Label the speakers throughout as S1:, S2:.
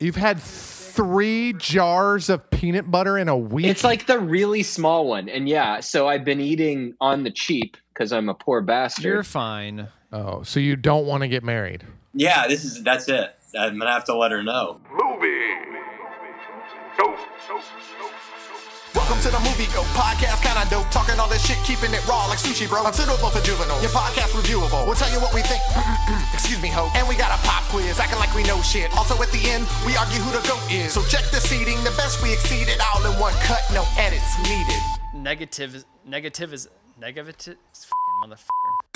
S1: You've had three jars of peanut butter in a week.
S2: It's like the really small one. And yeah, so I've been eating on the cheap because I'm a poor bastard.
S3: You're fine.
S1: oh, so you don't want to get married?
S4: Yeah, this is that's it. I'm gonna have to let her know.
S5: Movie. Go.
S6: Welcome to the Movie Go podcast, kinda dope. Talking all this shit, keeping it raw like sushi, bro. I'm suitable for juvenile. Your podcast reviewable. We'll tell you what we think. Excuse me, ho. And we got a pop quiz, acting like we know shit. Also at the end, we argue who the goat is. So check the seating, the best we exceeded all in one cut, no edits needed.
S3: Negative is negative is negative. Fucking motherfucker.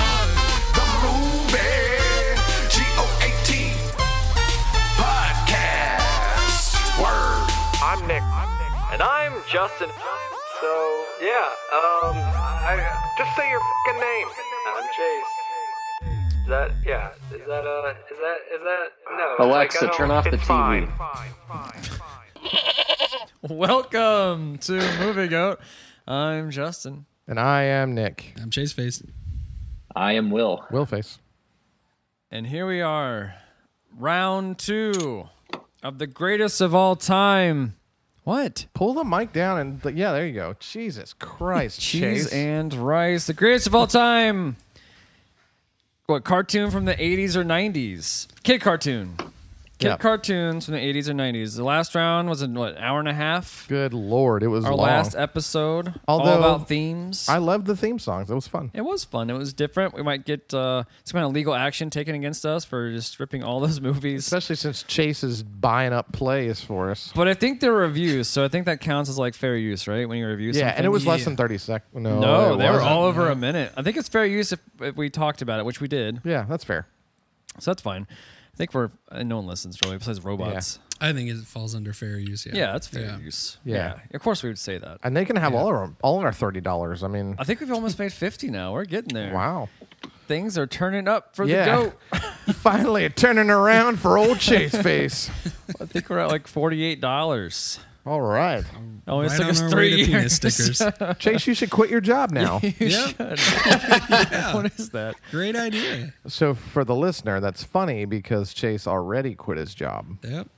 S6: The movie G O A T podcast word.
S7: I'm Nick. And I'm Justin. So, yeah, um, I, just say your fucking name. I'm Chase. Is that, yeah, is that, uh, is that, is that, no. it's
S2: Alexa,
S7: I don't-
S2: turn off the
S7: it's
S2: TV.
S7: Fine, fine, fine, fine.
S3: Welcome to Movie Goat. I'm Justin.
S1: And I am Nick.
S8: I'm Chase Face.
S2: I am Will.
S1: Will face.
S3: And here we are, round two of the greatest of all time. What?
S1: Pull the mic down and th- yeah, there you go. Jesus Christ,
S3: Cheese
S1: Chase.
S3: and rice, the greatest of all time. What cartoon from the 80s or 90s? Kid cartoon. Kid
S1: Yeah.
S3: cartoons from the 80s or 90s. The last round was in what hour and a half?
S1: Good lord, it was
S3: Our
S1: long.
S3: last episode, all
S1: Although-
S3: about themes.
S1: I loved the theme songs. It was fun.
S3: it was fun. It was different. We might get uh, some kind of legal action taken against us for just stripping all those movies.
S1: Especially since Chase is buying up plays for us.
S3: But I think they're reviews, so I think that counts as like fair use, right? When you review
S1: Yeah,
S3: something.
S1: and it was less than 30 seconds. No,
S3: No,
S1: it
S3: they were
S1: wasn't.
S3: all over a minute. I think it's fair use if, if we talked about it, which we did.
S1: Yeah, that's fair.
S3: So that's fine. I think we're uh, no one listens really besides robots.
S8: I think it falls under fair use. Yeah,
S3: Yeah, that's fair
S8: Yeah.
S3: use.
S1: Yeah.
S3: of course we would say that.
S1: And they can have all of our, all of our thirty dollars. I mean,
S3: I think we've almost made fifty now. We're getting there.
S1: wow.
S3: things are turning up for
S1: Yeah.
S3: the goat.
S1: Finally turning around for old Chase face.
S3: I think we're at like forty-eight dollars.
S1: All right,
S3: Oh, it's
S8: Right
S3: took
S8: on
S3: us
S8: our
S3: three
S8: way to penis
S3: years.
S8: stickers.
S1: Chase, you should quit your job now.
S8: yeah,
S3: What is that?
S8: great idea.
S1: so for the listener, that's funny because Chase already quit his job.
S8: Yep.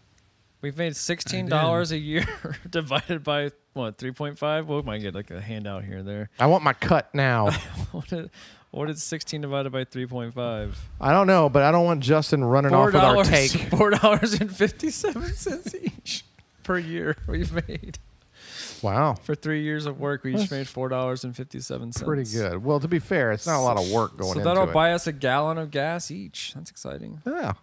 S3: We've made sixteen dollars a year divided by what three point five. We might get like a handout here or there.
S1: I want my cut now.
S3: What is, what is sixteen divided by three point five?
S1: I don't know, but I don't want Justin running off with our take.
S3: Four dollars and fifty-seven cents each per year we've made
S1: Wow.
S3: for three years of work. We each made four dollars and fifty-seven cents.
S1: Pretty good. Well, to be fair, it's not a lot of work going
S3: So
S1: into
S3: that'll
S1: it.
S3: buy us a gallon of gas each. That's exciting.
S1: yeah.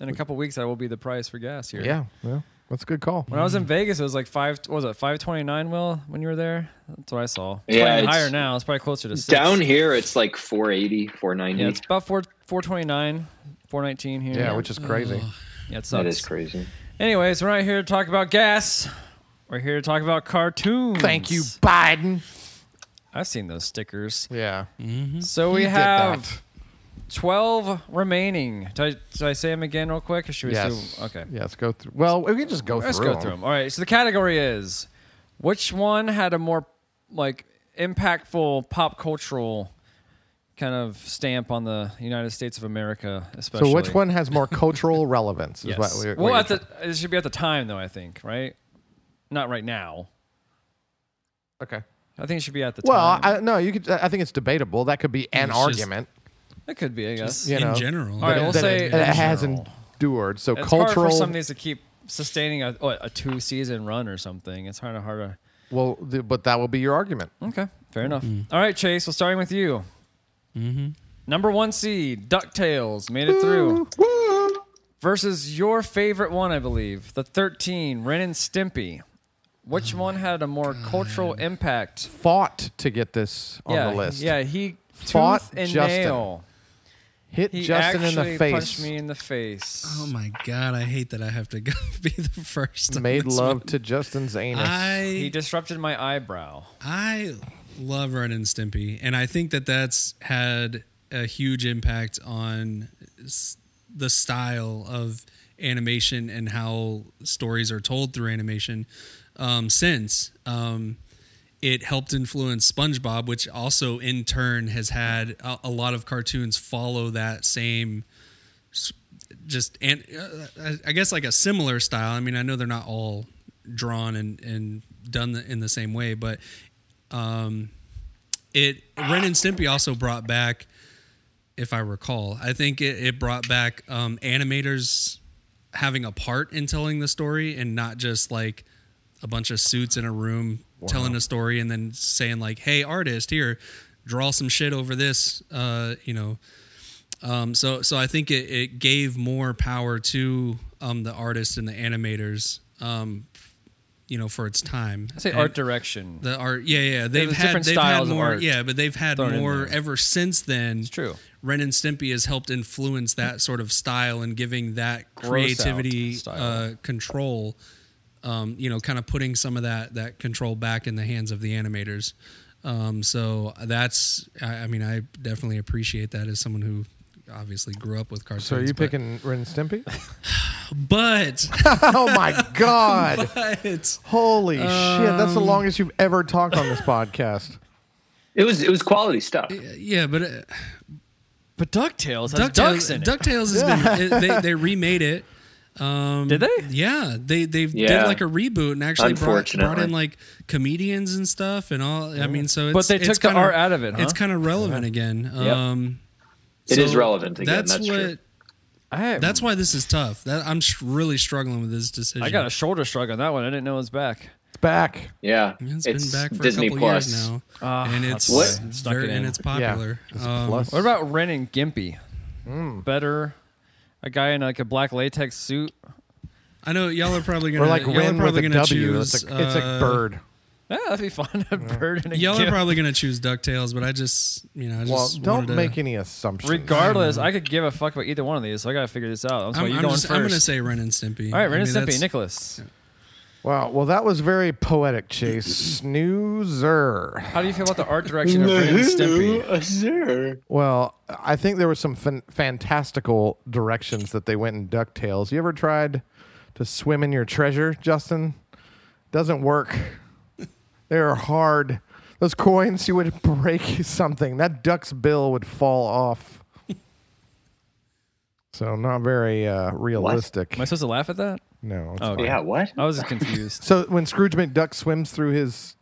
S3: In a couple weeks, that will be the price for gas here.
S1: Yeah. Mm. Well, that's a good call.
S3: When I was in Vegas, it was like five. What was it five twenty-nine? Will when you were there, that's what I saw. It's
S2: Yeah,
S3: probably
S2: it's
S3: higher now. It's probably closer to six.
S2: Down here, it's like 480, 490.
S3: Yeah, it's about four four twenty-nine, four nineteen here.
S1: Yeah, which is crazy.
S3: yeah, it sucks.
S2: that is crazy.
S3: Anyways, we're not here to talk about gas. We're here to talk about cartoons.
S1: Thank you, Biden.
S3: I've seen those stickers.
S1: Yeah.
S3: So we
S1: He did
S3: have
S1: that.
S3: 12 remaining. Did I, did I say them again real quick? Or should we
S1: Yes.
S3: do- Okay.
S1: Yeah, let's go through. Well, we can just go
S3: Let's
S1: through.
S3: go through them. All right. So the category is which one had a more like impactful pop cultural kind of stamp on the United States of America, especially.
S1: So, which one has more cultural relevance? Is
S3: Yes.
S1: what we,
S3: well, at the, it should be at the time, though, I think, right? Not right now.
S1: okay.
S3: I think it should be at the
S1: Well,
S3: time.
S1: I, no, you could. I think it's debatable. That could be an
S8: It's just-
S1: argument.
S3: it could be, I guess.
S1: you
S8: in
S1: know.
S8: general.
S3: All right, we'll
S1: that
S3: say
S1: it,
S3: in
S1: that it has
S3: general.
S1: endured. So
S3: it's
S1: cultural.
S3: hard for some of these to keep sustaining a, what, a two season run or something. It's kind of hard
S1: well, th- but that will be your argument.
S3: to. Okay, fair enough.
S1: Mm-hmm.
S3: All right, Chase. Well, starting with you. Mm-hmm. Number one seed, Ducktales made it through. Versus your favorite one, I believe, the thirteen, Ren and Stimpy. Which
S1: Oh
S3: one had a more cultural impact
S1: Fought to get this on
S3: yeah,
S1: the list.
S3: Yeah, he
S1: Fought
S3: tooth and
S1: Justin.
S3: nail.
S1: Hit
S3: He
S1: Justin in
S3: actually
S1: the face.
S3: punched me in the face.
S8: Oh my god, I hate that I have to go be the first. on
S1: Made
S8: this
S1: love
S8: one.
S1: to Justin's anus.
S3: he
S8: I
S3: disrupted my eyebrow.
S8: I love Ren and Stimpy, and I think that that's had a huge impact on s- the style of animation and how stories are told through animation. Um, since um, it helped influence SpongeBob, which also in turn has had a, a lot of cartoons follow that same s- just and uh, I- I guess like a similar style. I mean, I know they're not all drawn and and done the- in the same way, but um, it Ren and Stimpy also brought back, if I recall, I think it, it brought back um, animators having a part in telling the story and not just like a bunch of suits in a room telling a story and then saying like, "Hey, artist, here, draw some shit over this," uh, you know. Um, so so I think it, it gave more power to um, the artists and the animators, um, you know, for its time.
S3: I say
S8: And-
S3: art direction.
S8: the art, yeah, yeah. They've
S3: was
S8: had
S3: different
S8: they've
S3: styles
S8: had
S3: of
S8: more,
S3: art
S8: yeah, but they've had
S3: thrown in
S8: more
S3: there.
S8: ever since then. It's
S3: true.
S8: Ren and Stimpy has helped influence that sort of style and giving that
S3: Gross out
S8: creativity
S3: style.
S8: uh, control. Um, you know, kind of putting some of that that control back in the hands of the animators. Um, so that's, I, I mean, I definitely appreciate that as someone who obviously grew up with cartoons.
S1: So are you
S8: but-
S1: picking Ren and Stimpy?
S8: But,
S1: oh my god!
S8: but
S1: Holy
S8: Um,
S1: shit! That's the longest you've ever talked on this podcast.
S2: It was it was quality stuff.
S8: yeah, but. Uh,
S3: But Ducktales has
S8: DuckTales,
S3: ducks in it.
S8: DuckTales has been it- they, they remade it.
S3: Did they?
S8: Yeah, they they did
S2: Yeah.
S8: like a reboot and actually brought, brought
S2: Unfortunately.
S8: in like comedians and stuff and all. I mean, so it's,
S3: But they
S8: it's
S3: took the
S8: kinda-
S3: art out of it, huh?
S8: It's kind of relevant again. Um,
S2: It
S8: so
S2: is relevant again. That's,
S8: what.
S2: true.
S3: I,
S8: That's why this is tough. That, I'm sh- really struggling with this decision.
S3: I got a shoulder shrug on that one. I didn't know it was back.
S1: It's back.
S2: Yeah,
S8: It's
S2: it's,
S8: been back for
S2: Disney
S8: a couple
S2: Plus
S8: years now,
S3: Ah,
S8: and
S3: that's
S8: it's
S2: why
S3: I stuck
S8: very,
S3: it in.
S8: and it's popular.
S1: Yeah. It's a
S8: Um,
S1: plus.
S3: What about Ren and Gimpy?
S1: Hmm.
S3: Better, a guy in like a black latex suit.
S8: I know y'all are probably gonna
S1: We're like
S8: y'all are
S1: Ren with
S8: probably
S1: a
S8: gonna
S1: W.
S8: choose.
S1: it's, a, it's a
S8: uh,
S1: bird.
S3: Yeah, that'd be fun. A bird and a
S8: Y'all are
S3: gimp.
S8: probably gonna choose Ducktales, but I just, you know, I
S1: Well,
S8: just wanted
S1: don't
S8: to-
S1: make any assumptions.
S3: Regardless, I could give a fuck about either one of these, so I gotta figure this out. So
S8: I'm,
S3: you
S8: I'm
S3: going
S8: just-
S3: 1st
S8: I'm gonna say Ren and Stimpy.
S3: All right, Ren
S8: I
S3: and
S8: mean,
S3: Stimpy,
S8: that's-
S3: Nicholas.
S1: Wow. Well, that was very poetic, Chase. Snoozer.
S3: How do you feel about the art direction of Ren and Stimpy?
S1: Well, I think there were some fan- fantastical directions that they went in DuckTales. You ever tried to swim in your treasure, Justin? Doesn't work. they are hard. Those coins, you would break something. That duck's bill would fall off. so, not very uh, realistic.
S3: Am I supposed to laugh at that?
S1: No. it's
S3: Oh,
S1: fine.
S3: okay.
S2: Yeah, what?
S3: I was just confused.
S1: So, when Scrooge McDuck swims through his.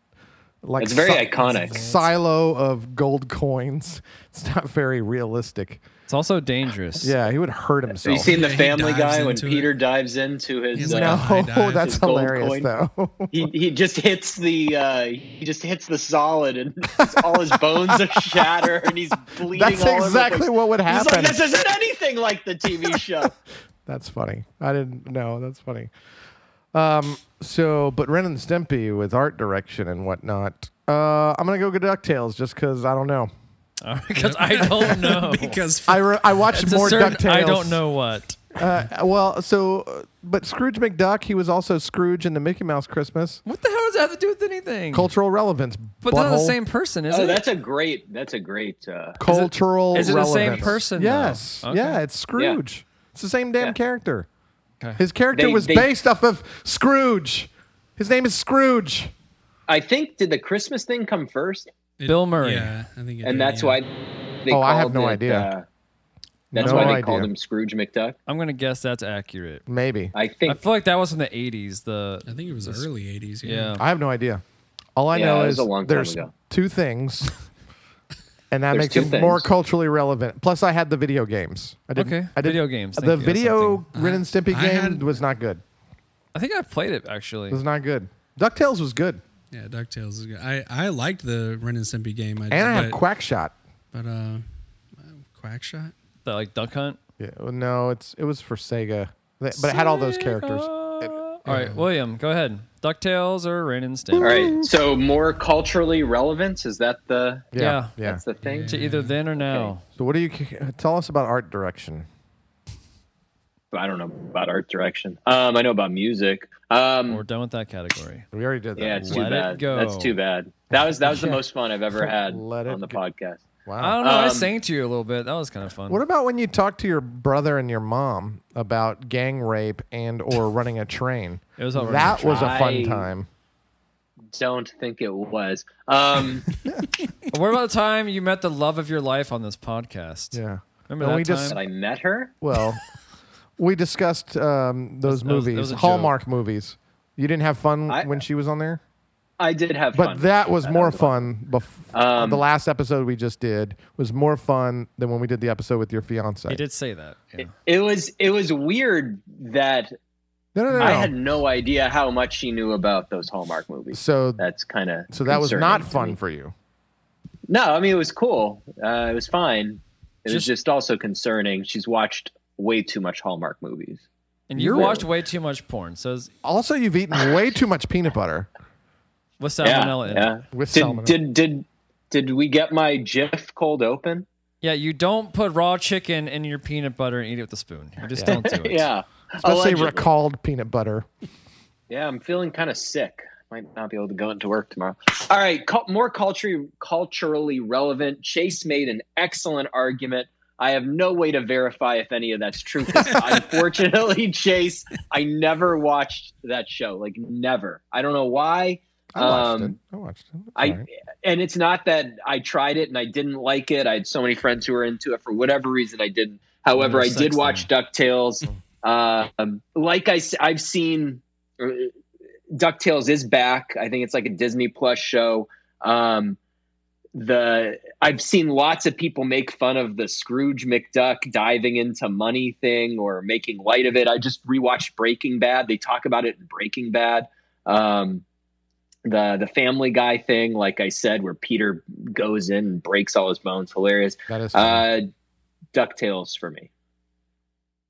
S1: Like
S2: It's very
S1: si-
S2: iconic.
S1: Silo of gold coins. It's not very realistic.
S3: It's also dangerous.
S1: Yeah, he would hurt
S2: Have
S1: himself.
S2: you seen the
S8: he
S2: Family
S8: dives
S2: Guy when
S8: into it.
S2: Peter dives into his?
S8: He's like,
S2: uh,
S8: "Oh." high
S1: no,
S8: dive,
S1: that's
S2: his gold
S1: hilarious
S2: coin.
S1: though.
S2: He he just hits the uh, he just hits the solid and all his bones are shattered and he's bleeding.
S1: that's
S2: all over the
S1: exactly
S2: place.
S1: what would
S2: He's
S1: happen.
S2: like, this isn't anything like the TV show.
S1: that's funny. I didn't know. That's funny. Um. So, but Ren and Stimpy with art direction and whatnot. Uh, I'm gonna go get Ducktales just because I don't know.
S3: Because I don't know.
S8: Because
S1: I re- I watched
S3: It's a
S1: more
S3: certain-
S1: Ducktales.
S3: I don't know what.
S1: Uh, well, so uh, but Scrooge McDuck, he was also Scrooge in the Mickey Mouse Christmas.
S3: What the hell does that have to do with anything?
S1: Cultural relevance.
S3: but they're not the
S1: butthole.
S3: same person, is
S2: Oh,
S3: it?
S2: that's a great. That's a great. Uh,
S1: Cultural
S3: is it the same
S1: relevance.
S3: person, though?
S1: Yes.
S3: Okay.
S1: Yeah, it's Scrooge. It's the same damn
S2: Yeah.
S1: character.
S3: Okay.
S1: His character
S2: They-
S1: was
S2: they-
S1: based off of Scrooge. His name is Scrooge.
S2: I think did the Christmas thing come first,
S3: Bill Murray.
S8: yeah, I think, it
S2: and
S8: did,
S2: that's
S8: yeah.
S2: why. They
S1: Oh, I have
S2: called
S1: no
S2: it,
S1: idea.
S2: uh, that's
S1: No
S2: why they
S1: idea.
S2: called him Scrooge McDuck.
S3: I'm gonna guess that's accurate.
S1: Maybe.
S2: I
S3: I
S2: think
S3: feel like that was from the 80s. The
S8: I think it was early '80s.
S3: yeah.
S1: I have no idea. All I
S2: Yeah,
S1: know
S2: it was
S1: is
S2: a long time
S1: there's
S2: ago.
S1: two things, and that
S2: There's
S1: makes
S2: two
S1: it more
S2: things.
S1: culturally relevant. Plus, I had the video games. I didn't,
S3: Okay,
S1: I didn't,
S3: video games, thank
S1: The
S3: you, that's
S1: video
S3: something.
S1: Ren and Stimpy
S8: I
S1: game
S8: had-
S1: was not good.
S3: I think I played it
S1: It
S3: actually.
S1: was not good. DuckTales was good,
S8: yeah, Ducktales is good. I I liked the Ren and Stimpy game. I,
S1: and I had
S8: but,
S1: Quackshot.
S8: but uh, Quackshot.
S3: The like Duck Hunt.
S1: Yeah, well, no, it's it was for Sega, They- but it had all those characters.
S3: Uh, All right, William, go ahead. Ducktales or Ren and Stimpy?
S2: All right. So more culturally relevant is that the
S1: Yeah,
S3: Yeah.
S1: yeah.
S2: that's the thing.
S3: To either then or now.
S1: so, what do you tell us about art direction?
S2: I don't know about art direction. Um, I know about music.
S3: We're
S2: Um,
S3: done with that category.
S1: We already did that.
S2: yeah, it's too
S3: Let it
S2: bad.
S3: go.
S2: That's too bad. That was that was the most fun I've ever had
S1: Let it
S2: on the
S1: go.
S2: podcast.
S1: wow.
S3: I don't know. I
S2: Um,
S3: sang to you a little bit. That was kind of fun.
S1: Uh, What about when you talk to your brother and your mom about gang rape and or running a train?
S3: It was all running
S1: that
S3: a
S1: was a fun
S2: train.
S1: time.
S2: Don't think it was. Um,
S3: what about the time you met the love of your life on this podcast?
S1: Yeah. No,
S3: Remember that
S1: we just-
S3: time?
S2: That I met her.
S1: Well, we discussed um, those
S3: That was- that
S1: movies,
S3: was a
S1: Hallmark movies. You didn't have fun
S2: I-
S1: when she was on there,
S2: I did have
S1: but
S2: fun.
S1: that was
S2: I
S1: more
S2: had
S1: fun. Bef-
S2: Um,
S1: the last episode we just did was more fun than when we did the episode with your fiance.
S3: He did say that. Yeah.
S2: It, it was it was weird that
S1: No, no, no.
S2: I
S1: no.
S2: had no idea how much she knew about those Hallmark movies.
S1: so,
S2: That's kind of
S1: so that was not fun for you.
S2: No, I mean it was cool. Uh, it was fine. It was
S3: Just-
S2: just also concerning. She's watched way too much Hallmark movies.
S3: and you watched way too much porn. So it's-
S1: Also, you've eaten way too much peanut butter.
S3: with
S2: Yeah,
S3: salmonella in it.
S2: yeah.
S1: With
S2: Did,
S1: salmonella.
S2: did did did we get my GIF cold open?
S3: Yeah, you don't put raw chicken in your peanut butter and eat it with a spoon. You just don't do it.
S2: yeah,
S1: Especially
S2: Allegedly.
S1: recalled peanut butter.
S2: Yeah, I'm feeling kind of sick. Might not be able to go into work tomorrow. All right, cul more culturally culturally relevant. Chase made an excellent argument. I have no way to verify if any of that's true. 'cause Unfortunately, Chase, I never watched that show. Like never. I don't know why.
S1: I watched
S2: Um,
S1: it. I watched it. It's
S2: I
S1: all right.
S2: and it's not that I tried it and I didn't like it. I had so many friends who were into it for whatever reason. I didn't. However, I
S3: Little
S2: did
S3: sex
S2: watch Ducktales. Uh, um, like I, have seen uh, Ducktales is back. I think it's like a Disney Plus show. Um, the I've seen lots of people make fun of the Scrooge McDuck diving into money thing or making light of it. I just rewatched Breaking Bad. They talk about it in Breaking Bad. Um, the the Family Guy thing, like I said, where Peter goes in and breaks all his bones, hilarious.
S1: that is. fun.
S2: Uh, Ducktales for me.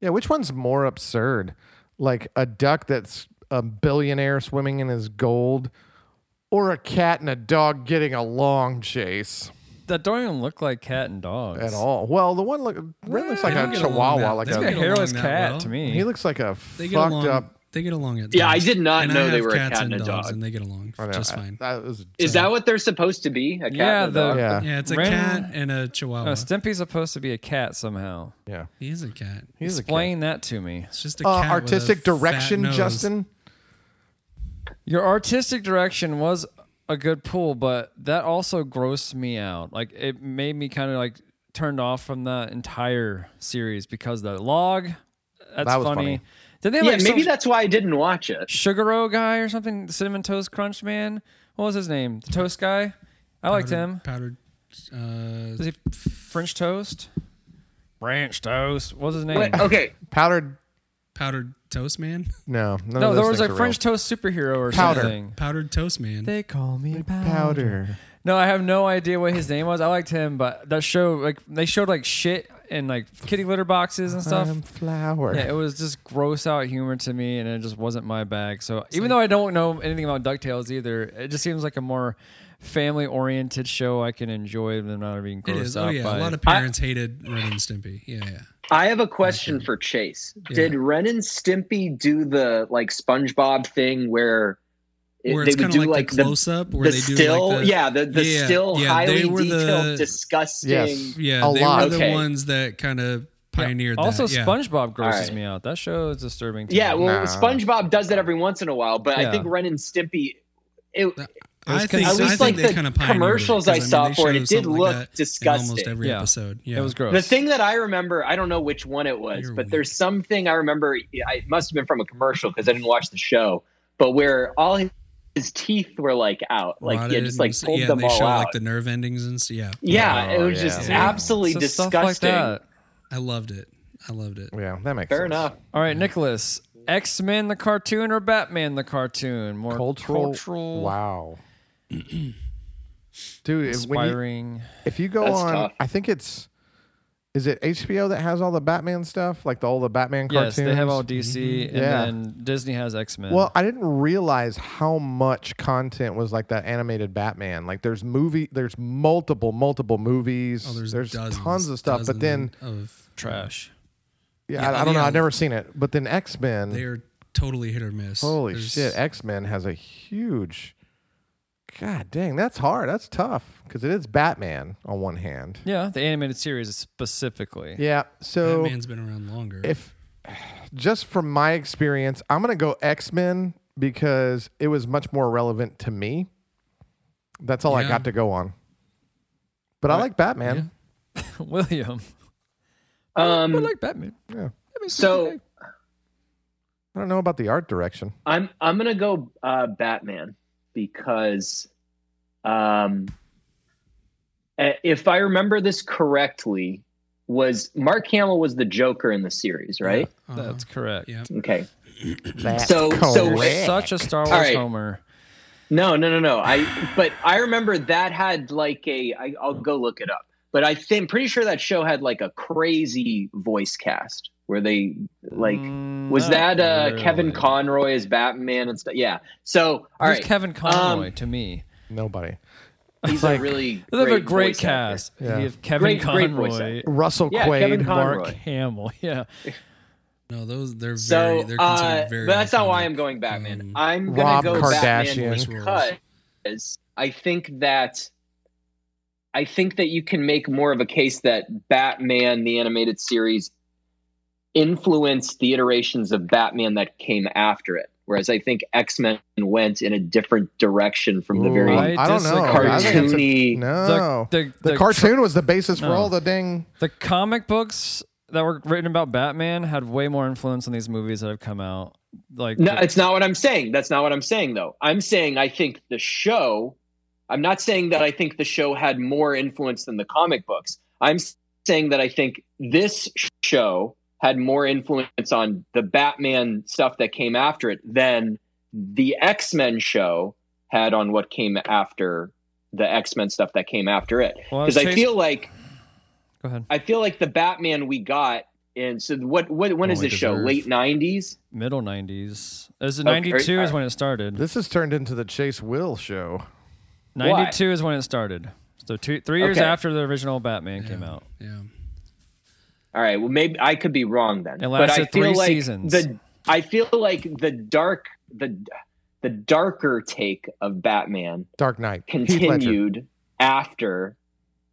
S1: Yeah, which one's more absurd? Like a duck that's a billionaire swimming in his gold, or a cat and a dog getting a long chase
S3: That don't even look like cat and dogs.
S1: at all? Well, the one look Ren looks like
S8: They
S1: a
S8: don't get along
S1: chihuahua,
S8: that-
S1: like
S8: they don't
S3: A
S1: a
S8: get
S3: hairless
S8: along that
S3: cat
S8: well.
S3: to me.
S1: he looks like a
S8: They
S1: fucked
S8: get along.
S1: up.
S8: They get along at
S2: Yeah, I
S8: times.
S2: did not
S8: And I
S2: know they
S8: have
S2: were a
S8: cats
S2: cat
S8: and
S2: and a
S8: dogs,
S2: dog.
S8: and they get along
S1: I know,
S8: just
S1: I-
S8: fine.
S1: that was-
S2: Is that what they're supposed to be? A cat
S3: Yeah,
S2: and a dog?
S3: the-
S1: yeah,
S8: yeah, it's a
S3: Ren-
S8: cat and a chihuahua.
S3: No, Stimpy's supposed to be a cat somehow.
S1: yeah.
S8: he is a cat.
S1: He's a cat.
S3: Explain that to me.
S8: It's just a
S1: Uh,
S8: cat with a
S1: artistic
S8: fat
S1: direction,
S8: nose.
S1: Justin.
S3: Your artistic direction was a good pull, but that also grossed me out. Like it made me kind of like turned off from the entire series because the log. That's
S1: That was
S3: funny.
S1: funny.
S3: Did they have,
S2: Yeah,
S3: like,
S2: maybe
S3: some
S2: that's why I didn't watch it.
S3: Sugaro guy or something? The cinnamon toast crunch man. What was his name? The toast guy. I liked him.
S8: Powdered. Uh,
S3: Is he f- French toast? Ranch toast. What was his name?
S2: Wait, okay,
S1: Powdered?
S8: powdered toast man.
S1: No, none
S3: No,
S1: of
S3: there
S1: those
S3: was
S1: things
S3: a
S1: are
S3: French
S1: real.
S3: toast superhero or
S1: Powder.
S3: something.
S8: Powdered toast man.
S3: They call me
S1: powder.
S3: No, I have no idea what his name was. I liked him, but that show like they showed like shit and like kitty litter boxes and stuff.
S1: I'm flower.
S3: yeah, it was just gross out humor to me, and it just wasn't my bag. So even though I don't know anything about Ducktales either, it just seems like a more family oriented show I can enjoy than not being grossed
S8: It is.
S3: out
S8: Oh yeah,
S3: by.
S8: a lot of parents hated Ren and Stimpy. Yeah, yeah.
S2: I have a question for Chase. Did Ren and Stimpy do the like SpongeBob thing where, it-
S8: Where it's
S2: they
S8: kind
S2: would
S8: of
S2: do
S8: like,
S2: like
S8: the
S2: the,
S8: close up,
S2: the
S8: where they
S2: still,
S8: do like the,
S2: yeah, the, the
S8: Yeah,
S2: still
S8: yeah,
S2: highly
S8: they were the-
S2: detailed, disgusting.
S1: Yes.
S8: yeah.
S1: A
S8: they
S1: lot.
S8: were the
S2: Okay.
S8: ones that kind of
S3: Yeah.
S8: pioneered.
S3: Also,
S8: that. yeah.
S3: SpongeBob grosses
S2: Alright.
S3: me out. That show is disturbing. To
S2: Yeah,
S3: me.
S2: well,
S1: Nah.
S2: SpongeBob does that every once in a while, but
S3: Yeah.
S2: I think Ren and Stimpy, it,
S3: was
S8: I think
S3: kinda-
S8: at least like the
S2: the commercials I saw for it, it did look
S8: almost
S2: disgusting.
S8: every
S3: Yeah.
S8: episode. Yeah,
S3: it was gross.
S2: the thing that I remember, I don't know which one it was,
S8: You're
S2: but
S8: weak.
S2: there's something I remember. I it must have been from a commercial because I didn't watch the show, but where all his, his teeth were like out, like yeah,
S8: Rotted
S2: just like
S8: and-
S2: pulled
S8: yeah,
S2: them
S8: they
S2: all
S8: show,
S2: out.
S8: Like the nerve endings and s- yeah,
S2: yeah, it
S1: Oh,
S2: was
S1: yeah.
S2: just
S1: Yeah.
S2: absolutely
S3: So stuff
S2: disgusting.
S3: like that.
S8: I loved it. I loved it.
S1: yeah, that makes
S2: Fair
S1: sense.
S2: enough.
S3: All right, Nicholas. X Men the cartoon or Batman the cartoon? More
S1: Cultural,
S3: cultural,
S1: wow. Dude, if- when you,
S3: inspiring.
S1: if you go
S2: That's
S1: on,
S2: tough.
S1: I think it's is it HBO that has all the Batman stuff, like the all the Batman cartoons.
S3: Yes, they have all DC, and
S8: Mm-hmm.
S1: Yeah.
S3: then Disney has X Men.
S1: Well, I didn't realize how much content was like that animated Batman. Like there's movie, there's multiple, multiple movies.
S8: Oh, there's, dozens,
S1: tons of stuff. But then,
S8: dozens of
S3: trash.
S1: yeah,
S8: yeah,
S1: I, I don't know.
S8: yeah.
S1: I've never seen it. But then X
S8: they
S1: Men.
S8: are totally hit or miss.
S1: Holy
S8: There's-
S1: shit! X Men has a huge. God dang, that's hard. That's tough because it is Batman on one hand.
S3: Yeah, the animated series specifically.
S1: Yeah. So
S8: Batman's been around longer.
S1: if just from my experience, I'm gonna go X Men because it was much more relevant to me. That's all I
S8: Yeah.
S1: got to go on. But I like Batman.
S3: William,
S2: Um,
S3: I like Batman.
S1: Yeah.
S3: Batman's
S2: So-
S3: okay.
S1: I don't know about the art direction.
S2: I'm I'm gonna go uh, Batman because, um, eh, if I remember this correctly, was Mark Hamill was the Joker in the series, right?
S8: Uh-huh.
S3: that's correct.
S8: yeah.
S2: Okay.
S1: That's
S2: So- so-
S1: correct.
S3: Such a Star Wars
S2: All right.
S3: homer.
S2: No, no, no, no. I but I remember that had like a. I, I'll go look it up. But I think pretty sure that show had like a crazy voice cast where they like
S3: Mm,
S2: was
S3: not
S2: that uh,
S3: really.
S2: Kevin Conroy as Batman and stuff. Yeah. So all
S3: Who's
S2: right, Um,
S3: Kevin Conroy to me?
S1: Nobody.
S2: he's a really
S3: They have
S2: great
S3: a great
S2: voice actor.
S3: cast.
S1: Yeah.
S3: You have Kevin
S2: Great- great voice
S3: Conroy,
S2: actor.
S1: Russell
S2: Yeah,
S1: Quaid.
S2: Kevin
S3: Mark
S2: Conroy.
S3: Hamill. Yeah,
S8: No, those they're
S2: So,
S8: very they're considered
S2: uh,
S8: very.
S2: but that's not why
S8: iconic.
S2: I'm going Batman.
S8: Um,
S2: I'm gonna
S1: Rob
S2: go
S1: Kardashian.
S2: Batman because I think that I think that you can make more of a case that Batman the animated series influenced the iterations of Batman that came after it. Whereas I think X Men went in a different direction from the
S1: Ooh,
S2: very
S3: I
S1: I don't know.
S3: disagree.
S1: I think it's a-
S2: cartoony.
S1: no.
S3: the,
S1: Oh. The,
S3: the-
S1: cartoon was the basis for
S3: No.
S1: all the dang.
S3: the comic books that were written about Batman had way more influence on these movies that have come out. Like,
S2: No,
S3: the-
S2: it's not what I'm saying. That's not what I'm saying, though. I'm saying I think the show, I'm not saying that I think the show had more influence than the comic books. I'm s- saying that I think this show had more influence on the Batman stuff that came after it than the X Men show had on what came after the X Men stuff that came after it.
S3: Well,
S2: Because I
S3: Chase-
S2: feel like
S3: go ahead.
S2: I feel like the Batman we got, and so what? What? When is
S3: Only
S2: this show?
S3: deserve.
S2: Late '90s?
S3: Middle '90s. As
S2: Okay,
S3: '92 is
S2: alright.
S3: when it started.
S1: This has turned into the Chase Will show.
S2: Why?
S3: '92 is when it started. So two, three years
S2: Okay.
S3: after the original Batman came out.
S8: Yeah.
S2: All right. Well, maybe I could be wrong then.
S3: It
S2: I
S3: lasted three
S2: like
S3: seasons.
S2: The I feel like the dark the the darker take of Batman
S1: Dark Knight. Heath Ledger.
S2: continued after.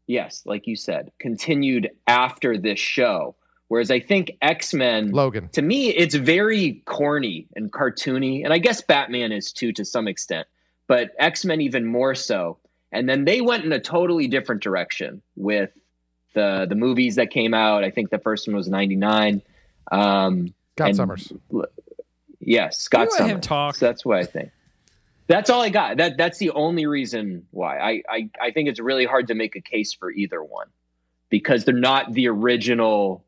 S2: Yes, like you said, continued after this show. Whereas I think X Men,
S1: Logan.
S2: to me, it's very corny and cartoony, and I guess Batman is too to some extent, but X Men even more so. And then they went in a totally different direction with the the movies that came out. I think the first one was '99. Um,
S1: Scott
S2: and-
S1: Summers.
S2: yeah, Scott
S3: You let him
S2: Summers.
S3: talk.
S2: So that's what I think. That's all I got. That that's the only reason why. I, I I think it's really hard to make a case for either one because they're not the original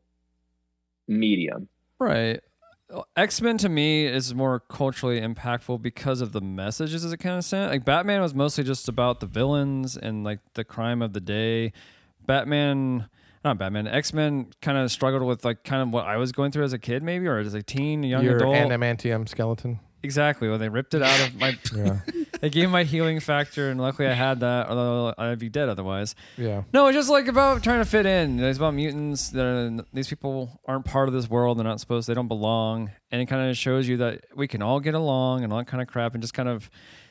S2: medium.
S3: Right. X Men to me is more culturally impactful because of the messages that it kind of sent. Like Batman was mostly just about the villains and like the crime of the day. Batman, not Batman. X Men kind of struggled with like kind of what I was going through as a kid, maybe or as a teen, young
S1: Your
S3: adult.
S1: adamantium skeleton.
S3: exactly. When they ripped it out of my,
S1: Yeah.
S3: they gave me my healing factor, and luckily I had that. Although I'd be dead otherwise.
S1: Yeah.
S3: No, it's just like about trying to fit in. It's about mutants. They're, these people aren't part of this world. They're not supposed. They don't belong. And it kind of shows you that we can all get along and all that kind of crap. And just kind of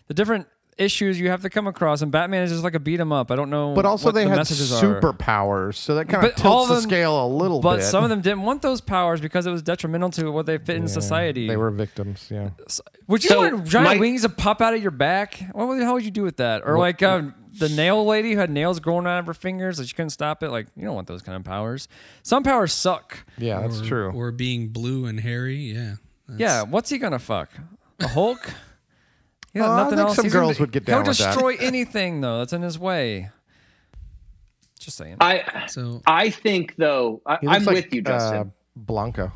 S3: the different issues you have to come across. And Batman is just like a beat 'em up. I don't know.
S1: But also
S3: what
S1: they
S3: the
S1: had
S3: messages are.
S1: superpowers, so that kind of
S3: But
S1: tilts
S3: all of
S1: the
S3: them-
S1: scale a little
S3: But
S1: bit.
S3: some of them didn't want those powers because it was detrimental to what they fit in society.
S1: They were victims. Yeah.
S3: Would you
S2: So,
S3: want giant
S2: my-
S3: wings to pop out of your back? What would, how would you do with that? Or like uh, the nail lady who had nails growing out of her fingers that she couldn't stop it? Like you don't want those kind of powers. Some powers suck.
S1: Yeah, that's
S8: Or-
S1: true.
S8: Or being blue and hairy. Yeah.
S3: yeah, what's he gonna fuck? A Hulk? Yeah,
S1: Oh, I
S3: nothing
S1: think
S3: else.
S1: some
S3: gonna-
S1: girls would get
S3: He'll
S1: down with that.
S3: destroy anything though that's in his way. Just saying.
S2: I
S8: So
S2: I think though I,
S1: He looks
S2: I'm
S1: like,
S2: with you, Justin.
S1: Uh, Blanco.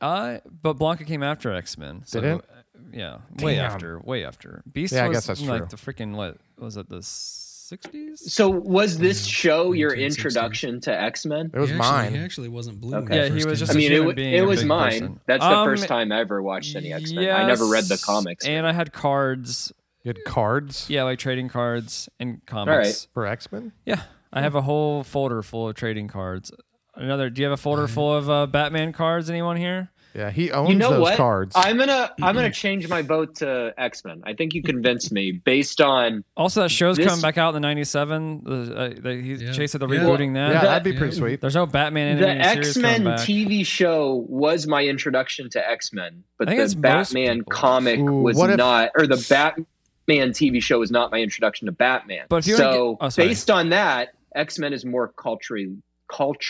S3: Uh, but Blanca came after X Men. So,
S1: Did it?
S3: Yeah, way
S1: Damn.
S3: after, way after. Beast
S1: Yeah, I
S3: was
S1: guess that's true.
S3: like the freaking what was it the sixties?
S2: so was this show your
S8: 1960s.
S2: introduction to X Men?
S1: It was
S8: he actually,
S1: mine.
S8: He actually wasn't blue.
S2: Okay.
S8: when
S3: Yeah,
S8: first
S3: he was
S8: came
S3: just.
S2: I
S3: a
S8: out.
S2: mean, it,
S3: human
S2: w-
S3: being,
S2: it
S3: a
S2: was
S3: big
S2: mine.
S3: person.
S2: That's the
S3: Um,
S2: first time I ever watched any X Men. I never read the
S3: yes,
S2: comics.
S3: And I had cards.
S1: You had cards
S3: Yeah, like trading cards and comics.
S2: right.
S1: for X Men.
S3: Yeah, I have a whole folder full of trading cards. Another, do you have a folder full of uh, Batman cards? Anyone here?
S1: Yeah, he owns
S2: you know
S1: those
S2: what?
S1: cards.
S2: I'm gonna I'm gonna change my vote to X Men. I think you convinced me based on
S3: Also, that show's
S2: This-
S3: coming back out in the '97. The, uh, the, he,
S8: Yeah.
S3: Chase said they're
S8: Yeah.
S3: rebooting
S1: yeah,
S3: that.
S1: that, would be
S8: yeah.
S1: pretty sweet.
S3: There's no Batman
S2: the
S3: animated
S2: X
S3: series coming
S2: Men
S3: back.
S2: TV show was my introduction to X Men, but
S3: I think it's
S2: the
S3: most
S2: Batman
S3: people's.
S2: comic
S1: Ooh,
S2: was
S1: what if-
S2: not, or the Batman TV show was not my introduction to Batman.
S3: But if you wanna
S2: so
S3: get- oh, sorry.
S2: based on that, X Men is more culturally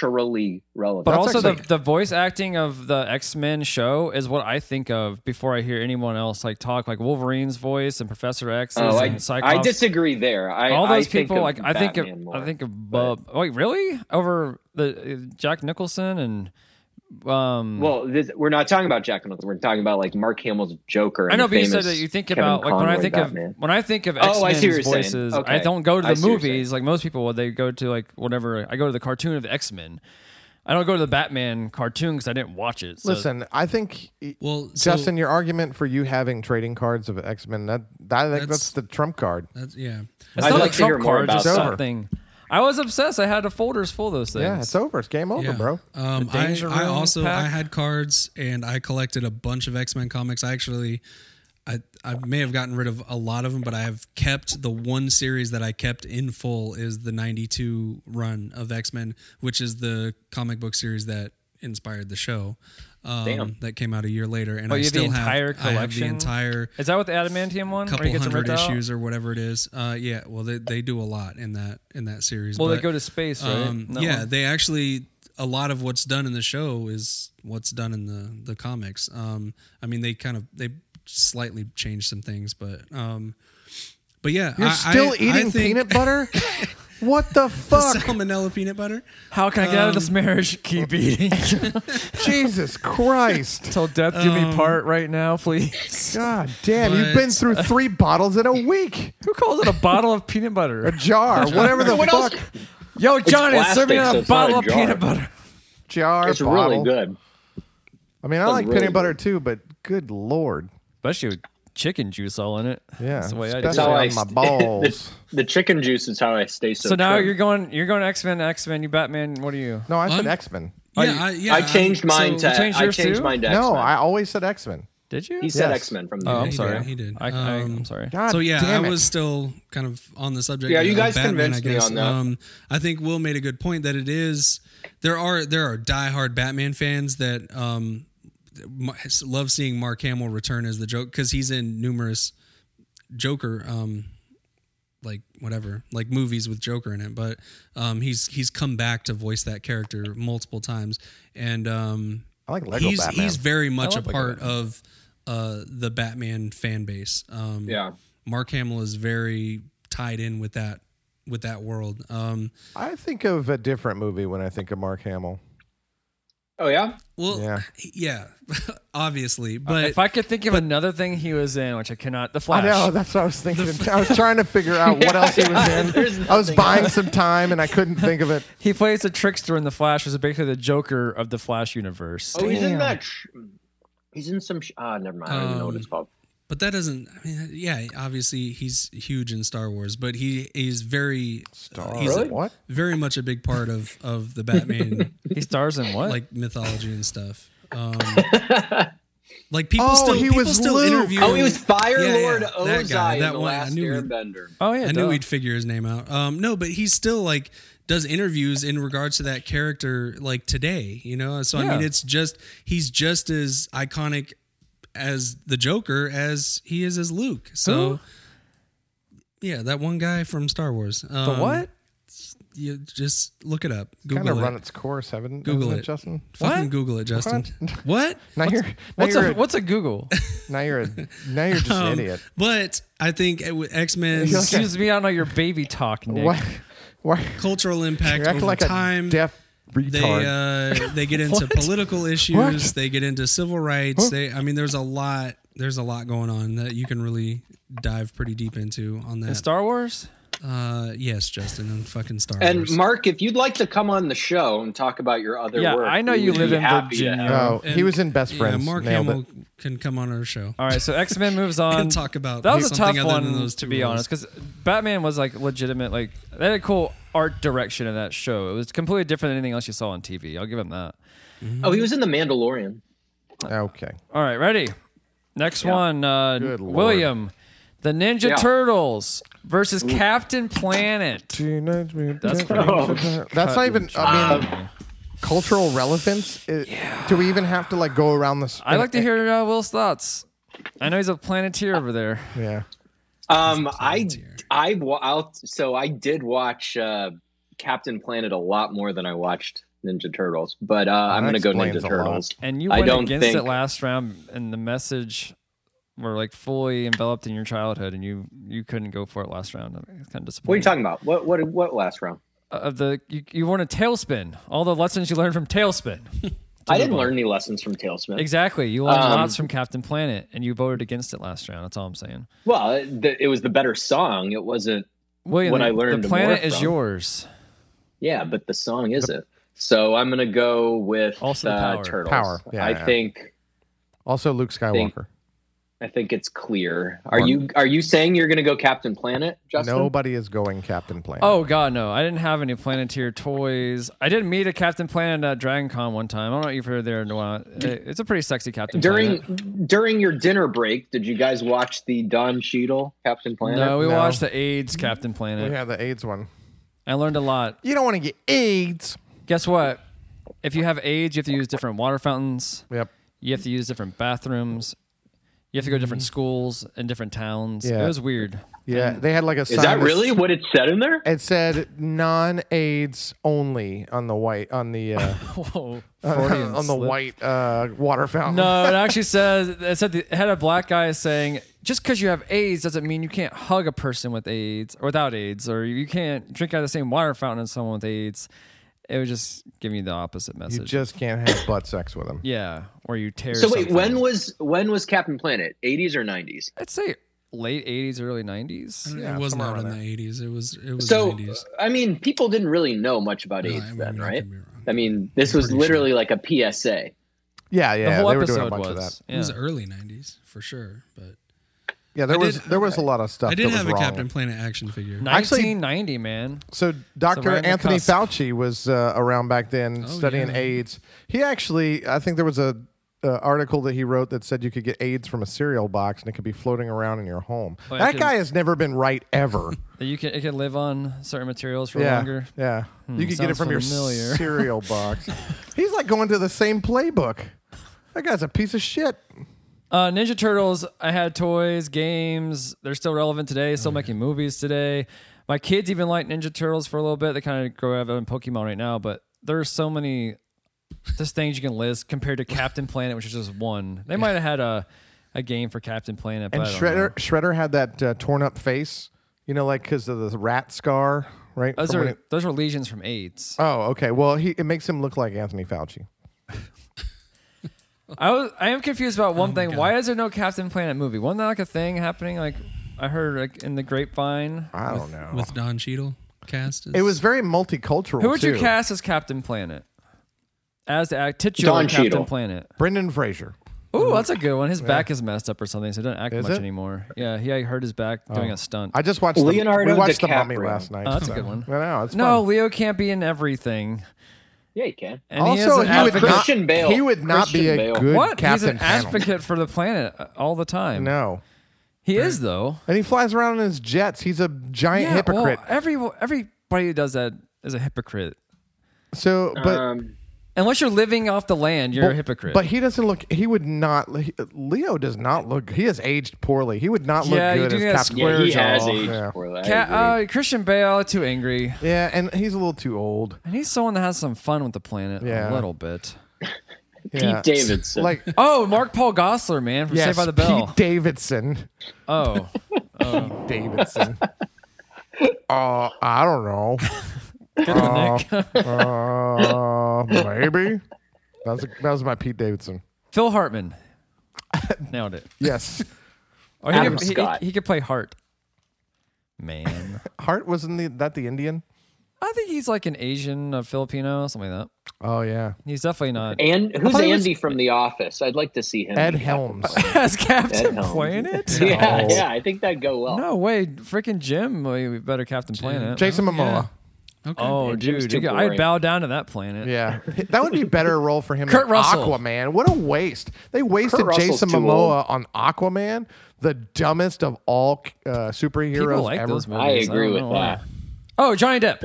S2: culturally relevant.
S3: But
S1: That's
S3: also the,
S1: actually-
S3: the voice acting of the X Men show is what I think of before I hear anyone else like talk like Wolverine's voice and Professor X
S2: oh, I,
S3: and Cyclops.
S2: I disagree there. I,
S3: All those
S2: I think
S3: people
S2: of
S3: like I think of
S2: Batman more.
S3: I think of Bub. wait, really? Over the uh, Jack Nicholson and um.
S2: Well, this, we're not talking about Jack Nicholson. We're talking about like Mark Hamill's Joker. And
S3: I know,
S2: the
S3: but you said
S2: famous
S3: that you think
S2: Kevin
S3: about like when I
S2: Conroy
S3: think
S2: Batman.
S3: of when I think of X
S2: Oh, I see what you're
S3: Men's
S2: saying.
S3: voices. I
S2: Okay.
S3: don't go to
S2: I
S3: the
S2: see what you're
S3: movies like most people. They go to like whatever. I go to the cartoon of X Men. I don't go to the Batman cartoon because I didn't watch it. So
S1: Listen, I think
S8: Well, so
S1: Justin, your argument for you having trading cards of X Men that, that I think
S8: That's-
S1: that's the trump card.
S8: that's, yeah.
S3: it's
S2: I'd
S3: not
S2: like
S3: a
S2: to hear
S3: Trump
S2: more
S3: card,
S2: about
S3: just
S1: that.
S3: something. I was obsessed. I had a folders full of those things.
S1: Yeah, it's over. It's game over,
S8: Yeah.
S1: bro.
S8: Um,
S3: The
S8: I,
S3: Danger
S8: I
S3: Room
S8: also
S3: pack?
S8: I had cards and I collected a bunch of X Men comics. I actually, I I may have gotten rid of a lot of them, but I have kept the one series that I kept in full is the '92 run of X Men, which is the comic book series that inspired the show. Um,
S2: Damn.
S8: that came out a year later, and
S3: Oh,
S8: I
S3: you have the
S8: still
S3: entire
S8: have I have the
S3: collection?
S8: entire
S3: Is that what the adamantium one? where he
S8: couple
S3: gets them
S8: hundred
S3: ripped out?
S8: issues or whatever it is. Uh, yeah, well they, they do a lot in that in that series.
S3: Well, they
S8: but-
S3: go to space, right?
S8: um,
S3: That
S8: yeah,
S3: one?
S8: they actually a lot of what's done in the show is what's done in the the comics. Um, I mean, they kind of they slightly changed some things, but um, but yeah,
S1: You're
S8: I,
S1: still
S8: I- I
S1: eating
S8: think-
S1: peanut butter? what the fuck?
S8: salmonella peanut butter.
S3: How can I get out of this marriage? Keep eating
S1: Jesus Christ.
S3: till death do
S1: Um,
S3: me part right now, please.
S1: God damn, you've been
S8: But-
S1: through three bottles in a week.
S3: Who calls it a bottle of peanut
S1: A
S3: butter?
S1: jar, whatever the
S2: What else?
S1: fuck.
S3: Yo, Johnny,
S2: plastic,
S3: serve me
S2: so
S3: a
S2: it's not
S3: bottle
S2: a
S3: of
S2: jar.
S3: peanut butter.
S1: Jar,
S2: It's
S1: bottle.
S2: really good.
S1: I mean, I
S2: That's
S1: like
S2: really
S1: peanut butter
S2: good.
S1: too, but good lord.
S3: Especially with chicken juice all in it.
S1: Yeah,
S3: That's the way I do
S1: especially
S3: it.
S2: That's how I
S1: on my
S2: st-
S1: balls.
S2: The chicken juice is how I stay so.
S3: So now
S2: trim.
S3: you're going, you're going X Men, X Men. You Batman. What are you?
S1: No, I said
S8: I'm-
S1: X Men.
S8: Yeah,
S3: you-
S8: I, yeah,
S2: I changed
S8: I'm-
S2: mine
S3: so-
S2: to.
S3: You changed
S2: I
S3: yours
S2: changed
S3: too?
S2: mine to.
S1: No,
S2: X-Men.
S1: I always said X Men.
S3: Did you?
S2: He said
S1: yes.
S2: X Men from the.
S3: oh, I'm
S8: he
S3: sorry.
S8: did, he did.
S3: I, I, I'm
S8: Um,
S3: sorry.
S1: God
S8: so yeah,
S1: damn
S8: I
S1: it.
S8: was still kind of on the subject.
S2: Yeah,
S8: of
S2: you guys
S8: Batman,
S2: convinced
S8: I
S2: me
S8: guess.
S2: on that.
S8: Um, I think Will made a good point that it is there are there are diehard Batman fans that um, m- love seeing Mark Hamill return as the joke because he's in numerous Joker um, like whatever like movies with Joker in it, but um, he's he's come back to voice that character multiple times, and um,
S1: I like Lego
S8: he's
S1: Batman.
S8: he's very much
S3: I
S8: a
S3: love Lego
S8: part of uh, the Batman fan base. Um,
S2: Yeah.
S8: Mark Hamill is very tied in with that with that world. Um,
S1: I think of a different movie when I think of Mark Hamill.
S2: Oh yeah.
S8: well, yeah,
S1: Yeah.
S2: Uh,
S8: obviously, but
S3: if I could think of another thing he was in, which I cannot, The
S1: I
S3: Flash.
S1: know that's what I was thinking. I was trying to figure out what else he was
S2: There's
S1: in. I was
S2: nothing.
S1: buying some time and I couldn't think of it.
S3: He plays the trickster in The Flash, which is basically the Joker of the Flash universe.
S2: Oh, he's in that. Sh- he's in some. Sh- ah, never mind. I don't even know
S3: Um,
S2: what it's called.
S8: but that doesn't. I mean, yeah, obviously he's huge in Star Wars, but he he's very
S2: Oh,
S8: he's
S1: Really? What?
S8: very much a big part of of the Batman
S3: He stars in what?
S8: like mythology and stuff. Um, like people
S1: Oh,
S8: still
S1: he
S8: people
S1: was
S8: still
S1: Luke.
S8: interview.
S2: Oh, he was Fire
S8: Yeah, yeah,
S2: Lord
S8: that guy,
S2: Ozai
S8: that
S2: in the
S8: one, I
S2: last
S8: knew it.
S2: Airbender.
S3: oh yeah,
S8: I
S3: duh.
S8: knew he'd figure his name out. Um, no, but he still like does interviews in regards to that character like today, you know. So I mean,
S3: Yeah.
S8: it's just he's just as iconic as the Joker as he is as Luke. So
S3: Who?
S8: yeah, that one guy from Star Wars.
S3: The
S8: Um,
S3: what?
S8: You just look it up.
S1: Kind of
S8: Google
S1: run
S8: it.
S1: its course, haven't
S8: Google
S1: hasn't
S8: it.
S1: Justin?
S8: Fucking
S3: What?
S8: Google it, Justin. What?
S1: Now you're now
S3: What's
S1: you're,
S3: a
S1: a,
S3: what's a Google?
S1: now you're a, now you're just an
S8: Um,
S1: idiot.
S8: But I think X Men's
S1: Yes.
S3: Excuse me, I don't know your baby talk, Nick.
S1: Why? Why?
S8: cultural impact
S1: You're acting
S8: over
S1: like
S8: time.
S1: a deaf retard.
S8: they uh, they get into political issues
S1: What?
S8: they get into civil rights they i mean there's a lot there's a lot going on that you can really dive pretty deep into on that
S3: In Star Wars?
S8: uh yes justin and fucking star
S2: And
S8: Wars.
S2: Mark, if you'd like to come on the show and talk about your other
S3: Yeah,
S2: work,
S3: I know
S2: we
S3: you
S2: would
S3: live
S2: be
S3: in
S2: happy to
S3: Virginia.
S2: have-
S1: oh, he
S8: And-
S1: was in Best Friends.
S8: yeah, mark
S1: Nailed it.
S8: hamill can come on our show
S3: All right, so X Men moves on
S8: And talk about
S3: that was a tough
S8: something other
S3: one
S8: than those
S3: to
S8: two
S3: be
S8: roles.
S3: honest because Batman was like legitimate. Like they had a cool art direction in that show. It was completely different than anything else you saw on TV. I'll give him that.
S2: Oh, he was in The Mandalorian.
S1: Okay.
S3: All right, ready. Next one, uh,
S1: Good lord.
S3: William, the Ninja
S2: Yeah.
S3: Turtles versus Captain Planet.
S1: That's,
S3: pretty
S1: not even. I mean,
S2: Um,
S1: cultural relevance. It- Do we even have to like go around this?
S3: I'd like to hear uh, Will's thoughts. I know he's a planeteer over there.
S1: Yeah.
S2: Um, I,
S8: Planeteer.
S2: I, wa- I'll, so I did watch uh, Captain Planet a lot more than I watched Ninja Turtles, but uh, I'm
S1: That
S2: gonna go
S1: explains
S2: Ninja
S1: a lot.
S2: Turtles.
S3: And you
S2: I
S3: went
S2: don't
S3: against
S2: think-
S3: it last round, and the message were like fully enveloped in your childhood, and you you couldn't go for it last round. It's kind of disappointing. Uh,
S2: What are you talking about? What what what last round?
S3: Of the you, you weren't a tailspin. All the lessons you learned from tailspin.
S2: I didn't learn any lessons from Tailspin.
S3: Exactly. You learned
S2: Um,
S3: lots from Captain Planet, and you voted against it last round. That's all I'm saying.
S2: Well, it, the, it was the better song. It wasn't.
S3: William,
S2: What
S3: the,
S2: I learned to
S3: the planet
S2: morph
S3: is
S2: from.
S3: yours.
S2: Yeah, but the song is it. So I'm gonna go with
S3: Also the
S2: uh,
S3: power.
S2: Turtles.
S1: Power, yeah,
S2: I
S1: yeah.
S2: think
S1: Also, Luke Skywalker.
S2: I think it's clear. Are
S1: Or-
S2: you are you saying you're gonna go Captain Planet, Justin?
S1: Nobody is going Captain Planet.
S3: Oh God, no! I didn't have any Planeteer toys. I did meet a Captain Planet at Dragon Con one time. I don't know if you were there or not. It- It's a pretty sexy Captain
S2: during
S3: Planet.
S2: during your dinner break, did you guys watch the Don Cheadle Captain Planet?
S3: No, we
S1: No.
S3: watched the AIDS Captain
S1: we
S3: Planet.
S1: have the AIDS one.
S3: I learned a lot.
S1: You don't want to get AIDS.
S3: Guess what? If you have AIDS, you have to use different water fountains.
S1: Yep.
S3: You have to use different bathrooms. You have to go to different schools and different towns.
S1: Mm-hmm. Yeah.
S3: It was weird.
S1: Yeah, they had like a.
S2: Is that really what it said in there?
S1: It said non-AIDS only on the white on the uh,
S3: Whoa. Freudian
S1: on the
S3: slip.
S1: white uh, water fountain.
S3: No, it actually says it said the, it had a black guy saying just because you have AIDS doesn't mean you can't hug a person with AIDS or without AIDS, or you can't drink out of the same water fountain as someone with AIDS. It was just giving you the opposite message.
S1: you just can't have butt sex with them.
S3: yeah, or you tear.
S2: So wait,
S3: something.
S2: when was when was Captain Planet? 80s or 90s?
S3: I'd say late '80s, early '90s.
S1: Yeah,
S8: it was
S1: somewhere
S8: not in
S1: around
S8: the 80s. It was it was
S2: So
S8: 90s.
S2: I mean, people didn't really know much about
S8: No, I
S2: AIDS
S8: mean,
S2: then,
S8: I
S2: right?
S8: could be wrong.
S2: I mean, this was
S8: pretty
S2: literally like a PSA.
S1: Yeah,
S3: The
S1: yeah,
S3: whole
S1: they were
S3: episode
S1: doing a bunch
S3: was.
S1: of that.
S3: Yeah.
S8: It was early 90s for sure, but
S1: Yeah, there
S8: I
S1: was
S8: did-
S1: there was a lot of stuff.
S8: I did
S1: that
S8: have
S1: was
S8: a
S1: wrong.
S8: Captain Planet action figure.
S3: 1990, man.
S1: So Dr.
S3: right on the
S1: Anthony
S3: cusp.
S1: Fauci was uh, around back then
S8: Oh,
S1: studying
S8: yeah.
S1: AIDS. He actually, I think there was a uh, article that he wrote that said you could get AIDS from a cereal box and it could be floating around in your home.
S3: Oh, yeah, I
S1: that
S3: can-
S1: guy has never been right ever.
S3: That you can it can live on certain materials for
S1: yeah,
S3: longer. Hmm,
S1: yeah. you could get it
S3: sounds
S1: from your
S3: familiar.
S1: cereal box. He's like going to the same playbook. That guy's a piece of shit.
S3: Uh, Ninja Turtles, I had toys, games. They're still relevant today,
S1: Oh,
S3: still making movies today. My kids even like Ninja Turtles for a little bit. They kind of grow out of Pokemon right now, but there's so many just things you can list compared to Captain Planet, which is just one. They might have had a, a game for Captain Planet, but
S1: And
S3: I don't know.
S1: Shredder, Shredder had that uh, torn up face, you know, like because of the rat scar, right?
S3: Those
S1: From when
S3: are
S1: he-
S3: those are lesions from AIDS.
S1: oh, okay. Well, he it makes him look like Anthony Fauci.
S3: I was I am confused about
S1: Oh
S3: one thing. Why is there no Captain Planet movie? Wasn't that like a thing happening? Like I heard like in the grapevine.
S1: I don't know.
S8: with Don Cheadle cast. as-
S1: It was very multicultural.
S3: Who would you
S1: too.
S3: cast as Captain Planet? As the act titular
S2: Don
S3: Captain
S2: Cheadle.
S3: Planet.
S1: Brendan Fraser.
S3: Ooh, that's a good one. His back is messed up or something, so he doesn't act
S1: Mm-hmm. Is
S3: much
S1: it? Oh.
S3: anymore. Yeah, he I hurt his back doing a stunt.
S1: I just watched the-
S2: Leonardo
S1: we watched the Mummy
S2: DiCaprio.
S1: last night.
S3: Oh, that's a
S1: so-
S3: good one.
S1: I know. It's
S3: no,
S1: fun.
S3: Leo can't be in everything.
S2: Yeah, you can.
S3: And he is
S1: Also,
S3: an
S1: he would
S3: advocate-
S1: not.
S2: Christian Bale.
S1: He would not be a
S2: Christian Bale.
S1: good
S3: what? He's
S1: captain.
S3: an
S1: panel.
S3: advocate for the planet uh, all the time.
S1: No,
S3: He is though.
S1: and he flies around in his jets. He's a giant
S3: Yeah,
S1: hypocrite.
S3: Well, eh, every everybody who does that is a hypocrite.
S1: so, but
S2: um,
S3: Unless you're living off the land, you're
S1: but,
S3: a hypocrite.
S1: But he doesn't look. He would not. he- Leo does not look. He has aged poorly. He would not look
S3: Yeah, you
S1: good
S3: do
S1: as
S3: get a
S1: captain.
S2: yeah, he
S3: Square
S2: has
S3: jaw.
S2: aged
S1: Yeah.
S2: poorly. I
S3: Ca-
S2: agree.
S3: uh, Christian Bale too angry.
S1: yeah, and he's a little too old.
S3: I need someone that has some fun with the planet
S1: Yeah.
S3: a little bit.
S1: Yeah.
S2: Pete Davidson.
S1: Like
S3: Oh, Mark Paul Gossler, man, from
S1: yes,
S3: Saved by the Bell.
S1: Pete Davidson.
S3: oh,
S1: Davidson. Uh, I don't know.
S3: good one, Nick.
S1: Uh, maybe. That was, that was my Pete Davidson.
S3: Phil Hartman. Nailed it.
S1: Yes.
S3: Or he,
S2: Adam
S3: could, he-
S2: Scott.
S3: He, could play Hart. Man.
S1: Hart wasn't the, that the Indian?
S3: I think he's like an Asian, a Filipino, something like that.
S1: Oh yeah.
S3: He's definitely not.
S2: and who's
S1: thought he was-
S2: Andy from The Office? I'd like to see him.
S1: Ed Helms.
S3: As Captain
S2: Ed Helms.
S3: Planet?
S2: Yeah, yeah, I think that'd go well.
S3: No way. Freaking Jim. way better Captain Planet.
S1: Jason Momoa.
S8: okay.
S3: Oh,
S2: Jim's
S3: dude.
S2: too
S3: you could- I'd
S2: boring.
S3: bow down to that planet.
S1: Yeah. That would be better role for him
S3: Kurt
S1: than
S3: Russell.
S1: Aquaman. What a waste. They wasted
S2: Russell's
S1: Jason
S2: too
S1: Momoa on Aquaman, the dumbest of all uh, superheroes
S3: People like
S1: ever.
S3: those
S2: I
S3: movies.
S2: agree
S3: don't
S2: with
S3: know why.
S2: that.
S3: Oh, Johnny Depp.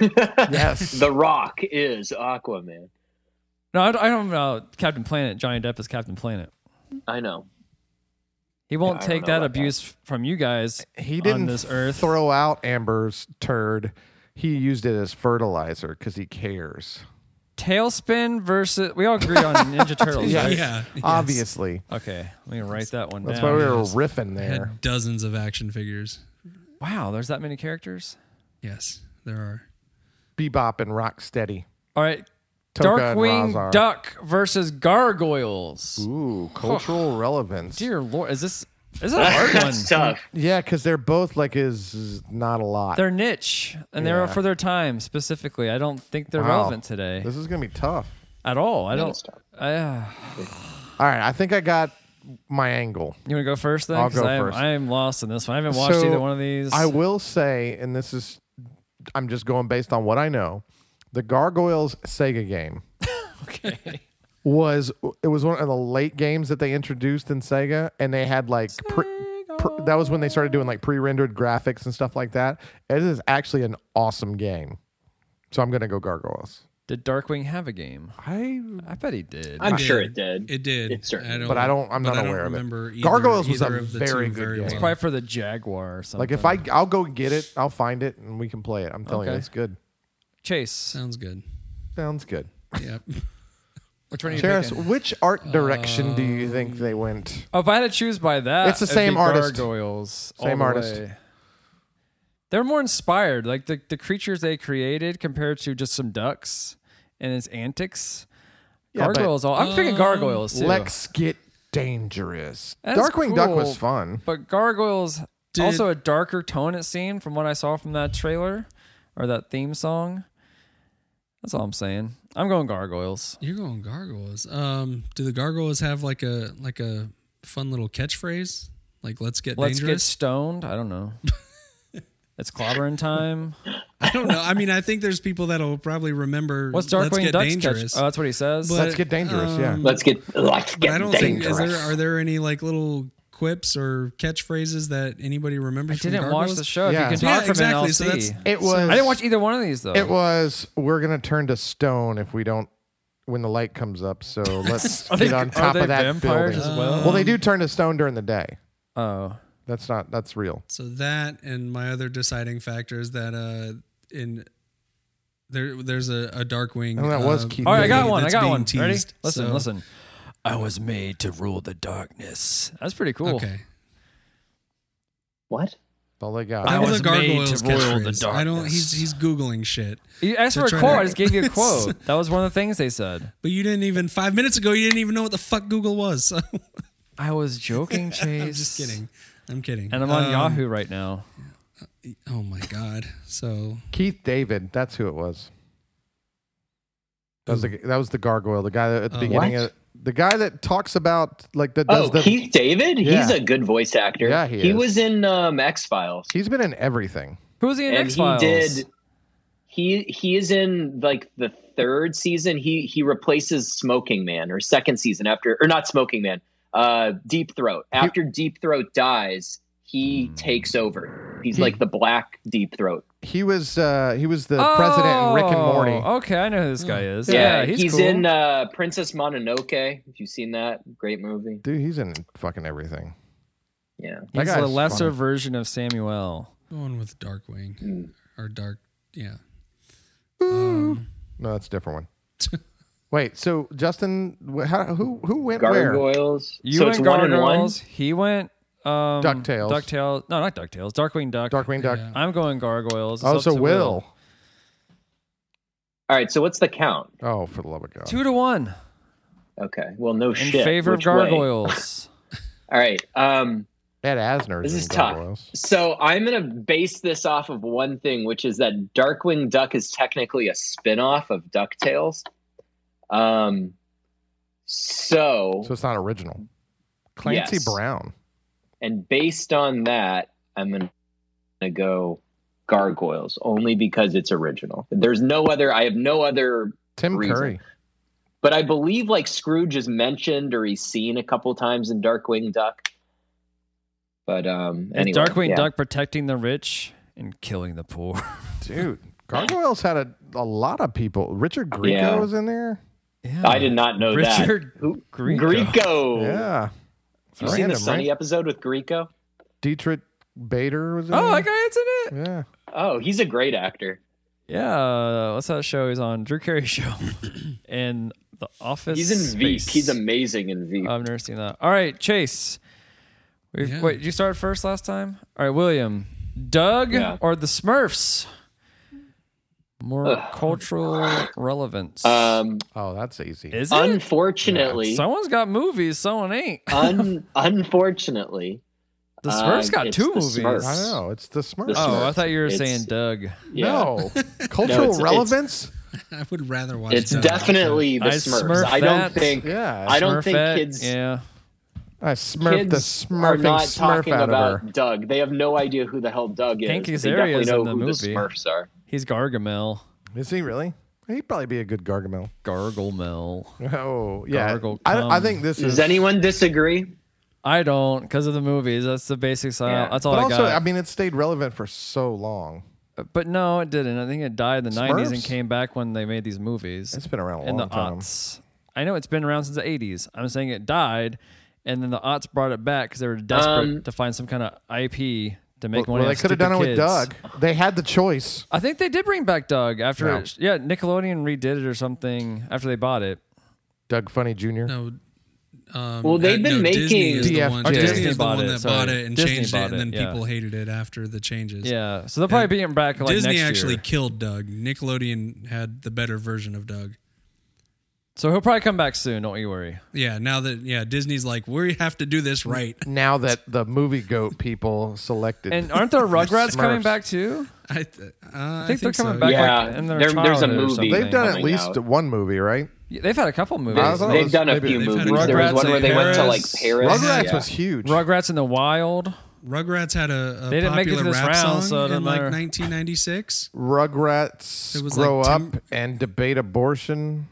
S1: Yes.
S2: The Rock is Aquaman.
S3: No, I, I don't know. Captain Planet. Johnny Depp is Captain Planet.
S2: I know.
S3: He won't
S2: I don't
S3: take
S2: know
S3: that
S2: about that.
S3: abuse from you guys
S1: he
S3: on
S1: didn't
S3: this earth.
S1: throw out Amber's turd. he used it as fertilizer because he cares.
S3: Tailspin versus. We all agree on Ninja Turtles,
S1: Yeah.
S3: right?
S8: Yeah. yes.
S1: Obviously,
S3: Okay, let me write that one
S1: that's
S3: down.
S1: why we were riffing there.
S8: Had dozens of action figures.
S3: Wow, there's that many characters.
S8: Yes, there are.
S1: Bebop and Rocksteady.
S3: All right,
S1: Toka and
S3: Darkwing
S1: Razar.
S3: Duck versus Gargoyles.
S1: Ooh, cultural relevance.
S3: Dear Lord, is this is that a hard one?
S2: That's tough.
S1: Yeah, because they're both like is not a lot.
S3: They're niche and
S1: Yeah.
S3: they're for their time specifically. I don't think they're
S1: Wow.
S3: relevant today
S1: this is gonna be tough.
S3: at all. I
S2: it's
S3: don't.
S2: tough.
S3: I, uh,
S1: All right, I think I got my angle.
S3: you want to go first then?
S1: I'll
S3: 'Cause
S1: go
S3: I am,
S1: first.
S3: I am lost in this one. I haven't watched
S1: So,
S3: either one of these.
S1: I will say, and this is, I'm just going based on what I know. The Gargoyles Sega game
S3: okay.
S1: was it was one of the late games that they introduced in Sega, and they had like pre, pre, that was when they started doing like pre-rendered graphics and stuff like that. It is actually an awesome game, so I'm gonna go Gargoyles.
S3: Did Darkwing have a game?
S1: I
S3: I bet he did.
S2: I'm
S8: did.
S2: sure it did.
S8: It did.
S2: It certainly
S8: don't,
S1: but I don't- I'm
S8: but
S1: not
S8: I don't
S1: aware of it.
S8: remember Either,
S1: Gargoyles was
S8: either
S1: a
S8: of the
S1: very
S8: two
S1: good
S8: very
S1: game.
S8: well.
S3: Probably for the Jaguar or something.
S1: like if I I'll go get it, I'll find it, and we can play it. I'm telling you,
S3: Okay.
S1: it's good.
S3: Chase,
S8: Sounds good.
S1: Sounds good.
S8: Yep.
S3: which one are you Um,
S1: Terrence,
S3: picking?
S1: which art direction do you think they went?
S3: Oh, if I had to choose by that,
S1: It's the
S3: it'd
S1: same
S3: be
S1: artist.
S3: Gargoyles. all
S1: Same
S3: the
S1: artist.
S3: way. They're more inspired. Like the, the creatures they created compared to just some ducks and its antics.
S1: Yeah, but-
S3: gargoyles. All I'm picking gargoyles too.
S1: Let's get dangerous.
S3: That's
S1: Darkwing Duck
S3: cool.
S1: was fun.
S3: but gargoyles
S8: Did-
S3: also a darker tone. It seemed from what I saw from that trailer or that theme song. That's all I'm saying. I'm going gargoyles.
S8: You're going gargoyles. Um, do the gargoyles have like a like a fun little catchphrase? Like let's get
S3: Let's get
S8: dangerous.
S3: stoned. I don't know. it's clobbering time.
S8: I don't know. I mean, I think there's people that'll probably remember.
S3: What's
S8: let's
S3: Darkwing
S8: get
S3: Duck's
S8: dangerous.
S3: catch? Oh, that's what he says.
S8: But,
S1: Let's get dangerous, yeah.
S8: um,
S2: Let's get let's
S8: but
S2: get
S8: I don't think
S2: dangerous.
S8: is there are there any like little quips or catchphrases that anybody
S3: I
S8: remembers? from
S3: didn't watch
S8: Gargoyles?
S3: the show.
S1: Yeah.
S3: If you can
S1: Yeah,
S3: talk from
S8: exactly.
S3: it,
S8: So
S3: I'll
S8: that's-
S3: see.
S1: It was.
S3: I didn't watch either one of these though.
S1: It was. We're gonna turn to stone if we don't when the light comes up. So let's
S3: Are they-
S1: get on
S3: are
S1: top
S3: they
S1: of that
S3: vampires
S1: building.
S3: as well?
S1: well, they do turn to stone during the day.
S3: Oh,
S1: That's not. That's real.
S8: So that and my other deciding factor is that uh in there there's a, a dark wing.
S1: Oh, that was
S8: uh,
S1: Keith.
S3: all right. I got
S8: movie
S3: one. I
S8: that's
S3: got
S8: being
S3: one. Ready?
S8: teased.
S3: Listen,
S8: So-
S3: listen. I was made to rule the darkness. That's pretty cool.
S8: Okay.
S2: what?
S1: That's all they got.
S8: I
S3: I
S8: was,
S3: was
S8: a
S3: made
S8: gargoyle's
S3: to rule the
S8: catchphrase. I don't.
S3: darkness.
S8: He's he's googling shit.
S3: You asked
S8: To
S3: for a
S8: try
S3: quote.
S8: to-
S3: I just gave you a quote. That was one of the things they said.
S8: But you didn't even five minutes ago. You didn't even know what the fuck Google was. So
S3: I was joking, Chase.
S8: I'm just kidding. I'm kidding.
S3: And I'm on
S8: Um,
S3: Yahoo right now.
S8: Oh my god. So
S1: Keith David. That's who it was. That was the, that was the gargoyle. The guy that at the
S8: Uh,
S1: beginning.
S2: What?
S1: Of, the guy that talks about like that does
S2: Oh,
S1: the.
S2: Keith David. He's
S1: Yeah.
S2: a good voice actor.
S1: Yeah, he
S2: he
S1: is.
S2: was in um, X Files.
S1: He's been in everything.
S3: Who's he in
S2: and
S3: X
S2: he
S3: Files?
S2: did he he is in like the third season he he replaces smoking man or second season after or not smoking man uh deep throat after deep throat dies he takes over he's like the black deep throat
S1: He was uh he was the president in Rick and Morty.
S3: Oh, Okay, I know who this guy is.
S2: yeah,
S3: Yeah, he's,
S2: he's
S3: cool.
S2: in uh princess mononoke if you've seen that great movie
S1: Dude, he's in fucking everything.
S2: yeah
S1: that
S3: He's
S1: guy's
S3: a lesser
S1: funny.
S3: version of Samuel.
S8: going with Darkwing or Dark. Yeah.
S1: No, that's a different one.
S8: Um,
S1: Wait, so Justin, wh- how, who who went where?
S2: gargoyles
S3: You
S2: so
S3: went
S2: it's
S3: Gargoyles. He went um,
S1: DuckTales.
S3: DuckTales. No, not DuckTales. Darkwing Duck.
S1: Darkwing Duck.
S8: Yeah.
S3: I'm going Gargoyles. It's
S1: Oh,
S3: up
S1: so
S3: to
S1: Will.
S2: all right so what's the count
S1: Oh, for the love of God.
S3: Two to one
S2: okay well no
S3: in
S2: shit
S3: favor of
S2: Which way?
S3: Gargoyles.
S2: all right um
S1: Ed Asner.
S2: This
S1: in
S2: is tough.
S1: Gargoyles.
S2: So I'm going to base this off of one thing, which is that Darkwing Duck is technically a spin-off of DuckTales. Um, so,
S1: So it's not original. Clancy
S2: Yes.
S1: Brown.
S2: and based on that, I'm going to go Gargoyles only because it's original. There's no other, I have no other,
S1: Tim
S2: Reason.
S1: Curry.
S2: but I believe like Scrooge is mentioned or he's seen a couple times in Darkwing Duck. But um,
S3: And
S2: anyway,
S3: Darkwing
S2: yeah.
S3: Duck protecting the rich and killing the poor.
S1: Dude, Gargoyles had a, a lot of people. Richard Grieco
S2: Yeah.
S1: was in there.
S3: Yeah.
S2: I did not know that.
S3: Richard
S2: Who-
S3: Grieco.
S2: Grieco.
S1: Yeah.
S2: You seen the
S1: Random,
S2: Sunny
S1: right?
S2: episode with Grieco?
S1: Dietrich Bader was in
S3: Oh,
S1: there.
S3: that guy, it's in it.
S1: Yeah.
S2: Oh, he's a great actor.
S3: Yeah, uh, what's that show he's on? Drew Carey show, and The Office.
S2: He's in Veep.
S3: Space. Oh, Um,
S2: He's amazing in Veep.
S3: I've never seen that. All right, Chase. We've,
S8: Yeah.
S3: Wait, you started first last time. All right, William, Doug,
S2: Yeah.
S3: or the Smurfs? More cultural relevance.
S2: um,
S1: Oh, that's easy.
S3: Is it?
S2: unfortunately,
S3: Someone's got movies, someone ain't.
S2: un, unfortunately,
S3: The
S2: uh,
S3: Smurfs got
S2: it's
S3: two
S2: the
S3: movies.
S2: Smurfs.
S1: I know. It's the smart.
S2: The
S3: Oh, I
S2: Smurfs.
S3: thought you were
S2: It's-
S3: saying Doug.
S2: yeah,
S1: No.
S2: No,
S1: Cultural
S2: it's- it's-
S1: relevance?
S8: I would rather watch.
S2: it's
S8: Doug.
S2: definitely the
S3: I
S2: Smurfs.
S3: Smurf
S2: I don't
S3: that.
S2: think.
S1: yeah.
S2: I don't think
S3: Smurfette,
S2: kids-
S3: Yeah.
S1: I smurfed the
S2: kids are
S1: smurfing
S2: not
S1: smurf
S2: talking
S1: out
S2: about
S1: of her.
S2: Doug. They have no idea who the hell Doug is.
S3: Hanky
S2: they definitely
S3: Azaria's
S2: know
S3: in the
S2: who
S3: movie.
S2: the Smurfs are.
S3: He's Gargamel.
S1: Is he really? He'd probably be a good Gargamel.
S3: Gargamel.
S1: Oh, yeah.
S3: Gargle
S1: I, I
S3: cum.
S1: think this
S2: Does
S1: is.
S2: anyone disagree?
S3: I don't because of the movies. That's the basic style.
S2: Yeah.
S3: That's all
S1: but
S3: I
S1: also,
S3: got.
S1: I mean, it stayed relevant for so long.
S3: But no, it didn't. I think it died in the '90s and
S1: Smurfs?
S3: came back when they made these movies.
S1: It's been around a
S3: in the
S1: long time.
S3: aughts. I know it's been around since the '80s. I'm saying it died, and then the aughts brought it back because they were desperate
S2: Um,
S3: to find some kind of IP to make
S1: Well,
S3: money.
S1: they
S3: off
S1: could have done it
S3: stupid
S1: with
S3: kids.
S1: Doug. They had the choice.
S3: I think they did bring back Doug after.
S1: No.
S3: It, yeah, Nickelodeon redid it or something after they bought it.
S1: Doug Funny Jr.
S8: No. Um,
S2: Well, they've
S8: uh,
S2: been
S8: no, Disney
S2: making-
S8: is the
S1: DF
S8: one,
S1: Oh,
S8: Disney
S1: Disney
S8: is the
S3: bought
S8: one
S3: it,
S8: that
S3: sorry.
S8: bought it and
S3: Disney
S8: changed it,
S3: bought
S8: and
S3: it,
S8: then
S3: yeah.
S8: people hated it after the changes.
S3: Yeah, so they'll probably
S8: And
S3: bring it back like
S8: Disney
S3: next
S8: actually
S3: year.
S8: killed Doug. Nickelodeon had the better version of Doug.
S3: So he'll probably come back soon. Don't you worry.
S8: Yeah, now that yeah, Disney's like we have to do this right.
S1: Now that the movie goat people selected.
S3: And aren't there Rugrats coming
S1: Smurfs.
S3: back too?
S8: I, th- uh, I
S3: think they're coming
S8: so.
S3: back.
S2: Yeah,
S3: like, in their
S2: there- there's a
S3: childhood or
S2: movie.
S3: something.
S1: They've done at
S2: coming
S1: least
S2: out.
S1: one movie, right?
S3: Yeah, They've had a couple movies.
S1: I thought it
S2: They've
S1: was-
S2: done a
S1: maybe
S2: few
S1: they've
S8: had
S2: movies. There was
S3: Rugrats
S2: one where
S3: in
S2: they went to like
S3: Paris.
S2: Paris.
S1: Rugrats
S2: Yeah.
S1: was huge.
S3: Rugrats in the Wild.
S8: Rugrats had a, a
S3: They didn't make it
S8: popular
S3: to this
S8: rap
S3: round, so it
S8: song
S3: doesn't
S8: in like
S3: matter.
S8: 1996.
S1: Rugrats
S8: It was
S1: grow
S8: like Tim-
S1: up and debate abortion.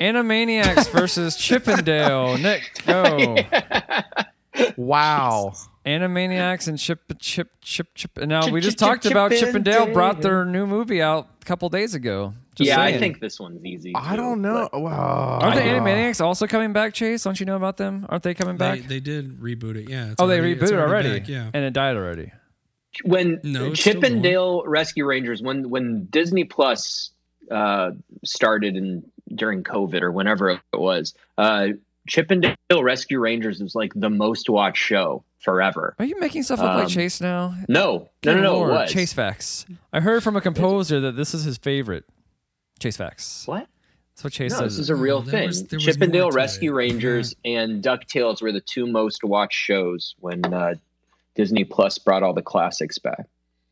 S3: Animaniacs versus Chippendale. Nick, go.
S1: Wow.
S3: Animaniacs and Chip, Chip, Chip, Chip. And now
S2: Chip,
S3: we
S2: chip,
S3: just
S2: chip,
S3: talked about
S2: Chip and
S3: Chippendale
S2: Dale.
S3: brought their new movie out a couple days ago. Just
S2: yeah, I
S3: saying.
S2: think this one's easy.
S1: I
S2: too,
S1: don't know.
S2: but-
S1: Wow.
S3: Aren't the Animaniacs also coming back, Chase? Don't you know about them? Aren't they coming back?
S8: They, they did reboot it. Yeah. it's
S3: oh, they
S8: already- it's
S3: rebooted already.
S8: back, yeah.
S3: And it died already.
S2: When
S8: No, it's still
S2: Chip
S8: going.
S2: and Dale Rescue Rangers, when when Disney Plus uh, started in during COVID or whenever it was, uh, Chip and Dale Rescue Rangers was like the most watched show forever.
S3: Are you making stuff up like
S2: Um,
S3: Chase now?
S2: No, no, no,
S3: Good
S2: no.
S3: Lord,
S2: it was.
S3: Chase Facts. I heard from a composer that this is his favorite. Chase Facts.
S2: What?
S3: That's what Chase
S2: No,
S3: says.
S2: this is a real
S8: No, there
S2: thing.
S8: was- there was
S2: Chip and
S8: more
S2: Dale
S8: to
S2: Rescue
S8: it.
S2: Rangers and DuckTales were the two most watched shows when uh, Disney Plus brought all the classics back.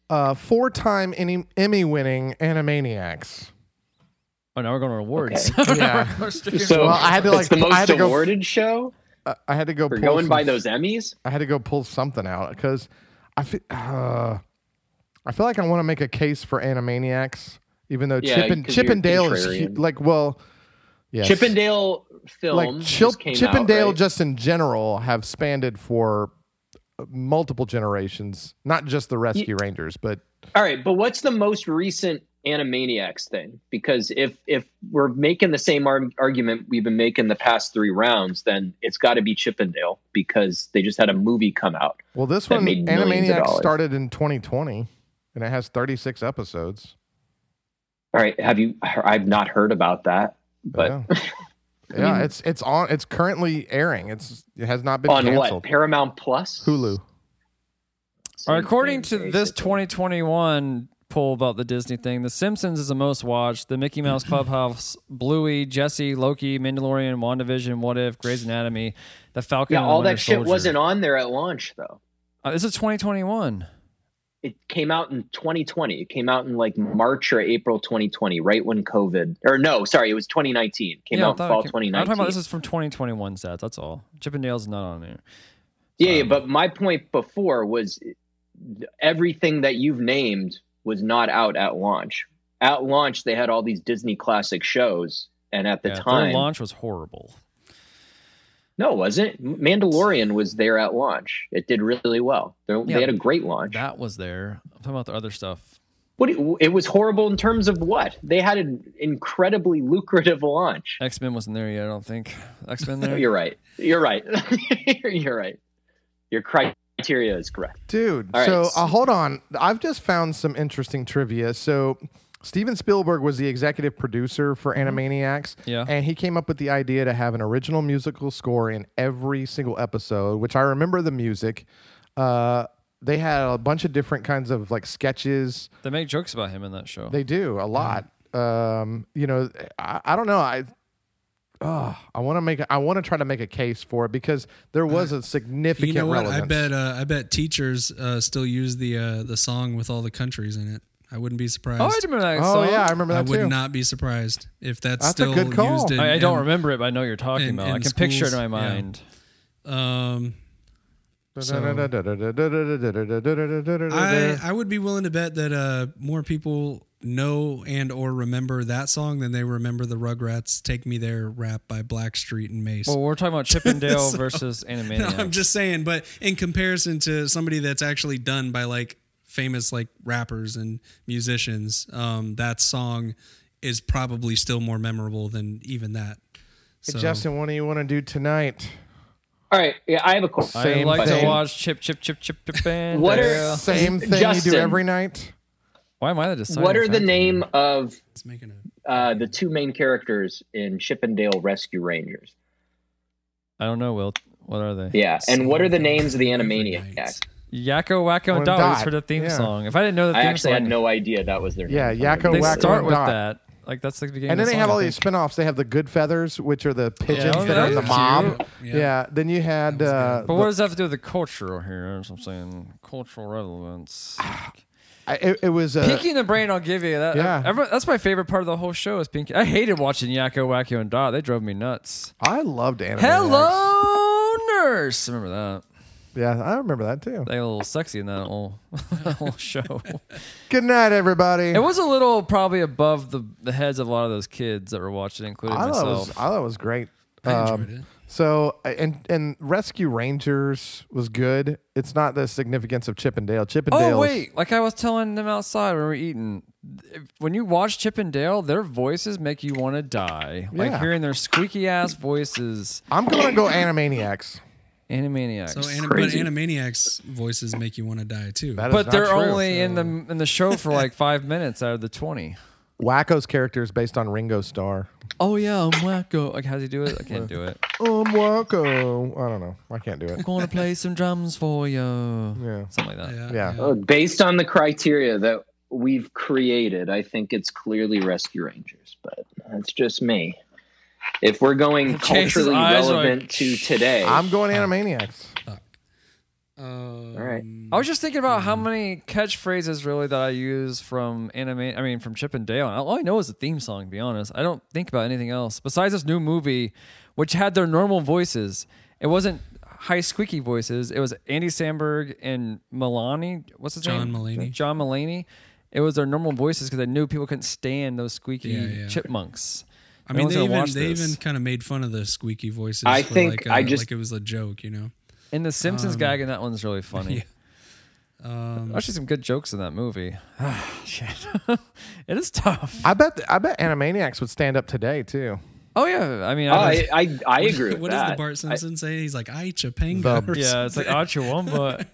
S1: uh, four-time Emmy winning Animaniacs.
S3: oh, now we're going to awards.
S1: Yeah.
S2: So
S1: Well, I had to, like,
S2: it's the
S1: I had
S2: most
S1: to go-
S2: awarded show.
S1: I- Uh, I had to go.
S2: We're
S1: pull
S2: going
S1: some-
S2: by those Emmys.
S1: I had to go pull something out because I feel. Uh, I feel like I want to make a case for Animaniacs, even though
S2: Yeah,
S1: Chip and
S2: 'cause
S1: Chip
S2: you're
S1: and Dale is
S2: contrarian.
S1: hu- like well, yes.
S2: Chip and Dale film
S1: like Chil-
S2: just came
S1: Chip
S2: out,
S1: and Dale
S2: right?
S1: just in general have spanned for multiple generations, not just the Rescue Rangers, but
S2: All right, but what's the most recent Animaniacs thing? Because if if we're making the same arg- argument we've been making the past three rounds, then it's got to be Chip and Dale because they just had a movie come out.
S1: well, this
S2: That
S1: one
S2: made millions of
S1: Animaniacs
S2: dollars.
S1: started in 2020 and it has 36 episodes.
S2: All right, have you? I've not heard about that, but
S1: yeah, Yeah, it's it's on. It's currently airing. It's it has not been
S2: on what
S1: canceled.
S2: Paramount Plus,
S1: Hulu.
S2: Same
S3: According
S2: thing,
S3: to this
S2: basically.
S3: 2021 poll about the Disney thing, The Simpsons is the most watched. The Mickey Mouse Clubhouse, Bluey, Jesse, Loki, Mandalorian, WandaVision, What If, Grey's Anatomy, The Falcon.
S2: yeah,
S3: and the
S2: all
S3: Winter
S2: that shit
S3: Soldier.
S2: wasn't on there at launch though.
S3: Uh, this is 2021.
S2: It came out in 2020. It came out in like March or April 2020, right when COVID. Or no, sorry, it was 2019. It came
S3: yeah, I
S2: out in
S3: thought it
S2: fall
S3: came-
S2: 2019.
S3: I'm talking about this is from 2021 stats. That's all. Chip and Dale's not on there.
S2: Yeah, yeah, but my point before was everything that you've named was not out at launch. At launch, they had all these Disney classic shows, and at the
S3: Yeah,
S2: time,
S3: their launch was horrible.
S2: no, it wasn't. Mandalorian was there at launch. It did really well. They,
S3: Yeah,
S2: they had a great launch.
S3: That was there. I'm talking about the other stuff.
S2: what do you- it was horrible in terms of what they had an incredibly lucrative launch.
S3: X Men wasn't there yet. I don't think X Men there.
S2: You're right. You're right. You're right. Your criteria is correct.
S1: Dude,
S2: All right.
S1: so uh, hold on. I've just found some interesting trivia. So Steven Spielberg was the executive producer for Animaniacs.
S3: Yeah.
S1: And he came up with the idea to have an original musical score in every single episode, which I remember the music. Uh, they had a bunch of different kinds of like sketches.
S3: They make jokes about him in that show.
S1: They do a
S8: Mm.
S1: lot. Um, you know, I, I don't know. I uh, I want to make I want to try to make a case for it because there was a significant
S8: You know what?
S1: relevance.
S8: I bet uh, I bet teachers uh, still use the uh, the song with all the countries in it. I wouldn't be surprised.
S3: oh, I remember that
S1: Oh
S3: song.
S1: yeah, I remember
S8: I
S1: that
S8: would
S1: too.
S8: not be surprised if that's,
S1: That's a
S8: still
S1: good call.
S8: used in.
S3: I, I don't
S8: in-
S3: remember it, but I know what you're talking
S8: in-
S3: about. I
S8: in
S3: can picture it in
S8: schools,
S3: my
S8: yeah.
S3: mind.
S8: Um, I
S1: I,
S8: I would be willing to bet that uh, more people know and or remember that song than they remember the Rugrats "Take Me There" rap by Blackstreet and Mace.
S3: Well, we're talking about Chippendale versus Animaniacs.
S8: No, I'm just saying, but in comparison to somebody that's actually done by like famous like rappers and musicians, um, that song is probably still more memorable than even that. So,
S1: Justin, what do you want to do tonight?
S2: All right, yeah, I have a question.
S3: I
S1: Same
S3: like to
S1: thing.
S3: watch Chip Chip Chip Chip Chip and
S2: What are-
S3: uh,
S1: Same thing you
S2: Justin.
S1: do every night.
S3: Why am I the deciding
S2: What are the
S3: factor?
S2: name of
S8: it's making a
S2: uh, the two main characters in Chippendale Rescue Rangers?
S3: I don't know, Will. What are they?
S2: Yeah, and what are the names of the
S8: Every
S2: Animaniacs?
S8: night.
S3: Yakko Wacko
S1: Well,
S3: and Dot was
S1: Dot,
S3: for the theme
S1: yeah.
S3: song. If I didn't know the
S2: I
S3: theme
S2: actually
S3: song,
S2: had no idea that was their
S1: Yeah,
S2: name.
S1: Yakko
S3: they
S1: Wacko
S3: start
S1: and
S3: with
S1: Dot.
S3: that. Like that's the beginning.
S1: And then
S3: of the
S1: they
S3: song,
S1: have
S3: I
S1: all
S3: think.
S1: these spin-offs. They have the Good Feathers, which are the pigeons
S3: Yeah,
S1: that are in the
S3: that's
S1: mob.
S8: oh, cute.
S1: Yeah.
S8: Yeah.
S1: Then you had uh,
S3: But what does that have to do with the cultural here? That's what I'm saying. Cultural relevance.
S1: I- it, it was uh,
S3: Pinky in the Brain, I'll give you that.
S1: Yeah.
S3: Everyone- that's my favorite part of the whole show is Pinky. I hated watching Yakko, Wacko, and Dot. They drove me nuts.
S1: I loved Animaniacs.
S3: Hello, nurse. Remember that?
S1: Yeah, I remember that too.
S3: They were a little sexy in that whole, that whole show.
S1: Good night, everybody.
S3: It was a little probably above the, the heads of a lot of those kids that were watching, including
S1: I thought it
S3: myself.
S1: was. I thought it was great.
S8: I
S1: Um,
S8: enjoyed it.
S1: So and and Rescue Rangers was good. It's not the significance of Chippendale. Chippendale.
S3: Oh wait, like I was telling them outside when we were eating, if- when you watch Chip and Dale, their voices make you want to die.
S1: Yeah.
S3: Like hearing their squeaky ass voices,
S1: I'm gonna go Animaniacs.
S3: Animaniacs.
S8: So, anim- but
S2: Crazy.
S8: Animaniacs voices make you want to die too.
S1: That is
S3: but
S1: not
S3: they're
S1: true.
S3: only in the in the show for like five minutes out of the twenty.
S1: Wacko's character is based on Ringo Starr.
S3: Oh yeah, I'm wacko. Like how does he do it? I can't do it.
S1: Um, Wacko. I don't know. I can't do it.
S3: I'm going to play some drums for you. Yeah, something like that.
S8: yeah,
S1: Yeah. Uh,
S2: Oh, based on the criteria that we've created, I think it's clearly Rescue Rangers, but that's just me. If we're going
S3: Chase's
S2: culturally
S3: eyes are like,
S2: relevant to today,
S1: I'm going Animaniacs.
S8: Um,
S2: all right.
S3: I was just thinking about how many catchphrases really that I use from anime. I mean, from Chip and Dale. All I know is the theme song. To be honest, I don't think about anything else besides this new movie, which had their normal voices. It wasn't high squeaky voices. It was Andy Samberg and Milani. What's his
S8: John
S3: name?
S8: Mulaney.
S3: John Mulaney. It was their normal voices because I knew people couldn't stand those squeaky
S8: Yeah, yeah.
S3: chipmunks.
S8: I mean, they
S3: gonna
S8: even
S3: watch
S8: they
S3: this.
S8: even kind of made fun of the squeaky voices.
S2: I
S8: for
S2: think
S8: like
S2: I
S8: uh,
S2: just-
S8: like it was a joke, you know.
S3: And the Simpsons
S8: Um,
S3: gag in that one's really funny. Actually, some good jokes in that movie. Shit. it is tough.
S1: I bet. I bet Animaniacs would stand up today too.
S3: Oh yeah, I mean,
S2: Oh,
S3: I,
S2: I, I, I agree with
S8: What does
S2: that.
S8: the Bart Simpson say? He's like, "I
S1: The-
S8: chapanga." or
S3: yeah, it's like Achawamba.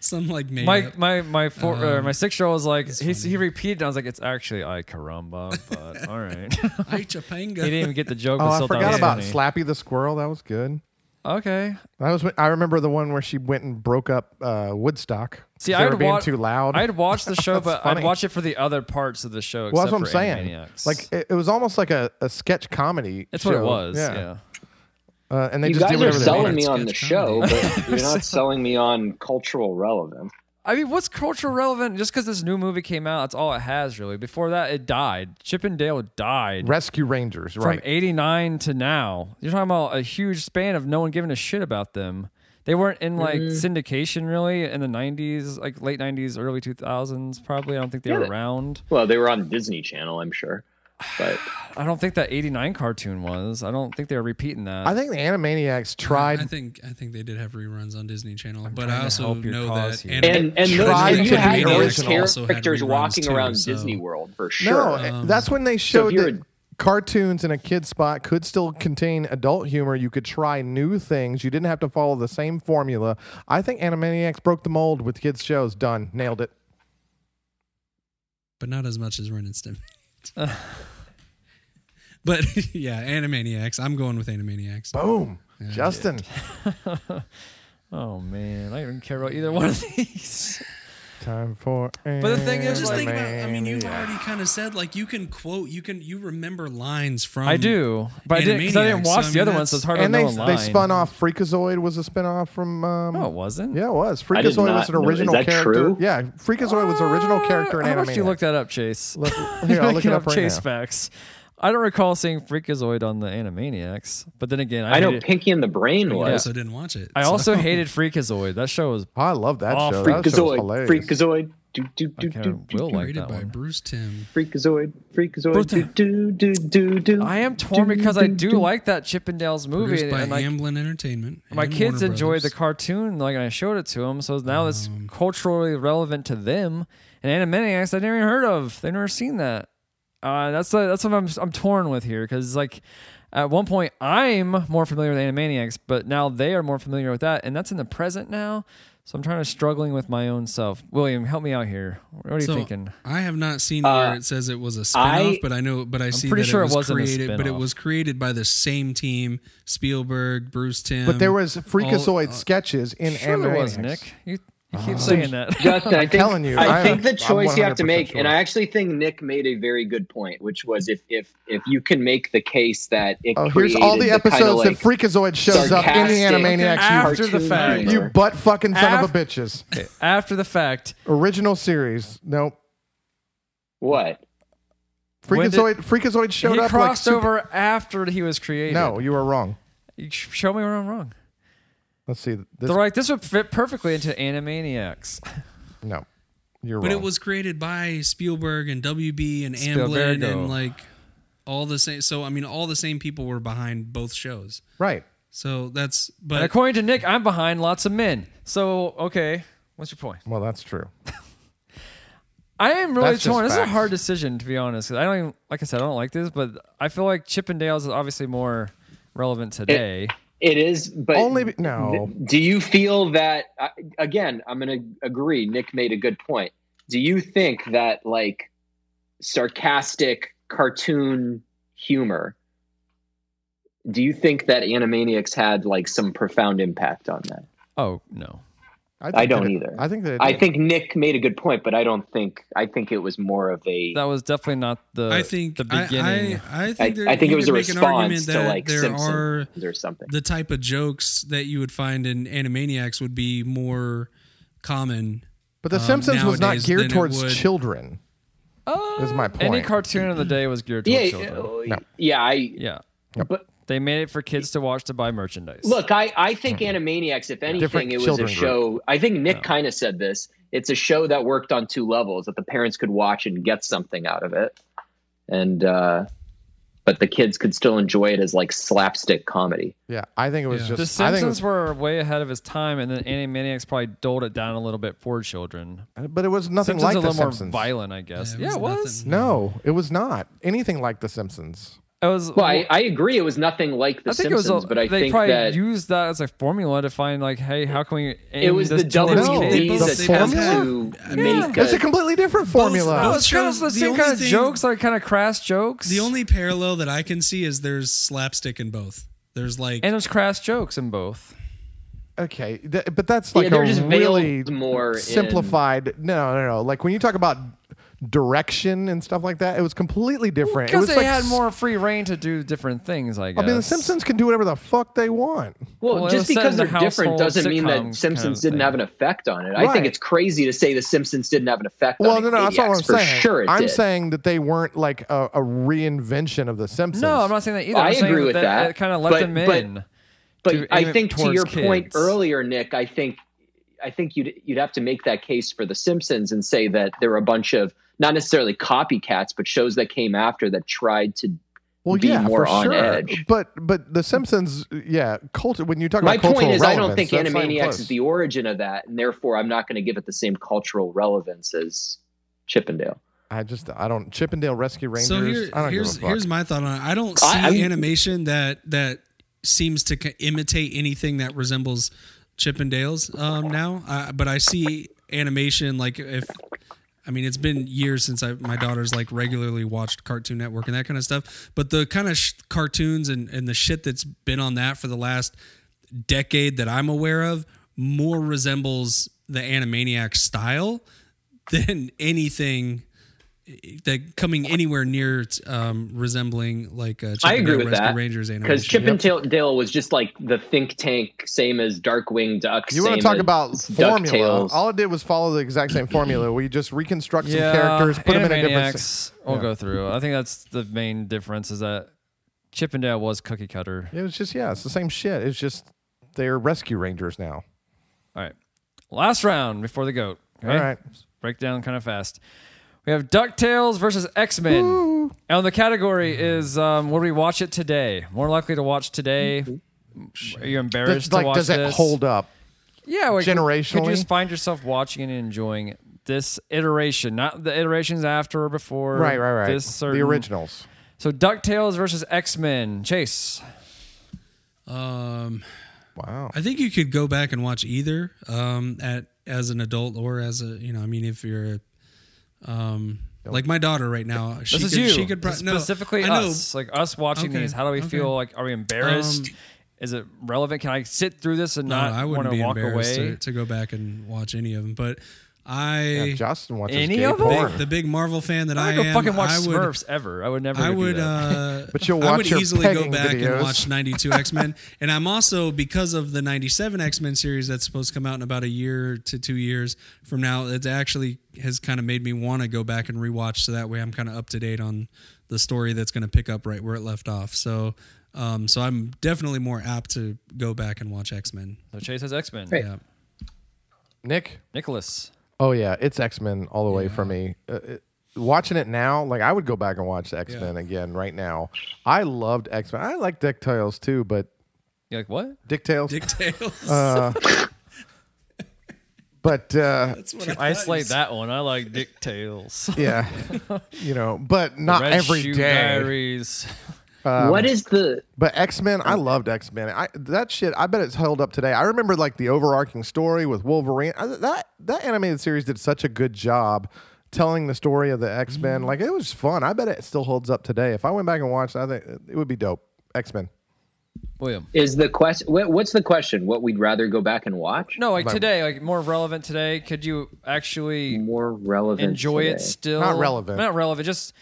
S8: some like made
S3: my
S8: up.
S3: my my four,
S2: Um,
S3: uh, my six year old was like he he repeated. And I was like, it's actually I Caramba, but all right. he
S8: I chapanga.
S3: didn't even get the joke.
S1: Oh,
S3: but
S1: I
S3: still thought it
S1: forgot
S3: was
S1: about
S3: funny.
S1: Slappy the Squirrel. That was good.
S3: Okay,
S1: That was. when- I remember the one where she went and broke up uh, Woodstock. 'cause
S3: see,
S1: they
S3: I
S1: were
S3: would
S1: being
S3: wa-
S1: too loud.
S3: I'd watch the show,
S1: That's
S3: but
S1: funny.
S3: I'd watch it for the other parts of the show.
S1: Well, that's
S3: except
S1: what I'm
S3: for
S1: saying.
S3: Animaniacs.
S1: Like it, it was almost like a, a sketch comedy.
S3: that's what it
S1: show.
S3: was. yeah.
S1: Uh, and they
S2: you
S1: just did
S2: guys are
S1: whatever they wanted.
S2: selling me on the
S8: Sketch
S2: show,
S8: comedy.
S2: but you're not selling me on cultural relevance.
S3: I mean, what's cultural relevant? Just because this new movie came out, that's all it has really. Before that, it died. Chip and Dale died
S1: Rescue Rangers,
S3: from
S1: right?
S3: '89 to now. You're talking about a huge span of no one giving a shit about them. They weren't in like syndication really in the '90s, like late '90s, early 2000s. Probably, I don't think they were
S2: they-
S3: around.
S2: Well, they were on Disney Channel, I'm sure. But
S3: I don't think that '89 cartoon was. I don't think they were repeating that.
S1: I think the Animaniacs
S8: I
S1: tried.
S8: think I think they did have reruns on Disney Channel, but
S3: trying
S8: I
S3: to
S8: also
S3: help your
S8: know
S3: cause
S8: that
S3: here.
S2: and and
S1: Tried
S2: those, you
S1: to
S2: had
S1: be
S2: those
S1: original.
S8: also had
S2: characters
S8: reruns
S2: walking
S8: too,
S2: around
S8: so-
S2: Disney World for
S1: no,
S3: um,
S2: sure.
S1: that's when they showed
S2: you're
S1: that
S2: a-
S1: cartoons in a kid spot could still contain adult humor. You could try new things. You didn't have to follow the same formula. I think Animaniacs broke the mold with kids shows. Done. Nailed it.
S8: but not as much as Ren and Stimpy. but yeah, Animaniacs. I'm going with Animaniacs.
S1: Boom. Justin.
S3: Oh man, I don't even care about either one of these.
S1: Time for
S3: the thing is,
S8: Just
S3: like-
S8: think about. I mean, you've already kind of said like you can quote, you can you remember lines from.
S1: Um,
S3: I do, but I didn't because I didn't
S8: Animaniacs,
S3: watch
S8: so, I
S3: the
S8: mean,
S3: other one, so it's
S8: that's-
S3: hard
S1: and
S3: to
S1: they,
S3: know a line.
S1: they spun off Freakazoid was a spinoff from um,
S3: No, it wasn't.
S1: Yeah, it was.
S2: I did
S1: Freakazoid
S2: not
S1: was an
S2: know- is
S1: original
S2: that
S1: character.
S2: true?
S1: Yeah, Freakazoid was an original character in
S3: How
S1: anime.
S3: much do Uh, you look that up, Chase?
S1: Look- here, I'll look
S3: Looking
S1: it up right
S3: Chase
S1: now.
S3: facts. I don't recall seeing Freakazoid on the Animaniacs, but then again, I,
S2: I know
S3: hated-
S2: Pinky and the Brain
S8: I
S2: was.
S8: also didn't watch it.
S3: I
S8: so-
S3: also hated Freakazoid. That show was.
S1: I love that
S3: Oh,
S1: show. That show was
S2: Freakazoid.
S1: hilarious.
S2: Freakazoid. Do, do, do,
S3: I
S2: do,
S3: kinda
S2: do,
S3: will like
S8: created
S3: that
S8: by
S3: one.
S8: Bruce Tim.
S2: Freakazoid.
S3: Brother.
S2: Freakazoid. Do, do, do, do, do.
S3: I am torn
S2: do,
S3: because I
S2: do,
S3: do
S2: do.
S3: like that Chippendales movie,
S8: Produced
S3: and,
S8: by
S3: like
S8: Amblin Entertainment.
S3: my
S8: and
S3: kids
S8: Warner
S3: enjoyed the
S8: Brothers.
S3: cartoon, like and I showed it to them. So now it's
S1: Um,
S3: culturally relevant to them. And Animaniacs, I never even heard of. They never seen that. Uh, that's the, that's what I'm I'm torn with here because like at one point I'm more familiar with Animaniacs, but now they are more familiar with that, and that's in the present now. So I'm trying to struggling with my own self. William, help me out here. What are you
S8: So,
S3: thinking?
S8: I have not seen
S2: Uh,
S8: where it says it was a spinoff,
S2: I-
S8: but I know, but I see
S3: pretty
S8: that
S3: sure it
S8: it was
S3: wasn't a
S8: created, but it
S3: spinoff.
S8: was created by the same team: Spielberg, Bruce Tim.
S1: But there was Freakazoid
S8: all- uh,
S1: sketches in
S3: Um, uh, Sure
S1: anime.
S3: there was Nick. You, you
S1: Um,
S3: keep saying that.
S2: Justin, I think,
S1: telling you,
S2: I
S1: I-
S2: think the
S1: I'm
S2: choice you have to
S1: 100%
S2: make, and
S1: sure.
S2: I actually think Nick made a very good point, which was if if if you can make the case that it
S1: Oh, here's
S2: created
S1: all the
S2: kinda,
S1: episodes
S2: like,
S1: that Freakazoid shows up in the
S2: sarcastic
S1: Animaniacs.
S3: After the
S2: cartoon
S3: fact.
S1: You,
S2: humor.
S1: you butt fucking son of
S3: Af-
S1: a bitches.
S3: After the fact,
S1: Original series. Nope.
S2: what?
S3: When did-
S1: Freakazoid. Freakazoid showed
S3: he
S1: up like
S3: crossed
S1: super-
S3: over after he was created.
S1: No, you were wrong.
S3: You sh- show me where I'm wrong.
S1: Let's see. This,
S3: They're like, this would fit perfectly into Animaniacs.
S1: no, you're
S8: But
S1: wrong.
S8: it was created by Spielberg and WB and Amblin
S3: Spielbergo.
S8: and like all the same. So I mean, all the same people were behind both shows.
S1: right.
S8: So that's
S3: And
S8: but
S3: according to Nick, I'm behind lots of men. So, okay, what's your point?
S1: Well, that's true.
S3: I am really
S1: That's just
S3: torn. This is a
S1: facts.
S3: hard decision, to be honest. 'cause I don't even, like I said, I don't like this, but I feel like Chippendales is obviously more relevant today.
S2: It is, but
S1: Only be- no.
S2: Do you feel that I- again? I'm going to agree. Nick made a good point. Do you think that like sarcastic cartoon humor? Do you think that Animaniacs had like some profound impact on that?
S3: oh, no.
S1: I,
S2: I don't
S1: that it-
S2: either.
S1: I think that it
S2: I
S1: did.
S2: think Nick made a good point, but I don't think I think it was more of a
S3: That was definitely not the,
S8: I think
S3: the
S8: I-
S3: beginning.
S8: I, I,
S2: I
S8: think there,
S2: I think
S8: you
S2: it was a
S8: could make an
S2: response
S8: argument
S2: to
S8: that
S2: like
S8: there
S2: Simpsons
S8: are
S2: or something.
S8: the type of jokes that you would find in Animaniacs would be more common.
S1: But The
S8: um,
S1: Simpsons was not
S8: nowadays than
S1: geared
S8: it
S1: towards
S8: would-
S1: children. is my Uh, point.
S3: Any cartoon of the day was geared towards
S2: Yeah,
S3: children.
S2: uh, yeah. I
S3: yeah.
S2: but
S3: They made it for kids to watch to buy merchandise.
S2: Look, I, I think Animaniacs, if anything,
S1: Mm-hmm. Different
S2: it was a
S1: children
S2: show. I think Nick kind of said this. It's a show that worked on two levels that the parents could watch and get something out of it, and uh, but the kids could still enjoy it as like slapstick comedy.
S1: Yeah, I think it was
S8: Yeah.
S1: just.
S3: The
S1: I think it was-
S3: Simpsons were way ahead of his time, and then Animaniacs probably doled it down a little bit for children.
S1: but it was nothing
S3: Simpsons
S1: like
S3: a
S1: The
S3: little
S1: Simpsons.
S3: more violent, I guess.
S8: Yeah,
S3: Yeah,
S8: it
S3: it
S8: was
S3: was.
S8: nothing.
S1: No, it was not anything like The Simpsons.
S3: It was.
S2: Well, I, I agree. It was nothing like The
S3: I think
S2: Simpsons,
S3: it was. A,
S2: but I
S3: they
S2: think
S3: probably
S2: that
S3: used that as a formula to find like, hey, how can we? Aim
S2: was
S3: this
S2: the
S3: towards
S1: double
S3: kids?
S1: D
S8: both-
S1: that
S8: they
S1: has
S8: both
S2: to
S8: have-
S2: make
S1: It's a
S2: a,
S1: completely different formula.
S3: No,
S8: both-
S3: it's kind of
S8: shows-
S3: the
S8: the
S3: same
S8: only
S3: kind of
S8: thing-
S3: jokes, like kind of crass jokes.
S8: The only parallel that I can see is there's slapstick in both. There's like
S3: and there's crass jokes in both.
S1: okay, th- but that's like
S2: yeah, they're
S1: a
S2: just
S1: really
S2: veiled more in-
S1: simplified. No, no, no. Like when you talk about direction and stuff like that, it was completely different. it
S3: Because
S1: was
S3: they
S1: like
S3: had
S1: s-
S3: more free reign to do different things. I guess.
S1: I mean, The Simpsons can do whatever the fuck they want.
S2: Well,
S3: Well, it was
S2: just
S3: set
S2: because
S3: in the
S2: they're different
S3: household
S2: doesn't mean
S3: sitcom kind
S2: that
S3: of
S2: Simpsons
S3: thing.
S2: didn't have an effect on it. I
S1: Right.
S2: think it's crazy to say The Simpsons didn't have an effect
S1: Well,
S2: on
S1: no, no, that's not what I'm
S2: Animaniacs. For
S1: saying.
S2: sure, it
S1: I'm
S2: did.
S1: saying that they weren't like a, a reinvention of The Simpsons.
S3: No, I'm not saying that either.
S2: I
S3: I'm saying
S2: agree with that,
S3: It kind of let
S2: but-
S3: them
S2: but-
S3: in. to
S2: but
S3: aim
S2: I
S3: it
S2: think to
S3: towards
S2: your point
S3: kids.
S2: earlier, Nick, I think I think you'd you'd have to make that case for The Simpsons and say that there were a bunch of not necessarily copycats, but shows that came after that tried to.
S1: well,
S2: be
S1: yeah,
S2: more
S1: for
S2: on
S1: sure.
S2: edge.
S1: But but The Simpsons, yeah, cult. When you talk
S2: My
S1: about cultural
S2: point is, I don't
S1: relevance,
S2: think
S1: that's not even
S2: Animaniacs
S1: close.
S2: is the origin of that, and therefore I'm not going to give it the same cultural relevance as Chippendale.
S1: I just I don't Chippendale Rescue Rangers.
S8: So here,
S1: I don't
S8: here's
S1: give a fuck.
S8: here's my thought on it. I don't see
S2: I- I'm-
S8: animation that that seems to ca- imitate anything that resembles Chippendales um, now. Uh, but I see animation like if I mean it's been years since I my daughter's like regularly watched Cartoon Network and that kind of stuff. But the kind of sh- cartoons and and the shit that's been on that for the last decade that I'm aware of more resembles the Animaniac style than anything that coming anywhere near t- um, resembling like uh, Chip
S2: I
S8: and
S2: agree
S8: Dale
S2: with
S8: Rescue
S2: that.
S8: Rangers animation.
S2: Because Chip and Tail- Dale was just like the think tank, same as Darkwing Duck.
S1: You want
S2: same
S1: to talk
S2: as
S1: about formula?
S2: DuckTales.
S1: All it did was follow the exact same formula. We just reconstruct some
S3: yeah,
S1: characters, put them in a different. se-
S3: Animaniacs, We'll go through. I think that's the main difference is that Chippendale was cookie cutter.
S1: It was just yeah, it's the same shit. It's just they're rescue rangers now.
S3: All right, last round before the goat. okay?
S1: All right,
S3: break down kind of fast. We have Ducktales versus X Men, and the category is um, would we watch it today? More likely to watch today. Are you
S1: That's
S3: embarrassed to
S1: like
S3: watch
S1: does that
S3: this?
S1: hold up?
S3: Yeah, like, Could
S1: generationally?
S3: you just find yourself watching and enjoying this iteration, not the iterations after or before.
S1: Right, right, right.
S3: This certain,
S1: the originals.
S3: So Ducktales versus X Men. Chase.
S8: um,
S1: Wow.
S8: I think you could go back and watch either um, at as an adult or as a you know I mean if you're um, like my daughter right now she
S3: This is
S8: could,
S3: you.
S8: she could pro- no,
S3: specifically
S8: I know,
S3: us, like us watching
S8: Okay,
S3: these. How do we
S8: okay.
S3: feel? Like, are we embarrassed?
S8: Um,
S3: is it relevant? Can I sit through this and
S8: no,
S3: not
S8: I
S3: want
S8: wouldn't
S3: to
S8: be
S3: walk
S8: embarrassed
S3: away?
S8: to, to go back and watch any of them but I
S1: Yeah, Justin watches
S3: Any
S1: gay
S3: of them?
S1: porn.
S8: the big Marvel fan that I
S3: I would go
S8: am
S3: fucking watch
S8: I would
S3: Smurfs ever. I would never.
S8: I
S3: go do
S8: would,
S3: that.
S8: uh,
S1: But you'll
S8: I
S1: watch
S8: would
S1: your
S8: easily go
S1: pegging
S8: back and
S1: videos.
S8: watch 92 X Men. and I'm also, because of the 97 X Men series that's supposed to come out in about a year to two years from now, it actually has kind of made me want to go back and rewatch. So that way I'm kind of up to date on the story that's going to pick up right where it left off. So, um, so I'm definitely more apt to go back and watch X Men.
S3: so Chase has X Men.
S8: Yeah.
S1: Nick.
S3: Nicholas.
S1: Oh yeah, it's X Men all the way for me. Uh, it, watching it now, like I would go back and watch X Men again right now. I loved X Men. I like DuckTales too, but
S3: You're like what?
S1: DuckTales.
S8: Dick Tales.
S1: Uh, but uh,
S8: that's what I thought you
S3: Isolate
S8: said.
S3: that one. I like Dick Tales.
S1: yeah, you know, but not
S3: Red
S1: every
S3: Shoe
S1: day.
S3: Diaries.
S1: Um,
S2: what is the
S1: But X Men,
S3: Oh.
S1: I loved X Men. I that shit. I bet it's held up today. I remember like the overarching story with Wolverine. I, that that animated series did such a good job telling the story of the X
S3: Mm.
S1: Men. Like it was fun. I bet it still holds up today. If I went back and watched, I think it would be dope. X Men.
S3: William.
S2: is the question? What, what's the question? What we'd rather go back and watch?
S3: No, like today, like more relevant today. Could you actually
S2: More relevant.
S3: enjoy
S2: today.
S3: it still?
S1: Not relevant.
S3: Not relevant. Just,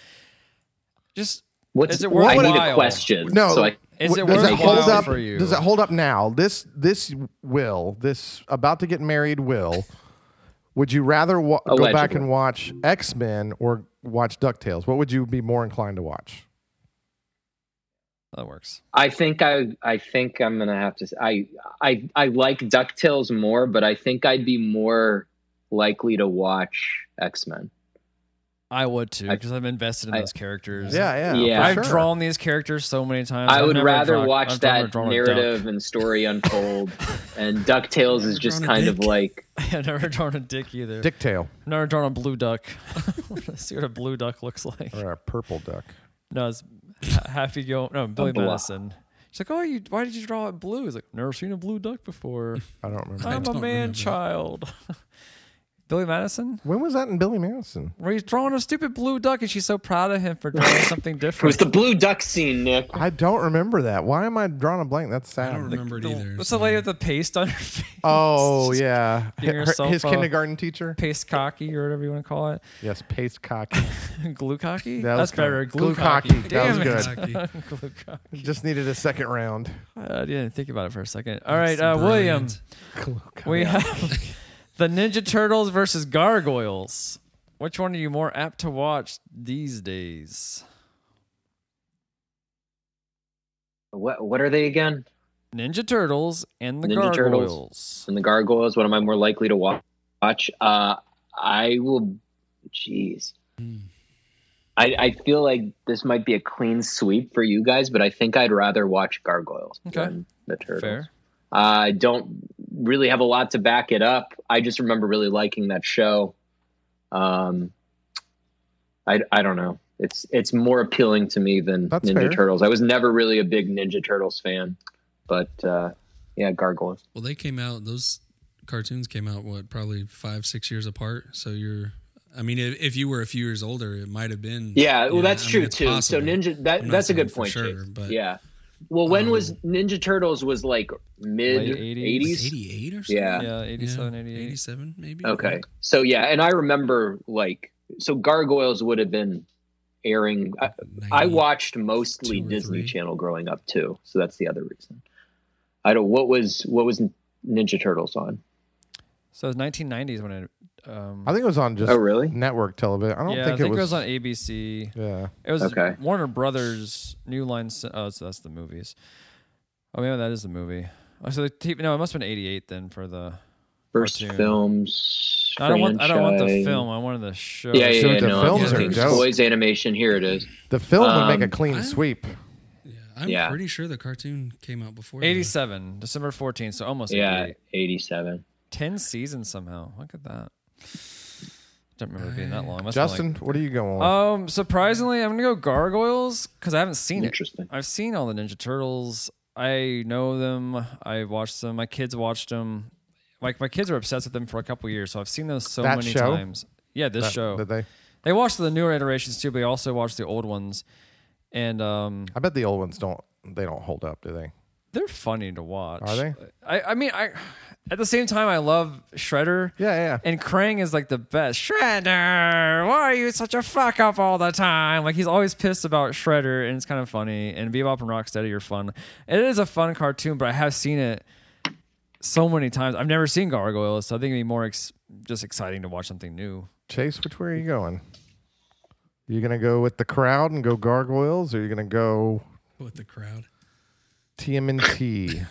S3: just
S2: What's
S3: Is it
S2: I need
S3: worthwhile?
S2: a question.
S1: No,
S2: So I,
S3: Is it
S1: does
S3: worthwhile
S1: hold up?
S3: for you?
S1: Does it hold up now? This this will this about to get married will. Would you rather wa- go back
S2: Allegedly.
S1: and watch X Men or watch Ducktales? What would you be more inclined to watch?
S3: that works.
S2: I think I I think I'm gonna have to. s- I I I like Ducktales more, but I think I'd be more likely to watch X Men.
S3: I would too
S2: I-
S3: because I'm invested in
S2: I-
S3: those characters.
S1: Yeah, yeah,
S2: Yeah.
S1: for
S3: I've
S1: sure.
S3: drawn these characters so many times.
S2: I
S3: I've
S2: would
S3: never
S2: rather
S3: drawn-
S2: watch
S3: I've never
S2: that
S3: drawn a
S2: narrative and story unfold, and Ducktales is just
S8: drawn a
S2: kind of
S8: dick.
S2: like
S3: duck. I've never drawn a dick either.
S1: Dicktail
S3: I've never drawn a blue duck. Let's see what a blue duck looks like.
S1: or a purple duck.
S3: No, it's Ha- Happy Gil. No, Billy
S2: blah.
S3: Madison. She's like, oh, you, why did you draw it blue? He's like, never seen a blue duck before.
S1: I don't remember.
S3: I'm a
S8: don't remember
S3: man
S8: that.
S3: child. Billy Madison,
S1: when was that in Billy Madison?
S3: where he's drawing a stupid blue duck, and she's so proud of him for drawing something
S2: it was
S3: different.
S2: the blue duck scene, Nick.
S1: I don't remember that. Why am I drawing a blank? That's
S8: I don't
S1: sad.
S8: remember it either.
S3: What's the lady with the paste on her face?
S1: Oh yeah,
S3: giving
S1: Her-
S3: herself
S1: his
S3: a-
S1: kindergarten teacher.
S3: Paste cocky or whatever you want to call it.
S1: Yes, paste cock.
S3: Glue cocky?
S1: That was
S3: That's
S1: kinda-
S3: better.
S1: glue
S3: Glue cocky.
S1: cocky. That was
S3: Damn
S1: good.
S3: it.
S8: Exactly.
S3: Glue cocky.
S1: Just needed a second round.
S3: I didn't think about it for a second. All right,
S8: That's
S3: uh, William,
S8: brilliant.
S3: we have the Ninja Turtles versus Gargoyles. Which one are you more apt to watch these days?
S2: What what are they again?
S3: Ninja Turtles and the
S2: Ninja Turtles.
S3: Gargoyles.
S2: And the gargoyles. What am I more likely to wa- watch? Uh, I will. Jeez.
S3: Hmm.
S2: I, I feel like this might be a clean sweep for you guys, but I think I'd rather watch Gargoyles
S3: Okay.
S2: than the Turtles. Uh,
S3: Fair.
S2: I don't really have a lot to back it up. I just remember really liking that show. Um, I, I don't know. It's it's more appealing to me than
S1: That's
S2: Ninja
S1: fair.
S2: Turtles. I was never really a big Ninja Turtles fan, but uh, yeah, Gargoyle.
S8: Well, they came out. Those cartoons came out what probably five, six years apart. So you're. I mean, if, if you were a few years older, it might have been.
S2: Yeah,
S8: you
S2: well,
S8: know,
S2: that's
S8: I mean,
S2: true
S8: it's
S2: too. So
S8: possible.
S2: Ninja that
S8: I'm not
S2: that's a
S8: saying
S2: good
S8: for
S2: point.
S8: sure,
S2: Chase.
S8: but-
S2: yeah. Well, when
S8: um,
S2: was Ninja Turtles was like mid
S3: Late 80s.
S2: eighties?
S8: It's 88 or something.
S2: Yeah.
S3: Yeah, 87, 88.
S8: 87 maybe.
S2: Okay. So yeah, and I remember like so Gargoyles would have been airing. I, I
S8: 90.
S2: watched mostly
S8: two or
S2: Disney
S8: three.
S2: Channel growing up too, so that's the other reason. I don't. What was what was Ninja Turtles on?
S3: So it was 1990s when it. Um,
S1: I think it was on just
S2: Oh, really?
S1: network television. I don't
S3: yeah,
S1: think,
S3: I think it was, on ABC.
S1: Yeah.
S3: It was
S2: Okay.
S3: Warner Brothers New Line. Cin- Oh, so that's the movies. Oh, maybe that is the movie. Oh, so the t- no, it must have been 88 then for the.
S2: First
S3: Cartoon.
S2: films.
S3: I don't want. I don't want the
S2: franchise.
S3: film. I wanted the show.
S2: Yeah, yeah,
S1: Shoot,
S2: yeah
S1: the
S2: no,
S1: films
S2: I'm
S8: are
S2: thinking
S1: dope.
S2: Toys animation. Here it is.
S1: The film would make
S2: Um,
S1: a clean
S8: I-
S1: sweep.
S8: Yeah, I'm
S2: Yeah.
S8: pretty sure the cartoon came out before. that.
S3: 87, December 14th. So almost
S2: Yeah,
S3: 88.
S2: eighty-seven.
S3: 10 seasons somehow. Look at that. Don't remember it being that long. Must have been
S1: Justin, what are you going with?
S3: like- um, surprisingly, I'm gonna go Gargoyles because I haven't seen it.
S2: Interesting.
S3: I've seen all the Ninja Turtles. I know them. I watched them. My kids watched them. Like my kids were obsessed with them for a couple years, so I've seen those so
S1: That
S3: many
S1: show?
S3: times. Yeah, this
S1: That-
S3: show.
S1: that they,
S3: they watched the newer iterations too, but they also watched the old ones. And um,
S1: I bet the old ones don't. They don't hold up, do they?
S3: they're funny to watch.
S1: Are they?
S3: I, I mean, I at the same time, I love Shredder.
S1: Yeah, yeah.
S3: And Krang is like the best. Shredder, why are you such a fuck up all the time? Like he's always pissed about Shredder, and it's kind of funny. And Bebop and Rocksteady are fun. It is a fun cartoon, but I have seen it so many times. I've never seen Gargoyles, so I think it'd be more ex- just exciting to watch something new.
S1: Chase, which way are you going? You gonna go with the crowd and go gargoyles, or you gonna go
S8: With the crowd.
S1: TMNT?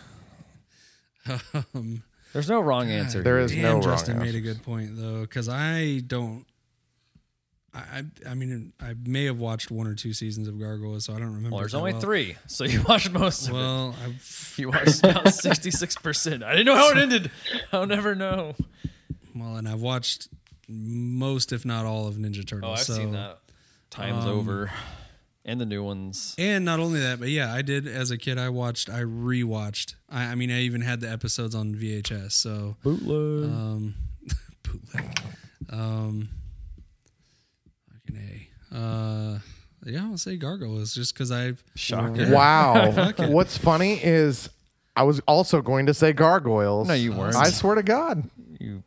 S8: Um,
S3: There's no wrong answer.
S1: There is
S8: Damn,
S1: no wrong.
S8: Justin made a
S1: answers.
S8: good point though, because I don't. I I I mean I may have watched one or two seasons of Gargoyles, so I don't remember.
S3: Well, there's
S8: that
S3: only
S8: well.
S3: three, so you watched most of it.
S8: Well, I,
S3: You watched about sixty-six percent. I didn't know how it ended. I'll never know.
S8: well, and I've watched most, if not all, of Ninja Turtles.
S3: Oh, I've
S8: so. um,
S3: seen that. Time's over. And the new ones.
S8: And not only that, but yeah, I did as a kid. I watched, I rewatched. I, I mean, I even had the episodes on VHS. So
S3: Bootleg.
S8: Um, bootleg. Um, fucking a. Uh, yeah, I'll say gargoyles just because I
S1: Mm-hmm.
S8: shocker.
S1: Wow. What's funny is I was also going to say gargoyles.
S3: No, you weren't.
S1: I swear to God.
S3: You-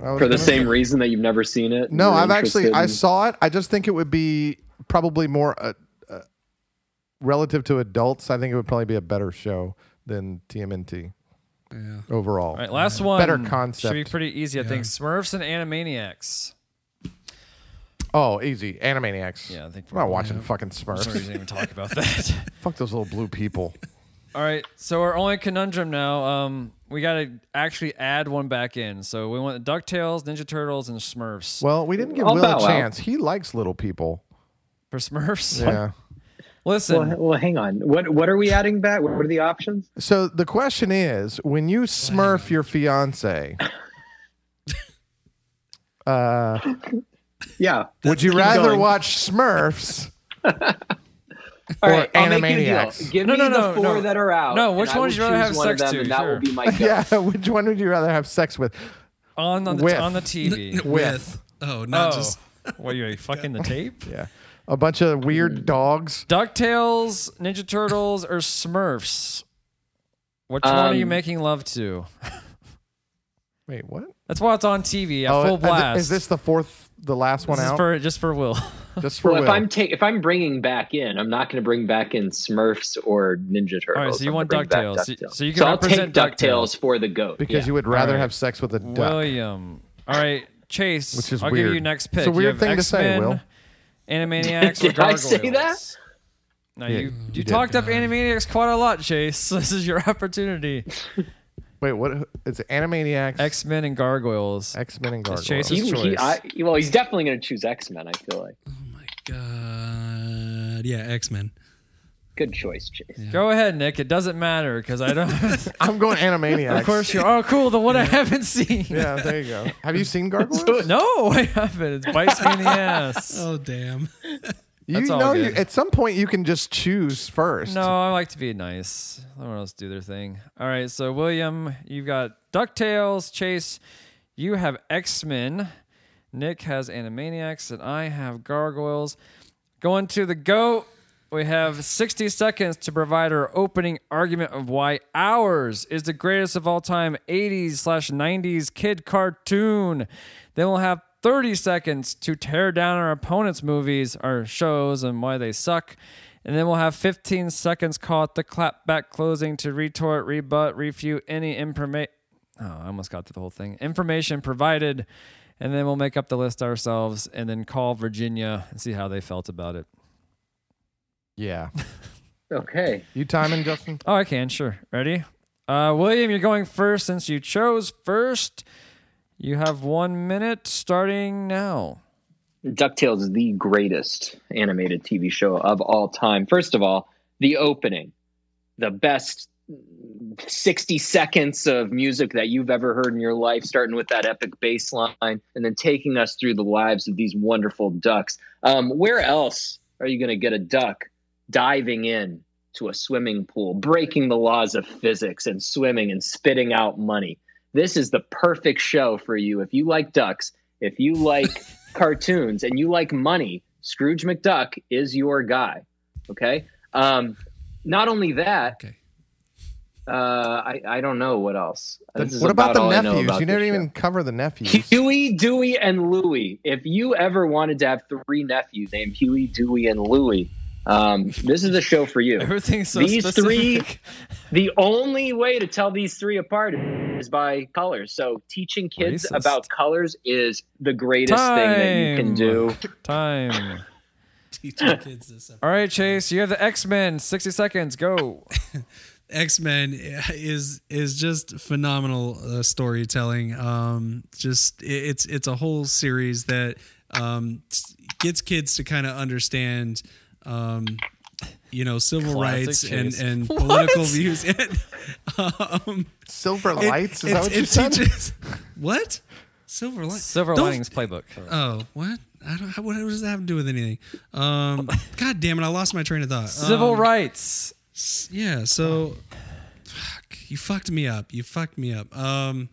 S1: I was
S2: For the
S1: gonna-
S2: same reason that you've never seen it.
S1: No,
S2: you're
S1: I've actually
S2: interested
S1: I
S2: in-
S1: saw it. I just think it would be probably more uh, uh, relative to adults. I think it would probably be a better show than TMNT
S8: Yeah.
S1: overall.
S3: All right, last one.
S1: Better concept.
S3: Should be pretty easy, I think. Smurfs and Animaniacs.
S1: Oh, easy. Animaniacs.
S3: Yeah, I think
S1: I'm not watching fucking Smurfs.
S3: Sorry, we didn't even talk about that.
S1: Fuck those little blue people.
S3: All right, so our only conundrum now. Um, we got to actually add one back in. So we want Ducktales, Ninja Turtles, and Smurfs.
S1: Well, we didn't give
S2: I'll
S1: Will a
S2: bow out.
S1: chance. He likes little people.
S3: For Smurfs,
S1: Yeah.
S3: listen,
S2: Well, h- well, hang on. What what are we adding back? What are the options?
S1: So the question is, when you smurf your fiance,
S2: Yeah.
S1: would you rather
S2: going.
S1: watch Smurfs?
S2: All
S1: Or
S2: right, I'll make you a
S1: Animaniacs.
S2: deal. Give
S3: No,
S2: me
S3: no, no,
S2: the four
S3: no.
S2: that are out.
S3: No,
S2: and
S3: which
S2: I
S3: one
S2: will
S3: would you rather
S2: choose
S3: have
S2: one of
S3: sex
S2: them,
S3: to?
S2: And that
S3: Sure.
S2: will be my guess.
S1: yeah, which one would you rather have sex with?
S3: on on the,
S1: With.
S3: on the TV.
S1: With.
S8: Oh,
S3: oh,
S8: not just
S3: what are you fucking the tape?
S1: Yeah. A bunch of
S2: Hmm.
S1: weird dogs.
S3: Ducktales, Ninja Turtles, or Smurfs? Which one are you
S2: Um,
S3: making love to?
S1: Wait, what?
S3: That's why it's on TV at
S1: Oh,
S3: full
S1: is-
S3: blast.
S1: Is this the fourth, the last one
S3: This is
S1: out?
S3: for just for Will?
S1: Just for
S2: Well, if
S1: Will.
S2: I'm ta- if I'm bringing back in, I'm not going to bring back in Smurfs or Ninja Turtles.
S3: All right, so
S2: I'm
S3: you
S2: gonna
S3: want
S2: bring back
S3: DuckTales. So- so you can
S2: I'll take
S3: represent DuckTales.
S2: DuckTales for the goat
S1: because
S2: Yeah.
S1: you would rather
S3: All right.
S1: have sex with a duck.
S3: William. All right, Chase.
S1: Which is
S3: I'll give
S1: weird.
S3: you next
S1: It's a
S3: pick. you
S1: weird
S3: have
S1: thing to say,
S3: X-Men,
S1: Will.
S3: Animaniacs or
S2: Did I say
S3: Gargoyles?
S2: that?
S3: No,
S1: Yeah,
S3: you
S1: you
S3: you,
S1: did.
S3: talked up Animaniacs quite a lot, Chase. This is your opportunity.
S1: Wait, what? It's Animaniacs, X-
S3: X Men and Gargoyles.
S1: Men and Gargoyles.
S3: Chase's
S2: He- he-
S3: choice.
S2: I- well, he's definitely going to choose X Men. I feel like.
S8: Oh my god. Yeah, X Men.
S2: Good choice, Chase.
S3: Go ahead, Nick. It doesn't matter because I don't. of
S1: I'm going Animaniacs. of
S3: course you. are. Oh, cool. The one I haven't seen.
S1: Yeah, there you go. Have you seen Gargoyles?
S3: No, I haven't. It bites me in the ass.
S8: Oh damn.
S1: you
S3: that's all
S1: know, you,
S3: good.
S1: at some point you can just choose first.
S3: No, I like to be nice. Let everyone else do their thing. All right, so William, you've got Ducktales. Chase, you have X Men. Nick has Animaniacs, and I have Gargoyles. Going to the goat. We have 60 seconds to provide our opening argument of why ours is the greatest of all time 80s slash 90s kid cartoon. Then we'll have 30 seconds to tear down our opponent's movies, our shows, and why they suck. And then we'll have 15 seconds called the clapback closing to retort, rebut, refute any information. Oh, I almost got to the whole thing. Information provided. And then we'll make up the list ourselves and then call Virginia and see how they felt about it.
S1: Yeah.
S2: Okay.
S1: You timing, Justin?
S3: Oh, I can. Sure. Ready? Uh, William, you're going first since you chose first. You have one minute starting now.
S2: DuckTales is the greatest animated TV show of all time. First of all, the opening, the best 60 seconds of music that you've ever heard in your life, starting with that epic bass line and then taking us through the lives of these wonderful ducks. Um, where else are you going to get a duck diving in to a swimming pool, breaking the laws of physics and swimming and spitting out money? This is the perfect show for you if you like ducks, if you like cartoons, and you like money. Scrooge McDuck is your guy. Okay. Um, not only that,
S8: Okay.
S2: uh, I, I don't know what else. This is
S1: what about,
S2: all I
S1: the
S2: know
S1: nephews?
S2: about
S1: you never
S2: this show.
S1: even cover the nephews.
S2: Huey, Dewey, and Louie. If you ever wanted to have three nephews named Huey, Dewey, and Louie, um, this is the show for you.
S3: Everything's so
S2: These
S3: specific.
S2: three- The only way to tell these three apart is by colors. So teaching kids
S3: Racist.
S2: about colors is the greatest thing that you
S3: Time.
S2: can do.
S3: Time.
S8: Teach your kids this.
S3: All right, Chase, you have the X Men. 60 seconds. Go.
S8: X Men is is just phenomenal uh, storytelling. Um, just it, it's it's a whole series that um, s- gets kids to kind of understand, um, you know, civil
S3: Classic
S8: rights
S3: Chase.
S8: and and political views. um,
S1: Silver
S8: it-
S1: lights? Is
S8: it-
S1: that what
S8: it
S1: you said?
S8: teaches- what? Silver light.
S3: Silver
S8: Don't-
S3: Linings Playbook.
S8: Oh, what? I don't. What does that have to do with anything? Um, God damn it! I lost my train of thought.
S3: Civil
S8: Um,
S3: rights.
S8: yeah, so fuck, you fucked me up. You fucked me up. Um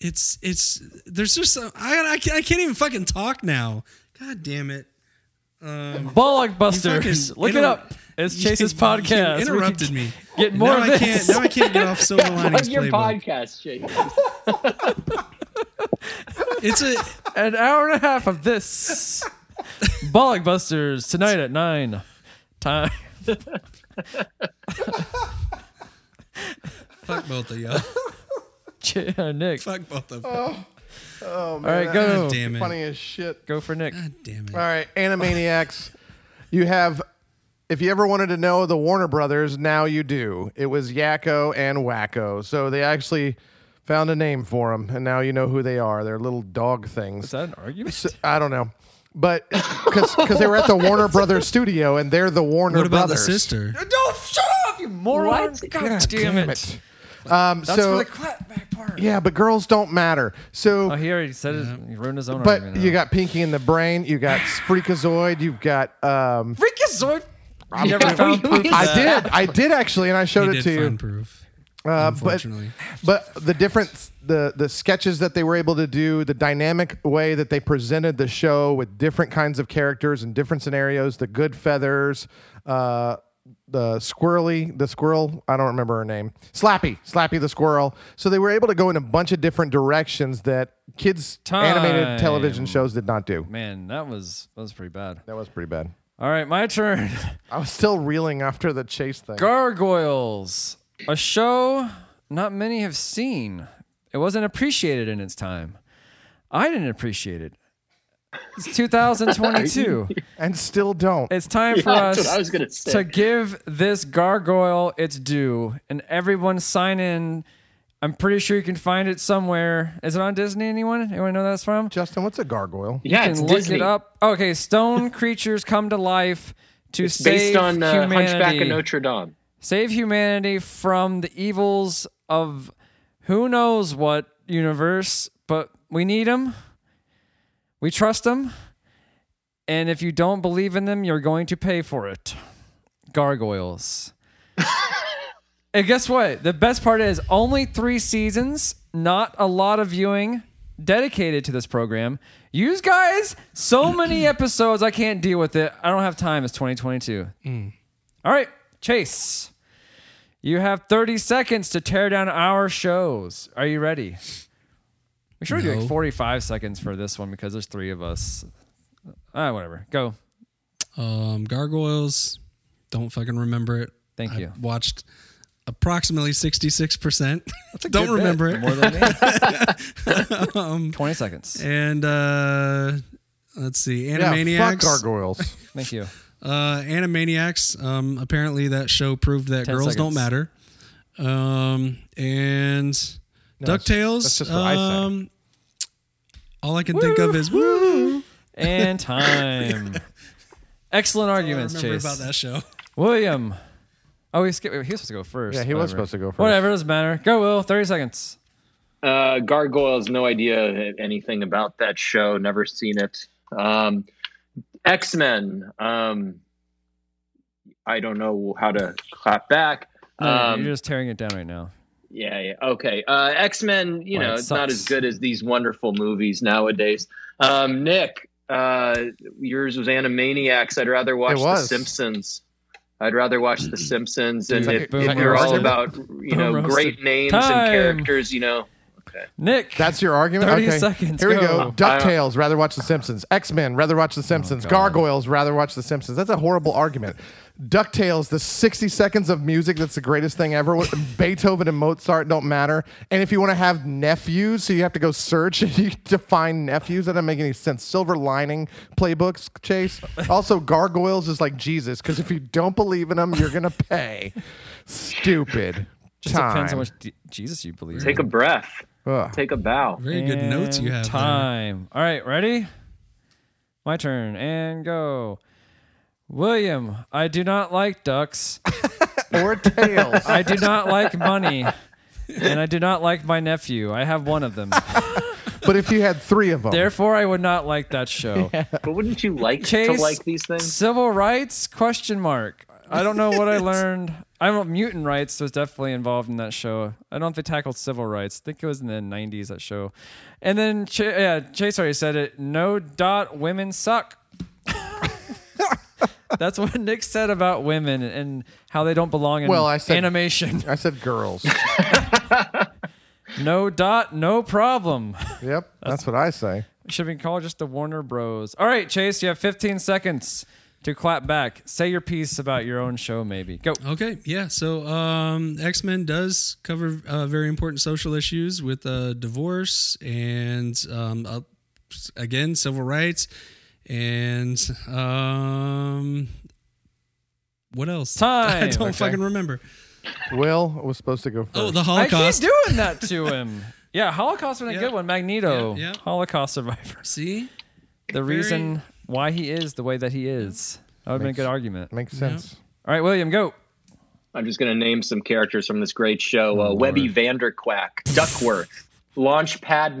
S8: it's it's there's just some, I I can't, I can't even fucking talk now. God damn it. Um,
S3: Bullockbusters.
S8: fucking
S3: Look it
S8: inter-
S3: up. It's Chase's
S8: You- you
S3: podcast. We can
S8: interrupted me.
S3: Get more
S8: now
S3: of
S8: I
S3: this.
S8: can't now I can't get off Silver
S2: Plug
S8: Linings
S2: your
S8: playbook.
S2: podcast, Jake.
S8: It's a
S3: An hour and a half of this. Bullockbusters tonight at 9. Time.
S8: fuck both of y'all.
S3: Ch- uh, Nick.
S8: Fuck both of y'all.
S1: Oh, man.
S3: All
S1: that's
S3: right, go.
S8: God damn it.
S1: Funny as shit.
S3: Go for Nick.
S8: God damn it.
S1: All right, Animaniacs. you have, if you ever wanted to know the Warner Brothers, now you do. It was Yakko and Wacko. So they actually found a name for them, and now you know who they are. They're little dog things.
S3: Is that an argument?
S1: So- I don't know. But because they were at the Warner Brothers studio, and they're the Warner
S8: What about the
S1: Brothers.
S8: sister?
S3: Don't shut up, you moron. God, damn,
S1: Damn
S3: it.
S1: it. Um,
S3: That's
S1: so,
S3: for the clapback part.
S1: yeah, but girls don't matter. So
S3: Oh, he already said it. He ruined his own
S1: But
S3: argument.
S1: you got Pinky in the Brain, you got Freakazoid, you've got. Um,
S3: Freakazoid. You never found proof of
S1: I
S3: that.
S1: did, I did actually, and I
S8: He
S1: showed it
S8: did
S1: to
S8: find
S1: you.
S8: proof.
S1: Uh, but
S8: Unfortunately.
S1: but the difference, the the sketches that they were able to do, the dynamic way that they presented the show with different kinds of characters and different scenarios, the good feathers, uh, the squirrely, the squirrel, I don't remember her name, Slappy, Slappy the squirrel. So they were able to go in a bunch of different directions that kids
S3: Time.
S1: animated television shows did not do.
S3: Man, that was that was pretty bad.
S1: That was pretty bad.
S3: All right, my turn.
S1: I was still reeling after the chase thing.
S3: Gargoyles, a show not many have seen. It wasn't appreciated in its time. I didn't appreciate it. It's 2022.
S1: and still don't.
S3: It's time for
S2: That's
S3: us
S2: what I was gonna say.
S3: to give this gargoyle its due, and everyone sign in. I'm pretty sure you can find it somewhere. Is it on Disney? Anyone? Anyone know that's from?
S1: Justin, what's a gargoyle?
S2: Yeah,
S3: can
S2: it's
S3: look
S2: Disney.
S3: it up. Okay, stone creatures come to life to
S2: It's
S3: save
S2: based on uh,
S3: humanity.
S2: Hunchback of Notre Dame.
S3: Save humanity from the evils of who knows what universe, but we need them. We trust them. And if you don't believe in them, you're going to pay for it. Gargoyles. and guess what? The best part is only three seasons, not a lot of viewing dedicated to this program. You guys, so many episodes, I can't deal with it. I don't have time. It's 2022. All right, Chase. You have 30 seconds to tear down our shows. Are you ready? We should be doing
S8: No.
S3: 45 seconds for this one because there's three of us. Ah, whatever. Go.
S8: Um, Gargoyles, don't fucking remember it.
S3: Thank
S8: I
S3: you.
S8: Watched approximately sixty six percent.
S3: That's a
S8: Don't
S3: good bit.
S8: remember it. Um,
S3: More than me. 20 seconds.
S8: And uh, let's see, Animaniacs.
S1: Yeah, fuck gargoyles.
S3: Thank you.
S8: Uh, Animaniacs. Um, apparently that show proved that
S3: Ten
S8: girls don't
S3: seconds.
S8: matter. Um, and
S1: that's-
S8: Ducktales.
S1: that's just what I said.
S8: um, all I can think of is woo.
S3: And time. Excellent
S8: I
S3: arguments,
S8: remember
S3: Chase.
S8: about that show.
S3: William. Oh, he skipped. He was supposed to go first.
S1: Yeah, he was
S3: Whatever.
S1: supposed to go first.
S3: Whatever, doesn't matter. Go, Will. 30 seconds.
S2: Uh, Gargoyles, no idea anything about that show. Never seen it. Um, X Men. Um, I don't know how to clap back.
S3: No,
S2: um,
S3: you're just tearing it down right now.
S2: Yeah, yeah. Okay. Uh, X Men, you
S3: Well,
S2: know,
S3: it
S2: it's not
S3: sucks.
S2: as good as these wonderful movies nowadays. Um, Nick, uh, yours was Animaniacs. I'd rather watch
S1: It
S2: The
S1: was.
S2: Second- Second roasted. Boom roasted. Boom roasted. Boom roasted. Boom roasted. Boom roasted. Boom roasted. Boom roasted. Boom roasted. Boom roasted. Boom roasted. Boom roasted. The Simpsons. I'd rather watch The Simpsons. And if, if you're all about, you know, great names and
S3: Time.
S2: characters, you know,
S3: Nick.
S1: That's your argument.
S3: 30
S1: okay.
S3: seconds,
S1: Here we
S3: go.
S1: go. Ducktales. Rather watch The Simpsons. X Men. Rather watch The Simpsons. Gargoyles. Rather watch The Simpsons. That's a horrible argument. Ducktales. The sixty seconds of music. That's the greatest thing ever. Beethoven and Mozart don't matter. And if you want to have nephews, so you have to go search and you define nephews. That doesn't make any sense. Silver lining playbooks. Chase. Also, gargoyles is like Jesus because if you don't believe in them, you're gonna pay. Stupid.
S3: just depends
S1: Time.
S3: how much D- Jesus you believe.
S2: take a
S3: in.
S2: breath,
S1: Ugh.
S2: take a bow.
S8: Very good notes you
S3: And
S8: have. there.
S3: Time. All right, ready? My turn and go. William, I do not like ducks.
S1: or tails.
S3: I do not like money. And I do not like my nephew. I have one of them.
S1: but if you had three of them,
S3: Therefore, I would not like that show.
S2: But wouldn't you like
S3: Chase,
S2: to like these things?
S3: Civil rights? Question mark. I don't know what I learned. I don't. Mutant rights was definitely involved in that show. I don't know if they tackled civil rights. I think it was in the '90s that show. And then, Ch- yeah, Chase already said it. No dot women suck. That's what Nick said about women and how they don't belong in
S1: Well, I said-
S3: animation.
S1: I said girls.
S3: No dot, no problem.
S1: Yep, that's what I say.
S3: Should we call just the Warner Bros? All right, Chase, you have 15 seconds to clap back. Say your piece about your own show, maybe. Go.
S8: Okay, yeah. So um, X Men does cover uh, very important social issues with uh, divorce and um, uh, again civil rights and um, what else? I
S3: Time.
S8: don't fucking remember.
S1: Will was supposed to go first.
S8: Oh, the
S3: I keep
S8: Holocaust.
S3: doing that to him. Yeah, Holocaust was a good one. Magneto,
S8: Yeah, yeah.
S3: Holocaust survivor.
S8: See,
S3: The reason why he is the way that he is. That would have been a good argument. All
S1: Makes sense.
S3: right, William, go.
S2: I'm just going to name some characters from this great show: uh, Webby Vanderquack, Duckworth, Launchpad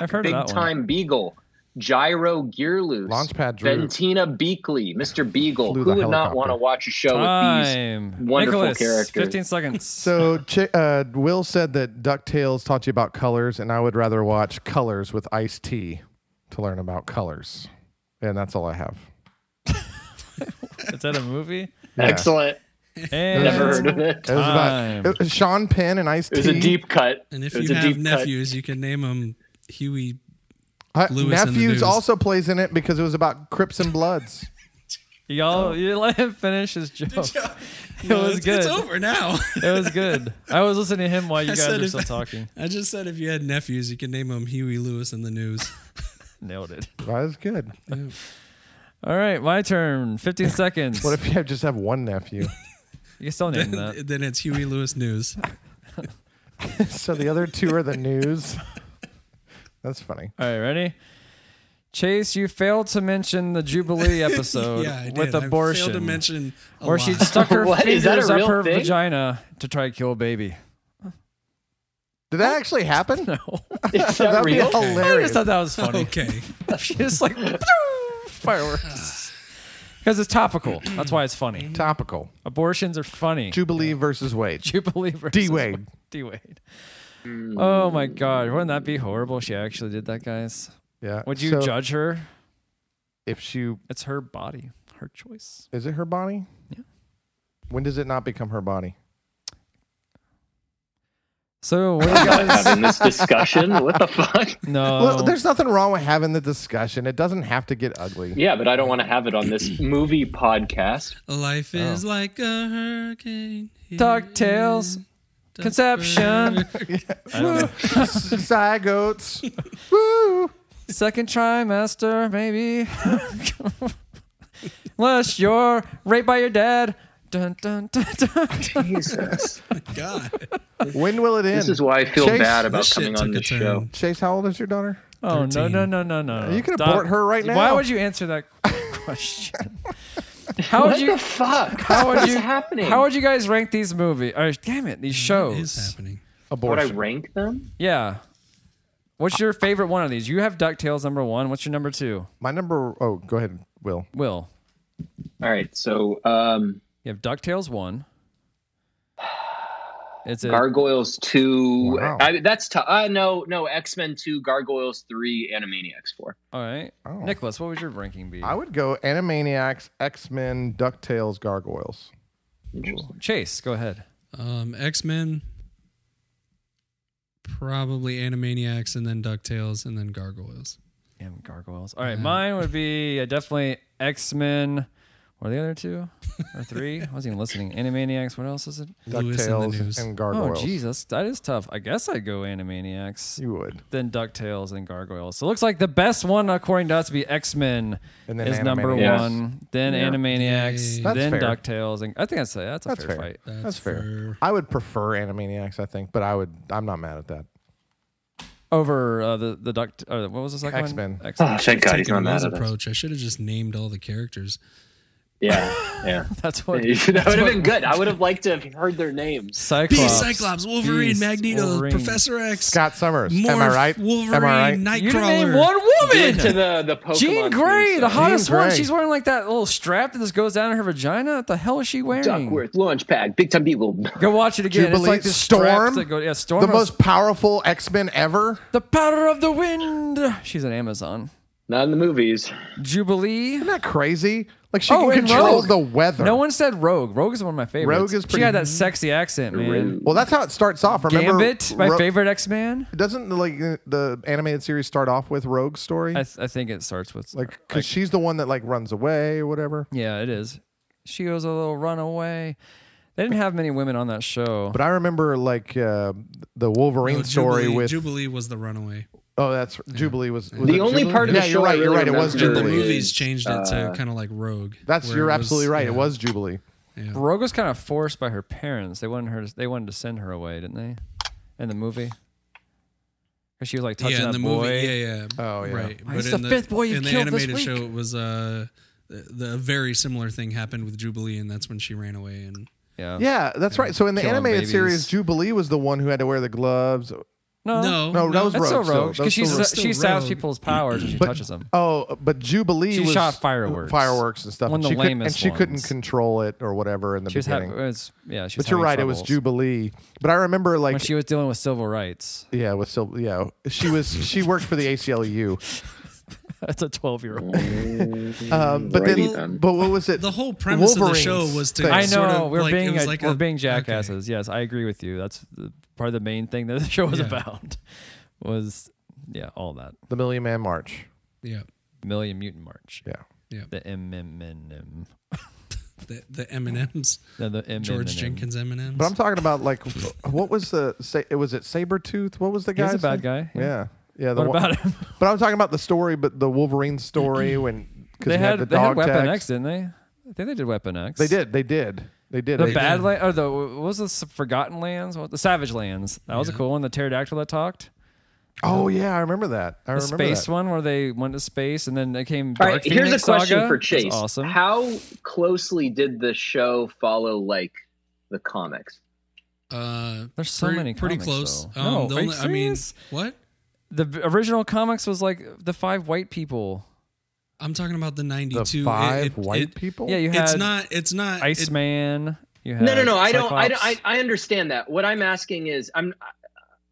S3: I've heard
S2: McQuack,
S3: of
S2: Big
S3: that one.
S2: Time Beagle, Gyro Gearloose,
S1: Launchpad Drew.
S2: Ventina Beakley, Mr. Beagle.
S1: Flew
S2: Who
S1: the
S2: would not
S1: helicopter.
S2: want to watch a show with
S3: Time.
S2: Oh, these wonderful
S3: Nicholas,
S2: characters?
S3: 15 seconds.
S1: So Chi uh, Will said that Ducktales taught you about colors, and I would rather watch Colors with Ice Tea to learn about colors, and that's all I have.
S3: is that a movie?
S2: Excellent.
S3: And
S2: Never heard of it.
S1: It was
S3: Time.
S1: about it was Sean Penn and Ice
S2: It was a
S1: Tea.
S2: deep cut.
S8: and if
S2: it was
S8: you
S2: a
S8: have
S2: deep cut.
S8: nephews, you can name them Huey.
S1: Uh,
S8: Lewis and the
S1: Nephews
S8: News.
S1: also plays in it because it was about Crips and Bloods.
S3: Y'all, you let him finish his joke. It
S8: No,
S3: was
S8: it's, it's
S3: good.
S8: over now.
S3: It was good. I was listening to him while you
S8: I
S3: guys
S8: said
S3: were
S8: if-
S3: still talking.
S8: I just said if you had nephews, you can name them Huey Lewis in the news.
S3: Nailed it.
S1: that was good.
S3: All right, my turn. 15 seconds.
S1: What if you have, just have one nephew?
S3: you can still name that.
S8: then it's Huey Lewis news.
S1: so the other two are the news. That's funny.
S3: All right, ready? Chase, you failed to mention the Jubilee episode
S8: yeah, I did.
S3: with
S8: I
S3: abortion,
S8: failed to mention a
S3: where
S8: lot.
S3: she stuck her
S2: What? Is
S3: fingers
S2: that a
S3: up
S2: real
S3: her
S2: thing?
S3: vagina to try to kill a baby.
S1: Did that actually happen?
S2: Is that
S1: That'd be
S2: real?
S3: I
S1: hilarious.
S3: just thought that was funny.
S8: Okay.
S3: She just like fireworks because it's topical. That's why it's funny.
S8: Mm-hmm.
S1: Topical.
S3: Abortions are funny.
S1: Jubilee versus Wade.
S3: Jubilee versus
S1: D Wade.
S3: D Wade. Oh my God! Wouldn't that be horrible? if She actually did that, guys.
S1: Yeah.
S3: Would you
S1: So,
S3: judge her?
S1: if she
S3: It's her body, her choice.
S1: is it her body?
S3: Yeah.
S1: When does it not become her body?
S3: So what do you
S2: Guys
S3: guys?
S2: having this discussion? What the fuck?
S3: no.
S1: Well, there's nothing wrong with having the discussion. It doesn't have to get ugly.
S2: Yeah, but I don't want to have it on this movie podcast.
S8: Life
S3: Oh.
S8: is like a hurricane.
S3: DuckTales. Conception.
S1: Psy goats. Woo.
S3: Second trimester, maybe. Unless you're raped by your dad. Dun, dun, dun, dun, dun.
S2: Jesus.
S8: God,
S1: When will it end?
S2: This is why I feel
S1: Chase,
S2: bad about
S8: this
S2: coming
S8: shit
S2: on
S8: took a
S2: this show.
S8: turn.
S1: Chase, how old is your daughter?
S3: Oh, no,
S8: 13.
S3: no, no, no, no.
S1: You can
S3: Stop.
S1: abort her right
S3: Why
S1: now.
S3: would you answer that question? How would
S2: What
S3: you.
S2: the fuck?
S3: How would
S2: What's
S3: you-
S2: happening?
S3: How would you guys rank these movies? Or, damn it, these
S8: what is
S3: shows.
S8: happening?
S2: would I
S1: Abortion.
S2: rank them?
S3: Yeah. What's your favorite one of these? You have DuckTales number one. What's your number two?
S1: My number. Oh, go ahead, Will.
S3: Will.
S2: All right, so um,
S3: You have DuckTales one. It's a
S2: Gargoyles two.
S1: Wow.
S2: I, that's tough. Uh, no, no. X Men two, Gargoyles three, Animaniacs four.
S3: all right.
S1: Oh.
S3: Nicholas, what would your ranking be?
S1: I would go Animaniacs, X Men, Ducktales, Gargoyles.
S2: Interesting.
S3: Chase, go ahead.
S8: Um, X Men, probably Animaniacs, and then Ducktales, and then Gargoyles.
S3: Damn gargoyles. All right, mine would be uh, definitely X Men. What are the other two or three? I wasn't even listening. Animaniacs. What else is it?
S8: Lewis in the
S1: Ducktales
S8: news.
S1: and Gargoyles.
S3: Oh, Jesus, that is tough. I guess I'd go Animaniacs,
S1: You would.
S3: then Ducktales, and Gargoyles. So it looks like the best one according to us would be X Men
S1: And then
S3: is number
S1: Animaniacs.
S3: one, then Animaniacs,
S1: That's
S3: then
S1: fair.
S3: Ducktales, and I think that's a, that's a
S1: That's fair.
S3: fair, fight.
S1: That's, fair. I would prefer Animaniacs, I think, but I would. I'm not mad at that.
S3: Over uh, the the Duct. Uh, what was the second
S1: X-Men.
S3: one? X
S2: Oh, thank God he's
S8: Taking
S2: not
S8: Will's
S2: mad at us.
S8: approach. I should have just named all the characters.
S2: Yeah, yeah.
S3: That's what.
S2: that would have been good. I would have liked to have heard their names.
S3: Cyclops.
S8: Beast, Cyclops, Wolverine,
S3: Beast,
S8: Magneto,
S3: Wolverine.
S8: Professor X,
S1: Scott Summers.
S8: Morph,
S1: am I right?
S8: Wolverine,
S1: am I right?
S8: Nightcrawler.
S3: You didn't name one woman.
S2: To the the Pokemon.
S3: Jean
S2: theme
S3: Grey, the
S2: song.
S3: hottest
S1: Jean
S3: one.
S1: Grey.
S3: She's wearing like that little strap that just goes down her vagina. What the hell is she wearing?
S2: Duckworth, Launchpad, Big Time Beagle.
S3: Go watch it again. It's
S1: Jubilee,
S3: like this
S1: Storm,
S3: straps that go, yeah, Storm.
S1: the
S3: has-
S1: most powerful X Men ever.
S3: the powder of the wind. She's an Amazon.
S2: Not in the movies.
S3: Jubilee.
S1: Isn't that crazy? Like she
S3: Oh,
S1: can
S3: and
S1: control
S3: Rogue.
S1: the weather.
S3: No one said Rogue. Rogue is one of my favorites.
S1: Rogue is
S3: She
S1: pretty-
S3: had that sexy accent, man.
S1: Well, that's how it starts off. Remember,
S3: Gambit, my
S1: Ro-
S3: favorite X Man.
S1: Doesn't like the- the animated series start off with Rogue's story?
S3: I, th- I think it starts with
S1: like, because she's the one that like runs away or whatever.
S3: yeah, it is. She was a little runaway. They didn't have many women on that show.
S1: But I remember like uh, the Wolverine
S8: No,
S1: story
S8: Oh, Jubilee,
S1: with
S8: Jubilee was the runaway.
S1: oh, that's Jubilee was, was
S2: The
S1: it
S2: only
S1: Jubilee?
S2: part of the
S1: yeah, you're
S2: show I
S1: right. You're
S2: really
S1: right. It was
S2: remember
S8: And
S2: Sure
S8: the
S1: Jubilee.
S2: is-
S8: movies changed it to kind of like Rogue.
S1: uh, That's
S8: where
S1: you're
S8: it was-
S1: absolutely right. It
S8: yeah.
S1: was Jubilee.
S3: Rogue was kind of forced by her parents. They wanted her. They wanted to send her away, didn't they? In the movie, because she was like touching
S8: yeah, in
S3: that
S8: the
S3: boy.
S8: movie. Yeah, yeah.
S1: Oh, yeah.
S8: Right.
S3: He's the fifth boy you've
S8: in the
S3: killed this
S8: animated
S3: week.
S8: show, it was uh, the, the very similar thing happened with Jubilee, and that's when she ran away. And
S3: yeah.
S1: Yeah, that's right. So in the
S3: Killing
S1: animated
S3: babies.
S1: series, Jubilee was the one who had to wear the gloves.
S3: No,
S8: no,
S1: No, that was Rogue.
S3: that's so rogue
S1: still. That's
S3: because she
S1: still Rogue.
S3: she
S8: Still
S3: saps
S8: Rogue.
S3: people's powers and she
S1: But-
S3: touches them.
S1: Oh, but Jubilee
S3: She
S1: was
S3: shot fireworks.
S1: fireworks and stuff.
S3: One
S1: and
S3: of the
S1: she couldn't-
S3: lamest
S1: and she couldn't
S3: ones.
S1: control it or whatever in the
S3: She was, ha-
S1: beginning.
S3: it was yeah. She was
S1: but you're
S3: having
S1: right, it was
S3: troubles.
S1: Jubilee. But I remember
S3: when
S1: like
S3: she was dealing with civil rights.
S1: yeah, with Sil- yeah, she was she worked for the ACLU.
S3: That's a twelve year old.
S1: Um, but then,
S2: Righty then.
S1: but what was it?
S8: the whole premise of the show
S1: Wolverines
S8: was to.
S1: thing.
S3: I know
S8: sort of,
S3: we're
S8: like, it
S3: being
S8: was
S3: a-
S8: like
S3: we're
S8: a-
S3: being
S8: okay.
S3: jackasses. Yes, I agree with you. That's the, part of the main thing that the show was
S8: Yeah.
S3: about. Was yeah, all that
S1: the Million Man March.
S8: Yeah,
S3: Million Mutant March.
S1: Yeah,
S8: yeah.
S3: The M M M M.
S8: The, the M and M's,
S3: No, the M-
S8: George
S3: M- M-
S8: Jenkins M and M's.
S1: but I'm talking about like what was the say? Was it Sabretooth? What was the
S3: He
S1: guy?
S3: was a bad guy, yeah.
S1: Yeah, yeah. The
S3: What
S1: one-
S3: about him?
S1: But I'm talking about the story, but the Wolverine story when because
S3: They had,
S1: the
S3: they had
S1: dog
S3: Weapon
S1: tags.
S3: X, didn't they? I think they did Weapon X.
S1: They did. They did. They did.
S3: The
S1: They-
S3: Badlands, or the what was this Forgotten Lands? What the Savage Lands? That was a cool one. The pterodactyl that talked.
S1: Oh yeah, I remember that. I
S3: The
S1: remember
S3: space
S1: that.
S3: one where they went to space and then they came.
S2: All
S3: Dark
S2: right, here's a
S3: Phoenix
S2: question
S3: Saga.
S2: for
S3: That's
S2: Chase.
S3: Awesome.
S2: How closely did the show follow like the comics?
S8: Uh,
S3: There's so
S8: pretty,
S3: many
S8: Pretty
S3: comics,
S8: close. Um,
S3: though. No,
S8: the
S3: are you
S8: only, I mean,
S3: serious?
S8: what?
S3: the v- original comics was like the five white people.
S8: I'm talking about the
S1: The
S8: '92.
S1: five white people.
S3: Yeah, you had
S8: It's not. It's not. it-
S3: Iceman. you
S2: No,
S8: Uh,
S2: no,
S3: had
S2: no. I don't. I, don't-
S3: Cyclops.
S2: I I understand that. What I'm asking is, I'm.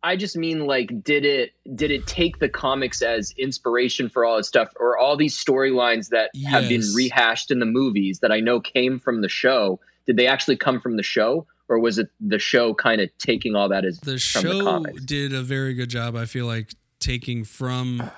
S2: I just mean like, did it did it take the comics as inspiration for all its stuff, or all these storylines that have been
S8: Yes.
S2: rehashed in the movies that I know came from the show? Did they actually come from the show, or was it the show kind of taking all that as from the
S8: the show
S2: comics?
S8: did a very good job. I feel like taking from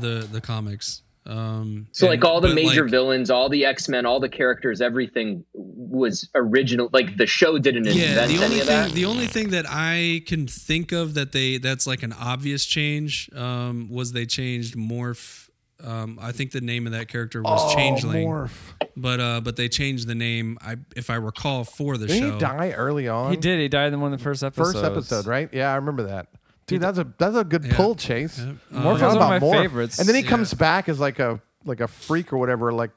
S8: the the comics. Um,
S2: So
S8: and-
S2: like all the
S8: but,
S2: major
S8: like,
S2: villains, all the X Men, all the characters, everything was original. Like the show didn't
S8: Yeah,
S2: invent
S8: the only
S2: any of
S8: thing
S2: that.
S8: the only thing that I can think of that they that's like an obvious change um, was they changed Morph. Um, I think the name of that character was
S1: Oh,
S8: Changeling,
S1: Morph.
S8: but uh, but they changed the name. I if I recall for the
S1: Didn't
S8: show.
S1: he die early on?
S3: He did. He died in one of the first episodes.
S1: First episode, right? Yeah, I remember that. Dude, that's a that's a good
S8: Yeah.
S1: pull, Chase.
S8: Yep.
S1: I forgot
S3: Morph was one of
S1: about
S3: my
S1: Morph.
S3: favorites.
S1: And then he
S8: Yeah.
S1: comes back as like a like a freak or whatever. Like,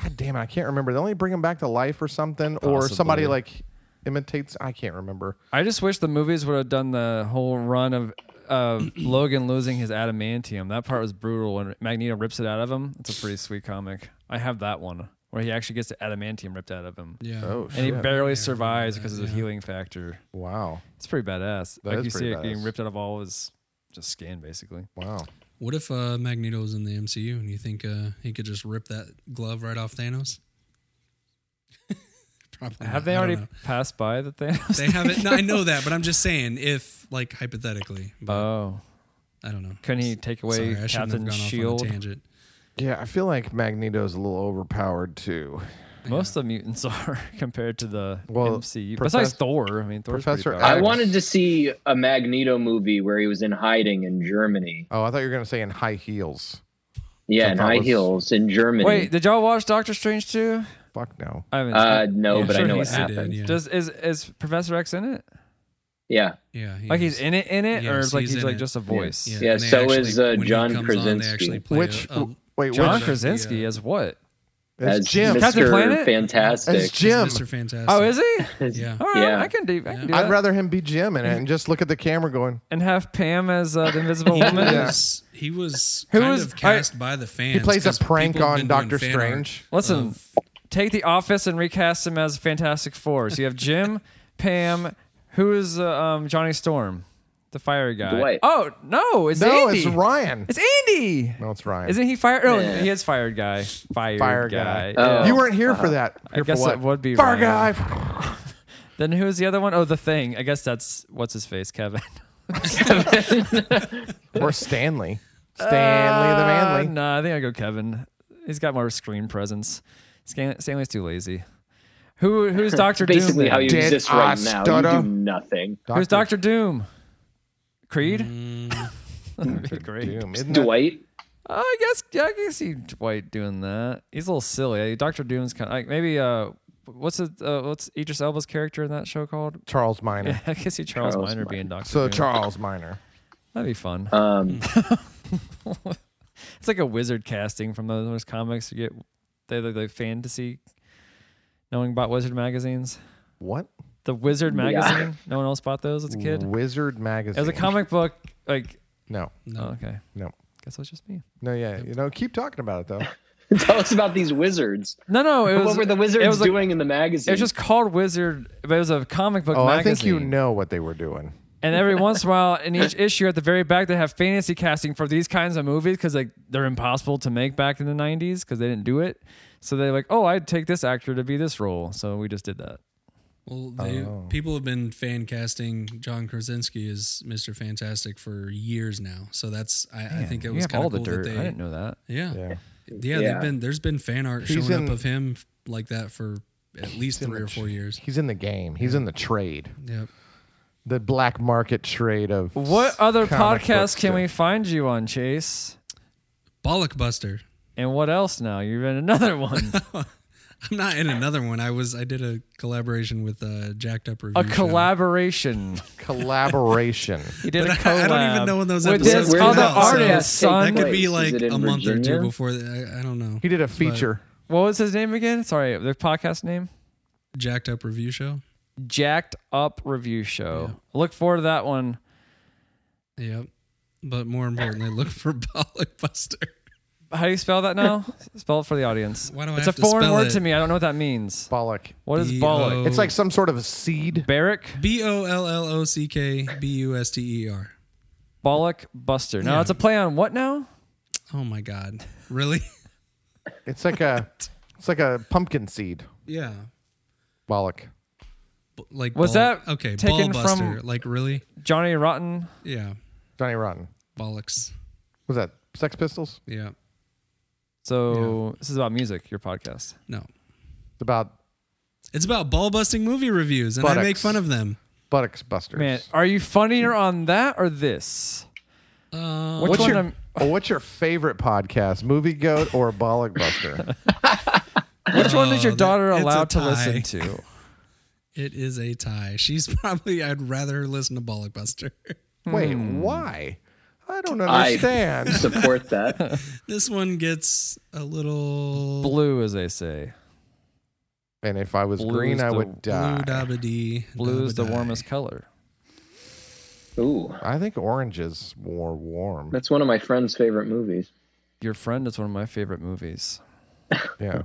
S1: God damn it, I can't remember. They only bring him back to life or something, or somebody
S3: Possibly.
S1: like imitates. I can't remember.
S3: I just wish the movies would have done the whole run of of Logan losing his adamantium. That part was brutal when Magneto rips it out of him. It's a pretty sweet comic. I have that one where he actually gets the adamantium ripped out of him.
S8: Yeah.
S1: Oh
S3: And he
S1: shit!
S3: barely survives because of the healing factor.
S1: wow,
S3: It's pretty badass.
S1: That
S3: like
S1: is
S3: you see
S1: pretty
S3: it getting
S1: badass.
S3: ripped out of all his just skin basically.
S1: wow.
S8: What if uh, Magneto was in the MCU and you think uh, he could just rip that glove right off Thanos? Probably.
S3: Have
S8: not.
S3: they
S8: I don't
S3: already
S8: know.
S3: passed by the Thanos?
S8: They haven't. No, I know that, but I'm just saying, if like hypothetically, but
S3: Oh.
S8: I don't know.
S3: Couldn't he take
S8: Sorry,
S3: away
S8: I shouldn't have
S3: Captain
S8: gone off
S3: Shield?
S8: on a tangent.
S1: Yeah, I feel like Magneto's a little overpowered too.
S3: Most of the mutants are compared to the
S1: Well,
S3: MCU.
S1: Professor-
S3: Besides Thor, I mean, Thor's pretty
S1: Professor
S3: powerful.
S1: X-
S2: I wanted to see a Magneto movie where he was in hiding in Germany.
S1: Oh, I thought you were gonna say in high heels.
S2: Yeah,
S1: I
S2: in
S1: thought
S2: high
S1: was-
S2: heels in Germany.
S3: Wait, did y'all watch Doctor Strange too?
S1: Fuck no.
S3: I haven't.
S2: uh, no,
S3: Yeah,
S2: but
S3: sure
S2: I know
S3: he
S2: what
S3: said
S8: it,
S2: happened.
S8: yeah.
S3: Does is is Professor X in it?
S2: Yeah,
S8: Yeah, he
S3: Like
S8: is.
S3: he's in it, in it, or
S8: Yes,
S3: it's like
S8: he's
S3: he's,
S8: in
S3: like
S8: it.
S3: just a voice.
S8: Yeah,
S2: Yeah,
S8: and they
S2: so is, uh,
S8: when he
S2: John
S8: comes on, they
S2: Krasinski.
S8: actually play
S1: Which-
S8: a- a-
S1: Wait,
S3: John
S1: which?
S3: Krasinski
S8: yeah.
S3: as what?
S1: It's
S2: as
S1: Jim.
S3: Captain
S2: Mr.
S3: Planet?
S1: It's
S2: Fantastic.
S1: Jim.
S8: Mr. Fantastic.
S3: Oh, is he?
S8: Yeah.
S3: All right,
S2: Yeah.
S3: I can do. I can do
S1: I'd
S3: that.
S1: rather him be Jim in it and just look at the camera going.
S3: and have Pam as uh, the Invisible
S8: He
S3: Woman.
S8: was, he was
S3: Who
S8: kind
S3: was-
S8: of cast by the fans.
S1: He plays a
S8: 'cause
S1: prank
S8: people have
S1: on
S8: been doing
S1: Doctor
S8: fan art.
S1: Strange.
S3: Listen,
S1: Uh,
S3: take the Office and recast him as Fantastic Four. So you have Jim, Pam, who is uh, um, Johnny Storm, the fire guy.
S2: Dwight.
S3: Oh no, it's
S1: No,
S3: Andy.
S1: it's Ryan.
S3: It's Andy.
S1: No, it's Ryan.
S3: Isn't he fired? Oh,
S2: Yeah. Oh.
S3: he is fired guy. Fired
S1: Fire
S3: guy.
S1: guy.
S8: Oh.
S3: Yeah.
S1: you weren't here for that. Here for
S3: guess
S1: what?
S3: it would be
S1: fire
S3: Ryan.
S1: guy.
S3: Then who's the other one? Oh, the thing. I guess that's what's his face, Kevin.
S1: or Stanley. Stanley the
S3: Uh,
S1: manly.
S3: nah, I think I go Kevin. He's got more screen presence. Stan- Stanley's too lazy. Who who's Doctor Doom?
S2: Basically, how
S3: then?
S2: you
S1: Did
S2: exist
S1: I
S2: right now. You
S1: stutter?
S2: do nothing.
S3: who's Doctor Doom? Creed? That'd be great.
S1: Doom. Isn't that-
S2: Dwight.
S3: Uh, I guess yeah, I can see Dwight doing that. He's a little silly. Doctor Doom's kind of like maybe uh, what's it? Uh, what's Idris Elba's character in that show called?
S1: Charles Minor.
S3: Yeah, I can see Charles,
S2: Charles
S3: Minor
S2: Minor.
S3: being Doctor.
S1: So
S3: Doom.
S1: Charles Minor.
S3: that'd be fun.
S2: Um,
S3: It's like a wizard casting from those, those comics. You get they like the fantasy knowing about wizard magazines.
S1: What?
S3: The wizard magazine. No one else bought those as a kid.
S1: Wizard magazine.
S3: It was a comic book. Like
S1: No,
S3: oh, okay,
S1: no,
S3: guess it was just me.
S1: no. Yeah, you know, keep talking about it though.
S2: tell us about these wizards.
S3: No, no, it was.
S2: what were the
S3: it
S2: wizards
S3: was like-
S2: doing in the magazine?
S3: It was just called Wizard, but it was a comic book
S1: Oh, I
S3: magazine.
S1: think you know what they were doing.
S3: And every once in a while, in each issue, at the very back, they have fantasy casting for these kinds of movies because like they're impossible to make back in the '90s because they didn't do it. So they're like, "Oh, I'd take this actor to be this role," so we just did that.
S8: Well, they,
S3: Oh.
S8: people have been fan casting John Krasinski as Mr. Fantastic for years now. So that's I, I think it
S3: You
S8: was
S3: have
S8: kind
S3: all
S8: of
S3: the
S8: cool
S3: dirt.
S8: that
S3: I
S8: they
S3: didn't know that.
S8: Yeah. yeah.
S1: Yeah.
S8: they've
S2: Yeah.
S8: been there's been fan art
S1: He's
S8: showing
S1: in-
S8: up of him like that for at least 3 or 4 years.
S1: He's in the game. He's in the trade,
S8: Yep.
S1: the black market trade of
S3: What other
S1: comic
S3: podcast
S1: book
S3: can we
S1: stuff.
S3: find you on, Chase?
S8: Bollock Buster.
S3: And what else now? You're in another one.
S8: I'm not in another one. I was I did a collaboration with uh, Jacked Up Review.
S3: A
S8: Show.
S3: collaboration.
S1: Collaboration.
S3: He did a
S8: But I-
S3: collab.
S8: I don't even know when those
S3: with
S8: episodes
S3: this
S2: come
S3: other
S2: out, so
S3: artist,
S2: that
S3: son.
S8: That could
S2: Wait,
S8: be
S2: is
S8: like
S2: it
S8: a
S2: in
S8: month or two
S2: Virginia?
S8: before. The, I, I don't know.
S1: he did a feature.
S3: What was his name again? Sorry, the podcast name.
S8: Jacked Up Review Show.
S3: Jacked Up Review Show. Look forward to that one.
S8: Yep. But more importantly, look for Blockbuster.
S3: How do you spell that now? spell it for the audience.
S8: Why do I
S3: it's
S8: have
S3: a
S8: to
S3: foreign
S8: spell
S3: word
S8: it?
S3: to me. I don't know what that means.
S1: Bollock.
S3: What is
S8: B
S3: bollock?
S8: O-
S1: It's like some sort of a seed.
S3: Barrack
S8: B O L L O C K B U S T E R.
S3: bollock buster. Now
S8: Yeah.
S3: it's a play on what now?
S8: Oh my God. Really?
S1: It's like a it's like a pumpkin seed.
S8: yeah.
S1: Bollock.
S8: B- Like
S3: Was
S8: ball-
S3: that
S8: okay?
S3: taken
S8: Ballbuster.
S3: from-
S8: Like really?
S3: Johnny Rotten.
S8: Yeah.
S1: Johnny Rotten.
S8: Bollocks.
S1: Was that Sex Pistols?
S8: Yeah.
S3: So this is about music. Your podcast.
S8: No.
S1: It's about
S8: It's about ball busting movie reviews, and I
S1: Buttocks.
S8: make fun of them.
S1: buttocks busters.
S3: Man, are you funnier on that or this?
S8: Uh,
S3: Which
S1: what's
S3: one?
S1: your
S3: am-
S1: oh, what's your favorite podcast? Movie Goat or Bollock Buster?
S3: which one is your
S8: Oh, that-
S3: daughter
S8: it's a
S3: allowed to
S8: tie.
S3: listen to?
S8: it is a tie. She's probably. I'd rather listen to Bollockbuster.
S3: Hmm.
S1: Wait, why? I don't
S2: I-
S1: understand.
S2: Support that.
S8: this one gets a little blue
S3: Blue, as they say.
S1: and if I was
S3: Blue's
S1: green, I
S3: the-
S1: would die.
S8: dabba dee.
S3: Blue is the
S8: dabba die.
S3: warmest color.
S2: Ooh,
S1: I think orange is more warm.
S2: that's one of my friend's favorite movies.
S3: Your friend is one of my favorite movies.
S1: Yeah.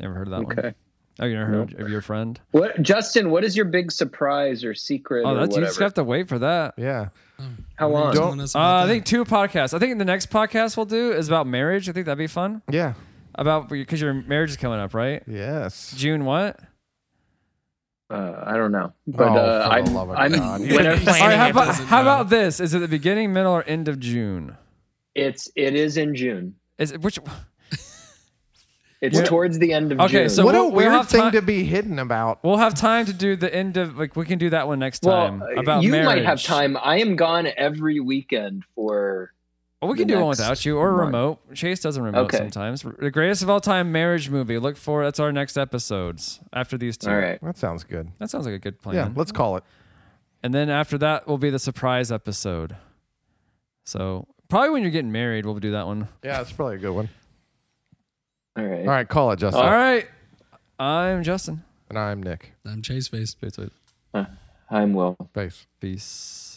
S3: Never heard of that
S2: Okay.
S3: one. Oh, you never heard of your friend?
S2: What, Justin? What is your big surprise or secret
S3: Oh,
S2: or
S3: that's you just
S2: whatever?
S3: have to wait for that.
S1: Yeah.
S2: How
S8: What are you
S2: long?
S8: telling us about
S3: Uh, I
S8: that?
S3: think two podcasts. I think the next podcast we'll do is about marriage. I think that'd be fun.
S1: Yeah.
S3: About because your marriage is coming up, right?
S1: Yes.
S3: June what?
S2: Uh, I don't know, but
S1: Oh,
S2: uh,
S1: for the
S2: I'm,
S1: love of
S2: I'm
S1: God. You're
S2: whenever-
S3: All right, how
S8: it
S3: about,
S8: doesn't
S3: how
S8: know.
S3: about this? Is it the beginning, middle, or end of June?
S2: it's it is in June.
S3: Is it which?
S2: It's
S3: What-
S2: towards the end of
S3: Okay,
S2: June.
S3: so
S1: what a
S3: we'll- we'll
S1: weird
S3: have
S1: thing
S3: ti-
S1: to be hidden about.
S3: We'll have time to do the end of like we can do that one next time
S2: well, uh,
S3: about
S2: you
S3: marriage.
S2: might have time. I am gone every weekend for.
S3: Well, we can
S2: the
S3: do one
S2: next
S3: without you or
S2: month.
S3: remote. Chase doesn't remote
S2: Okay.
S3: sometimes. The greatest of all time marriage movie. Look for that's our next episodes after these two.
S2: All right.
S1: That sounds good.
S3: That sounds like a good plan.
S1: Yeah, let's call it.
S3: And then after that will be the surprise episode. So probably when you're getting married, we'll do that one.
S1: Yeah, it's probably a good one.
S2: All right.
S1: All right, call it, Justin.
S3: All right. I'm Justin.
S1: And I'm Nick.
S8: I'm Chase Face.
S3: Peace.
S2: I'm Will.
S1: Face.
S3: Peace.